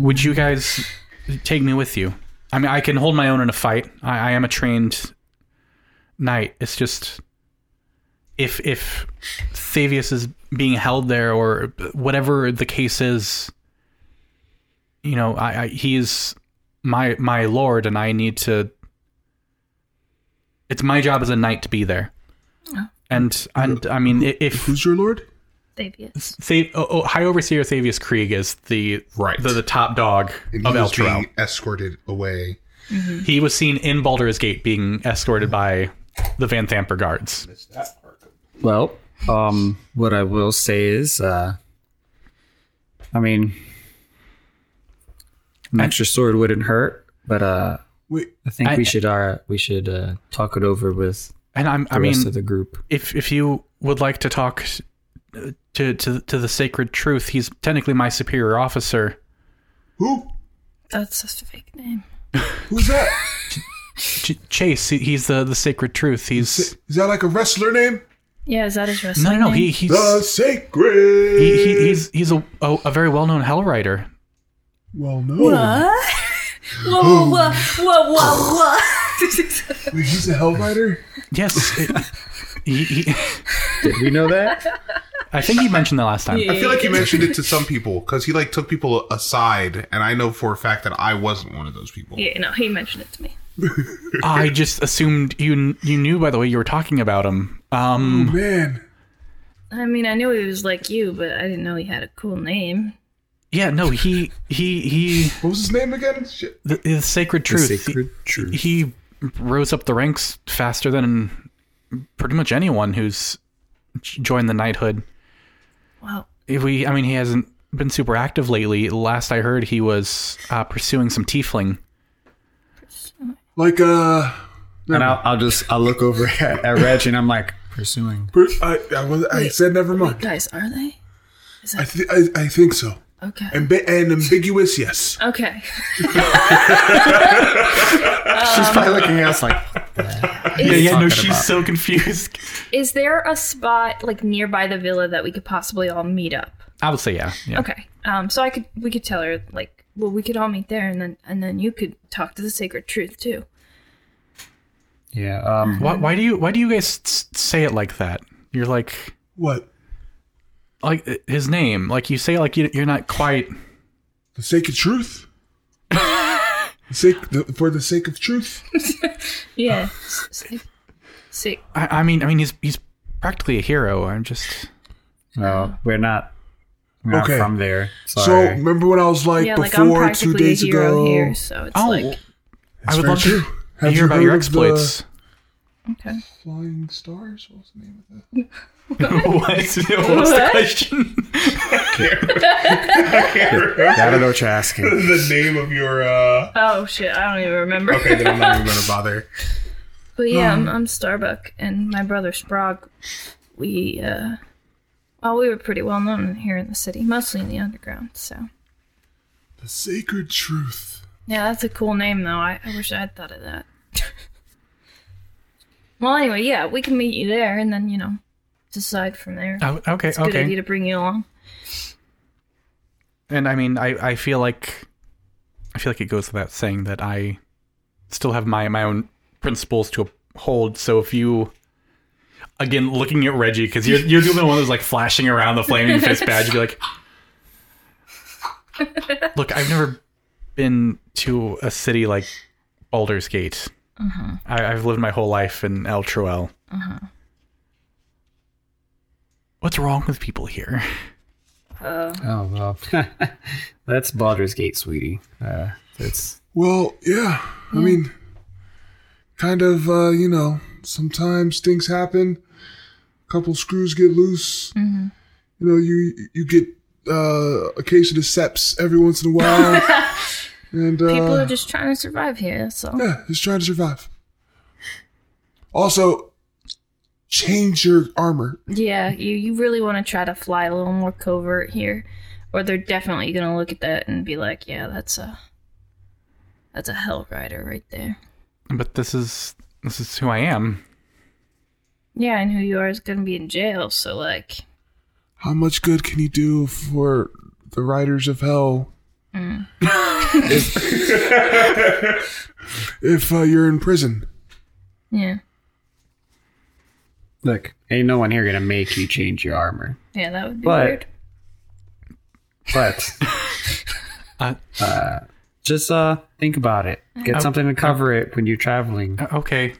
S1: Would Would you guys take me with you? I mean, I can hold my own in a fight. I, I am a trained knight. It's just if if Thavius is being held there or whatever the case is, you know, I, I he is my my lord, and I need to. It's my job as a knight to be there, and and I mean, i- if
S2: Who's your lord?
S6: Fabius.
S1: Thav- oh, oh, High Overseer Thavius Krieg is the
S4: Right.
S1: the, the top dog
S4: And
S1: of
S4: he was
S1: Eltrell.
S4: being escorted away.
S1: He was seen in Baldur's Gate being escorted by the Van Thamper guards.
S5: Well, um, what I will say is, uh, I mean, an extra sword wouldn't hurt, but uh,
S2: Wait,
S5: I think
S1: I-
S5: we should uh, we should uh, talk it over with
S1: And I'm, I
S5: the rest
S1: mean,
S5: of the group.
S1: if if you would like to talk uh, to to to the sacred truth, he's technically my superior officer.
S2: who?
S6: That's a fake name.
S2: Who's that?
S1: Ch- Chase, he- he's the the sacred truth. He's
S2: Is that like a wrestler name?
S6: Yeah, is that his
S1: no, no,
S6: wrestling
S1: no.
S6: name?
S1: He he's
S2: The sacred.
S1: he, he, he's he's a a, a very well known hell rider.
S2: well, no.
S3: Whoa, whoa, whoa, whoa, whoa.
S2: Wait, he's a hellrider.
S1: Yes. it- he, he,
S5: Did we know that?
S1: I think he mentioned that last time.
S4: I feel like he mentioned it to some people because he like took people aside, and I know for a fact that I wasn't one of those people.
S6: Yeah, no, he mentioned it to me.
S1: I just assumed you you knew by the way you were talking about him. Um,
S2: Man,
S6: I mean, I knew he was like you, but I didn't know he had a cool name.
S1: yeah, no, he he he
S2: what was his name again? Shit.
S1: the, the sacred truth.
S5: Sacred truth.
S1: He, he rose up the ranks faster than pretty much anyone who's j- joined the knighthood.
S6: Wow.
S1: If we, I mean, he hasn't been super active lately. Last I heard, he was uh, pursuing some tiefling.
S2: Like uh,
S5: And I'll, I'll just I'll look over at, at Reg and I'm like pursuing.
S2: per- I I, was, I said never mind.
S6: Guys, are they?
S2: I, th- I I think so.
S6: Okay.
S2: Ambi- and ambiguous, yes.
S6: Okay.
S5: She's probably
S3: Um,
S5: looking at us like,
S1: Yeah, yeah, no,
S5: talking
S1: she's
S5: about?
S1: so confused.
S6: Is there a spot like nearby the villa that we could possibly all meet up?
S1: I would say, yeah, yeah.
S6: Okay. Um. So I could we could tell her like well we could all meet there and then and then you could talk to the sacred truth too.
S5: yeah. Um,
S1: Why, why do you why do you guys s- say it like that? You're like
S2: What?
S1: like uh, his name. Like you say it like you, you're not quite.
S2: The sake of truth. the sake the, for the sake of truth.
S6: Yeah. S- sa- sa-
S1: I, I mean, I mean, he's he's practically a hero. I'm just.
S5: no, we're not. We're not
S2: Okay.
S5: from there.
S2: So
S5: Sorry.
S2: remember what I was like
S6: yeah. Like I'm
S2: before two
S6: practically a
S2: days
S6: hero
S2: ago.
S6: here, so it's
S1: Oh,
S6: like
S1: I would
S2: very
S1: love to
S2: true. Have
S1: hear
S2: you
S1: about your
S2: heard of the-
S1: exploits.
S3: Okay.
S2: Flying Stars? What was the name of that?
S1: What? What's the
S3: What?
S1: question?
S13: I don't know what you're asking.
S2: the name of your. uh
S3: Oh shit, I don't even remember.
S2: Okay, then I'm not even going to bother.
S6: But
S1: Mm.
S6: yeah, I'm, I'm Starbuck, and my brother Sprague, we, uh, well, we were pretty well known here in the city, mostly in the underground, so.
S2: The Sacred Truth.
S6: Yeah, that's a cool name, though. I, I wish I had thought of that. well, anyway, yeah, we can meet you there, and then, you know, decide from there.
S1: Oh, okay,
S6: It's a good
S1: okay.
S6: idea to bring you along.
S1: and I mean, I, I feel like I feel like it goes without saying that I still have my my own principles to hold. So if you again looking at Reggie because you're you're the only one who's like flashing around the flaming fist badge, you'd be like, look, I've never been to a city like Baldur's Gate. I, I've lived my whole life in El Troel. What's wrong with people here?
S5: Oh well, that's Baldur's Gate, sweetie. Uh, it's
S2: Well, yeah. I mean, kind of, uh, you know, sometimes things happen. A couple screws get loose.
S6: Mm-hmm.
S2: You know, you you get uh, a case of the seps every once in a while. and uh,
S6: People are just trying to survive here, that's all.
S2: yeah, just trying to survive. Also, change your armor.
S6: Yeah, you, you really want to try to fly a little more covert here, or they're definitely going to look at that and be like, yeah, that's a, that's a hell rider right there.
S1: But this is this is who I am.
S6: Yeah, and who you are is going to be in jail, so, like,
S2: How much good can you do for the riders of hell?
S3: Mm.
S2: if if uh, you're in prison.
S6: yeah.
S5: look, ain't no one here gonna make you change your armor.
S6: Yeah, that would be
S5: But-
S6: weird.
S5: But
S1: Uh,
S5: just uh, think about it. Get something to cover it when you're traveling.
S1: Uh, Okay.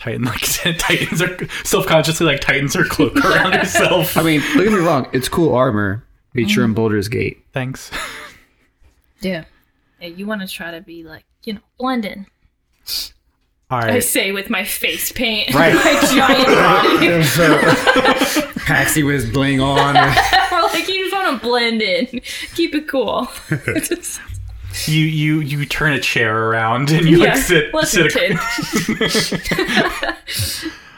S1: Titan, like Titans are self-consciously like Titans are cloak around herself.
S5: I mean, don't get me wrong. It's cool armor. But
S6: Mm.
S5: you're in Baldur's Gate.
S1: Thanks.
S6: Yeah. Yeah, you want to try to be like, you know, blend in.
S1: All
S3: I
S1: right.
S3: say with my face paint.
S1: Right.
S3: my giant body.
S5: Paxi was bling on.
S3: We're like, you just want to blend in. Keep it cool. Just-
S1: You you you turn a chair around and you
S3: yeah.
S1: like sit
S3: Listen,
S1: sit. ac-
S3: kid.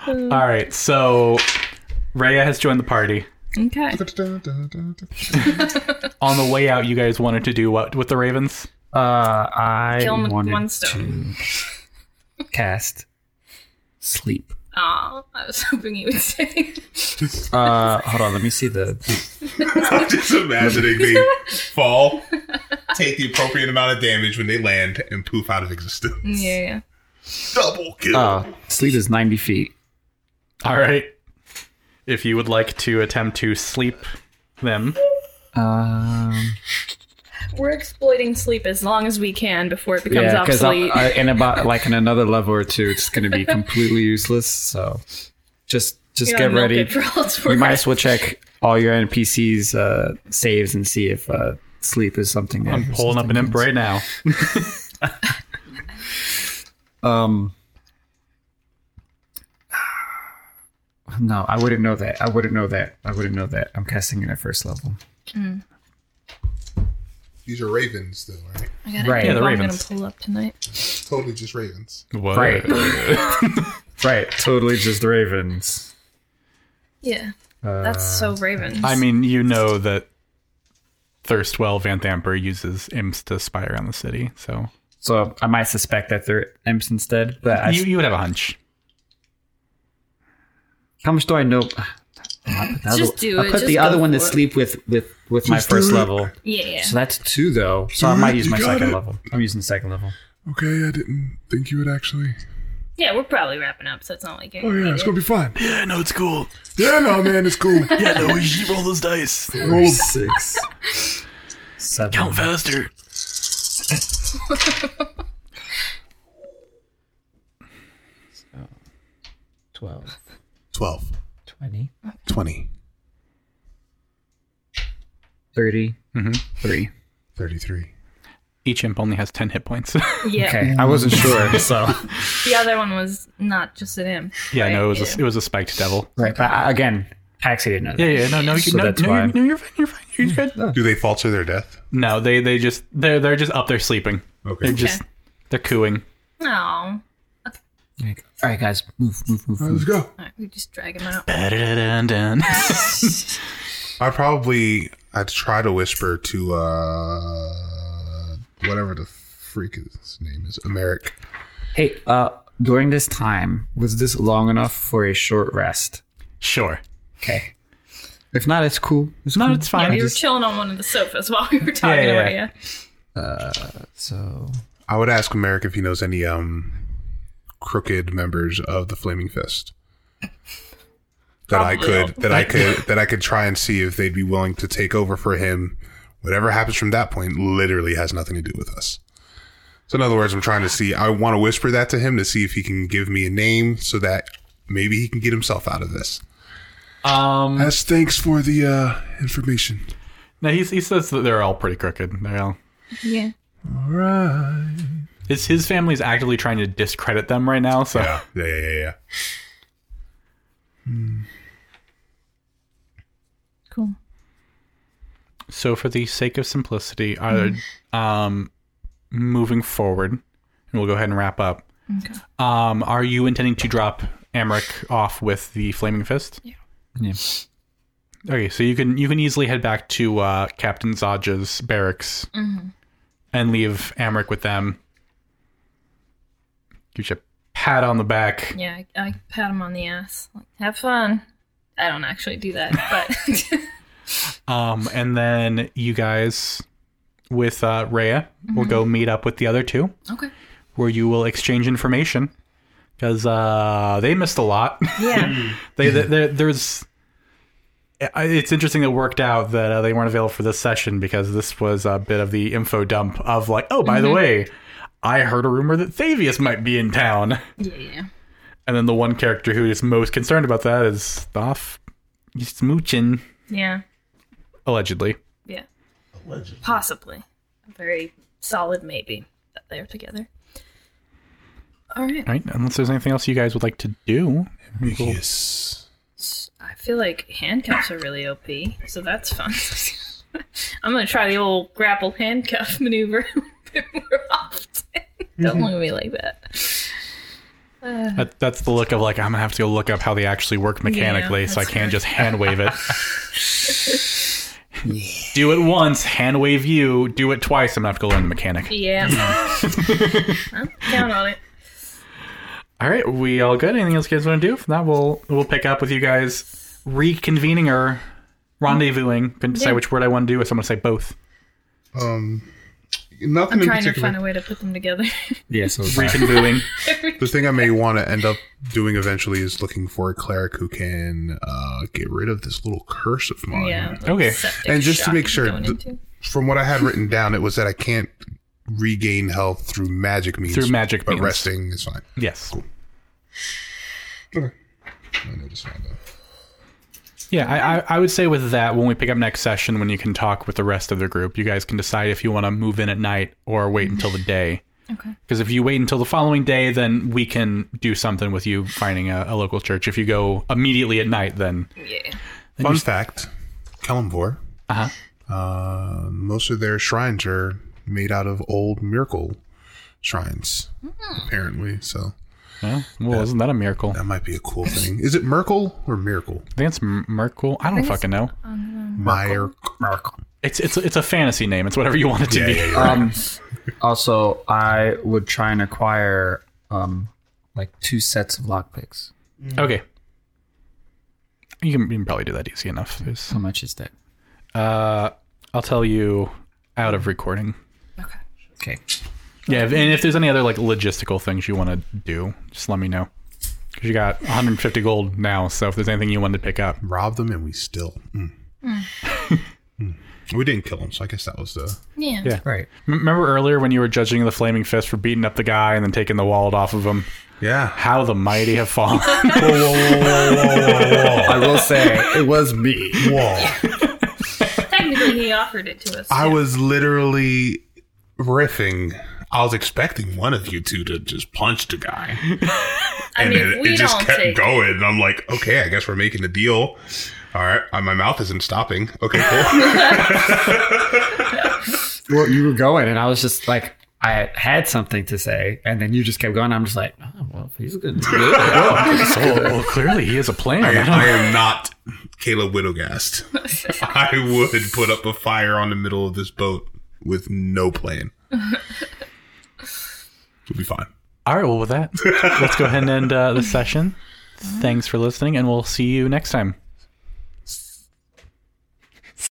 S1: All right. So Raya has joined the party.
S3: Okay.
S1: On the way out, you guys wanted to do what with the ravens?
S5: Uh, I
S6: Kill him with
S5: wanted
S6: one stone.
S5: to cast sleep.
S3: Aw, I was hoping you would say.
S5: Uh, hold on, let me see the.
S4: I'm just imagining they fall, take the appropriate amount of damage when they land, and poof out of existence.
S3: Yeah, yeah.
S4: Double kill.
S5: Oh, sleep is ninety feet.
S1: All right. If you would like to attempt to sleep them,
S5: Um,
S3: We're exploiting sleep as long as we can before it becomes
S5: yeah, because
S3: obsolete.
S5: in about like in another level or two, it's going to be completely useless. So, just just
S3: You know,
S5: get
S3: milk
S5: ready.
S3: it For all it's
S5: You
S3: worth.
S5: might as well check all your NPCs' uh, saves and see if uh, sleep is something. that-
S1: I'm pulling up an imp right now.
S5: Um. No, I wouldn't know that. I wouldn't know that. I wouldn't know that. I'm casting it at first level.
S2: These are ravens, though, right?
S6: I got
S5: Right.
S6: right.
S5: Yeah,
S1: the
S6: I'm going
S1: ravens.
S6: to pull up tonight.
S2: Totally just ravens.
S1: What?
S5: Right. right. Totally just the Ravens.
S6: Yeah. That's
S5: Uh,
S6: so Ravens.
S1: I mean, you know that Thirstwell Van Thamper uses imps to spy around the city, so
S5: So I might suspect that they're imps instead. But I,
S1: you, you would have a hunch.
S5: how much do I know? I put the
S3: Just
S5: other-
S3: do it,
S5: I put
S3: just
S5: the
S3: go
S5: other one
S3: for
S5: to
S3: it.
S5: sleep with with with my
S2: Just
S5: first
S2: do it.
S5: level.
S3: yeah, yeah.
S5: So that's two though. So I might use my
S2: You got
S5: second
S2: it.
S5: level. I'm using the second level.
S2: Okay, I didn't think you would actually.
S3: Yeah, we're probably wrapping up, so it's not like it.
S2: Oh yeah, it's gonna be fun.
S1: Yeah, no, it's cool.
S2: Yeah, no, man, it's cool.
S1: Yeah, no, we should roll those dice.
S2: Roll
S5: Six. Seven.
S1: Mm-hmm. faster.
S5: Twelve.
S2: twelve,
S5: Twenty.
S2: twenty,
S5: Thirty.
S1: Mhm.
S5: Mm-hmm. Three.
S2: thirty-three.
S1: Each imp only has 10 hit points.
S3: Yeah.
S5: Okay.
S14: I wasn't sure.
S5: So
S3: The other one was not just an imp.
S1: yeah,
S3: right?
S1: no, it was a, it was a spiked devil.
S5: right, but uh, again, Paxi didn't know. that.
S1: Yeah, yeah, no, no, you,
S5: So
S1: no,
S5: that's
S1: no,
S5: why
S1: you're,
S5: I'm-
S1: no, you're fine, you're fine, you're good.
S4: Do they fall to their death?
S1: No, they they just they're they're just up there sleeping.
S4: Okay.
S1: They're just they're cooing.
S3: No.
S5: Like, all right, guys, move, move, move. move.
S4: Let's go.
S3: All right, we just drag him out.
S1: Ba-da-da-dun-dun.
S4: I probably I'd try to whisper to uh whatever the freak his name is, Americ.
S5: Hey, uh, during this time, was this long enough for a short rest?
S1: sure.
S5: Okay. If not, it's cool. It's
S1: No,
S5: cool.
S1: it's fine.
S3: We were chilling on one of the sofas while we were talking
S1: yeah,
S3: about
S1: yeah.
S3: you.
S5: So
S4: I would ask Merrick if he knows any um crooked members of the Flaming Fist that
S3: Probably
S4: I could
S3: not.
S4: that I could that I could try and see if they'd be willing to take over for him. Whatever happens from that point literally has nothing to do with us. So in other words, I'm trying to see. I want to whisper that to him to see if he can give me a name so that maybe he can get himself out of this.
S1: Um,
S4: As thanks for the uh, information.
S1: no, he he says that they're all pretty crooked. They're all
S6: Yeah.
S4: All right.
S1: his his family's actively trying to discredit them right now. So
S4: Yeah, yeah, yeah, yeah. yeah.
S6: Cool.
S1: so for the sake of simplicity, I um moving forward, and we'll go ahead and wrap up. Um, are you intending to drop Amric off with the Flaming Fist? Yeah.
S5: Yeah.
S1: Okay, so you can you can easily head back to uh, Captain Zaja's barracks and leave Amric with them. Give you a pat on the back.
S3: Yeah, I, I pat him on the ass. Like, have fun. I don't actually do that, but
S1: Um, and then you guys with uh, Rhea will go meet up with the other two,
S3: Mm-hmm. okay.
S1: where you will exchange information because uh, they missed a lot.
S3: Yeah,
S1: they, they, they there's I- it's interesting it worked out that uh, they weren't available for this session because this was a bit of the info dump of like oh by
S3: Mm-hmm.
S1: the way i heard a rumor that thavius might be in town
S3: yeah, yeah.
S1: and then the one character who is most concerned about that is off he's smooching
S3: yeah.
S1: allegedly
S3: Yeah. Possibly. A very solid maybe that they're together. All right.
S1: all right unless there's anything else you guys would like to do
S4: Yes.
S3: I feel like handcuffs are really OP, so that's fun. I'm going to try the old grapple handcuff maneuver a bit more often. Don't look at me like that. Uh-huh.
S1: that, that's the look of like i'm gonna have to go look up how they actually work mechanically so i
S3: that's
S1: can't just hand wave it do it once hand wave you do it twice i'm gonna have to go learn the mechanic
S3: Yeah. I'm down on it.
S1: All right, we all good. Anything else you guys want to do? If not, we'll we'll pick up with you guys reconvening or rendezvousing. Couldn't decide
S3: Hmm. Yeah.
S1: which word I want to do. I someone say both.
S4: Um, nothing
S3: I'm
S4: in
S3: trying to
S4: particular.
S3: find a way to put them together.
S5: yeah, so
S1: Reconvening.
S4: The thing I may want to end up doing eventually is looking for a cleric who can uh, get rid of this little curse of mine.
S3: yeah. like
S1: Okay.
S3: septic
S4: And just to
S3: shock
S4: make sure,
S3: going
S4: th-
S3: into.
S4: From what I had written down, it was that I can't regain health through magic means.
S1: Through magic
S4: but
S1: means.
S4: resting is fine.
S1: yes.
S4: Okay. I know this one, though.
S1: Yeah, I, I I would say with that when we pick up next session when you can talk with the rest of the group, you guys can decide if you want to move in at night or wait until the day. Okay. Because if you wait until the following day, then we can do something with you finding a, a local church. If you go immediately at night, then
S3: Yeah.
S4: Fun fact: Kellamvor.
S1: Uh-huh.
S4: Uh, most of their shrines are made out of old miracle shrines, Hmm. apparently. So
S1: yeah, well, isn't that a miracle?
S4: that might be a cool thing. Is it Merkel or Miracle?
S1: I think it's M- Merkel. I don't fucking know.
S4: Myr.
S1: It's it's it's a fantasy name. It's whatever you want it to be.
S5: um, also I would try and acquire um, like two sets of lockpicks.
S1: Okay. You can, you can probably do that easy enough. There's,
S5: How much is that?
S1: uh, I'll tell you out of recording.
S5: Okay.
S1: Yeah, if, and if there's any other like logistical things you want to do, just let me know. Because you got 150 gold now, so if there's anything you wanted to pick up,
S4: Robbed them and we still. Mm. Mm. We didn't kill him, so I guess that was the.
S3: Yeah.
S1: Yeah.
S5: Right.
S1: M- remember earlier when you were judging the flaming fist for beating up the guy and then taking the wallet off of him?
S4: Yeah.
S1: How the mighty have fallen!
S14: I will say it was me.
S4: Whoa.
S3: Technically, he offered it to us.
S4: I was literally riffing, I was expecting one of you two to just punch the guy.
S3: I
S4: and
S3: mean,
S4: it,
S3: we
S4: it just
S3: don't
S4: kept
S3: take.
S4: going. And I'm like, okay, I guess we're making a deal. All right, uh, my mouth isn't stopping. Okay, cool.
S5: Well, you were going, and I was just like, I had something to say, and then you just kept going. I'm just like, oh, well, he's good.
S1: So, well, clearly he has a plan. I
S4: I, am,
S1: don't-
S4: I am not Caleb Widowgast. I would put up a fire on the middle of this boat with no plan. We'll be fine.
S1: All right, well, with that, let's go ahead and end uh, the session. Thanks for listening, and we'll see you next time.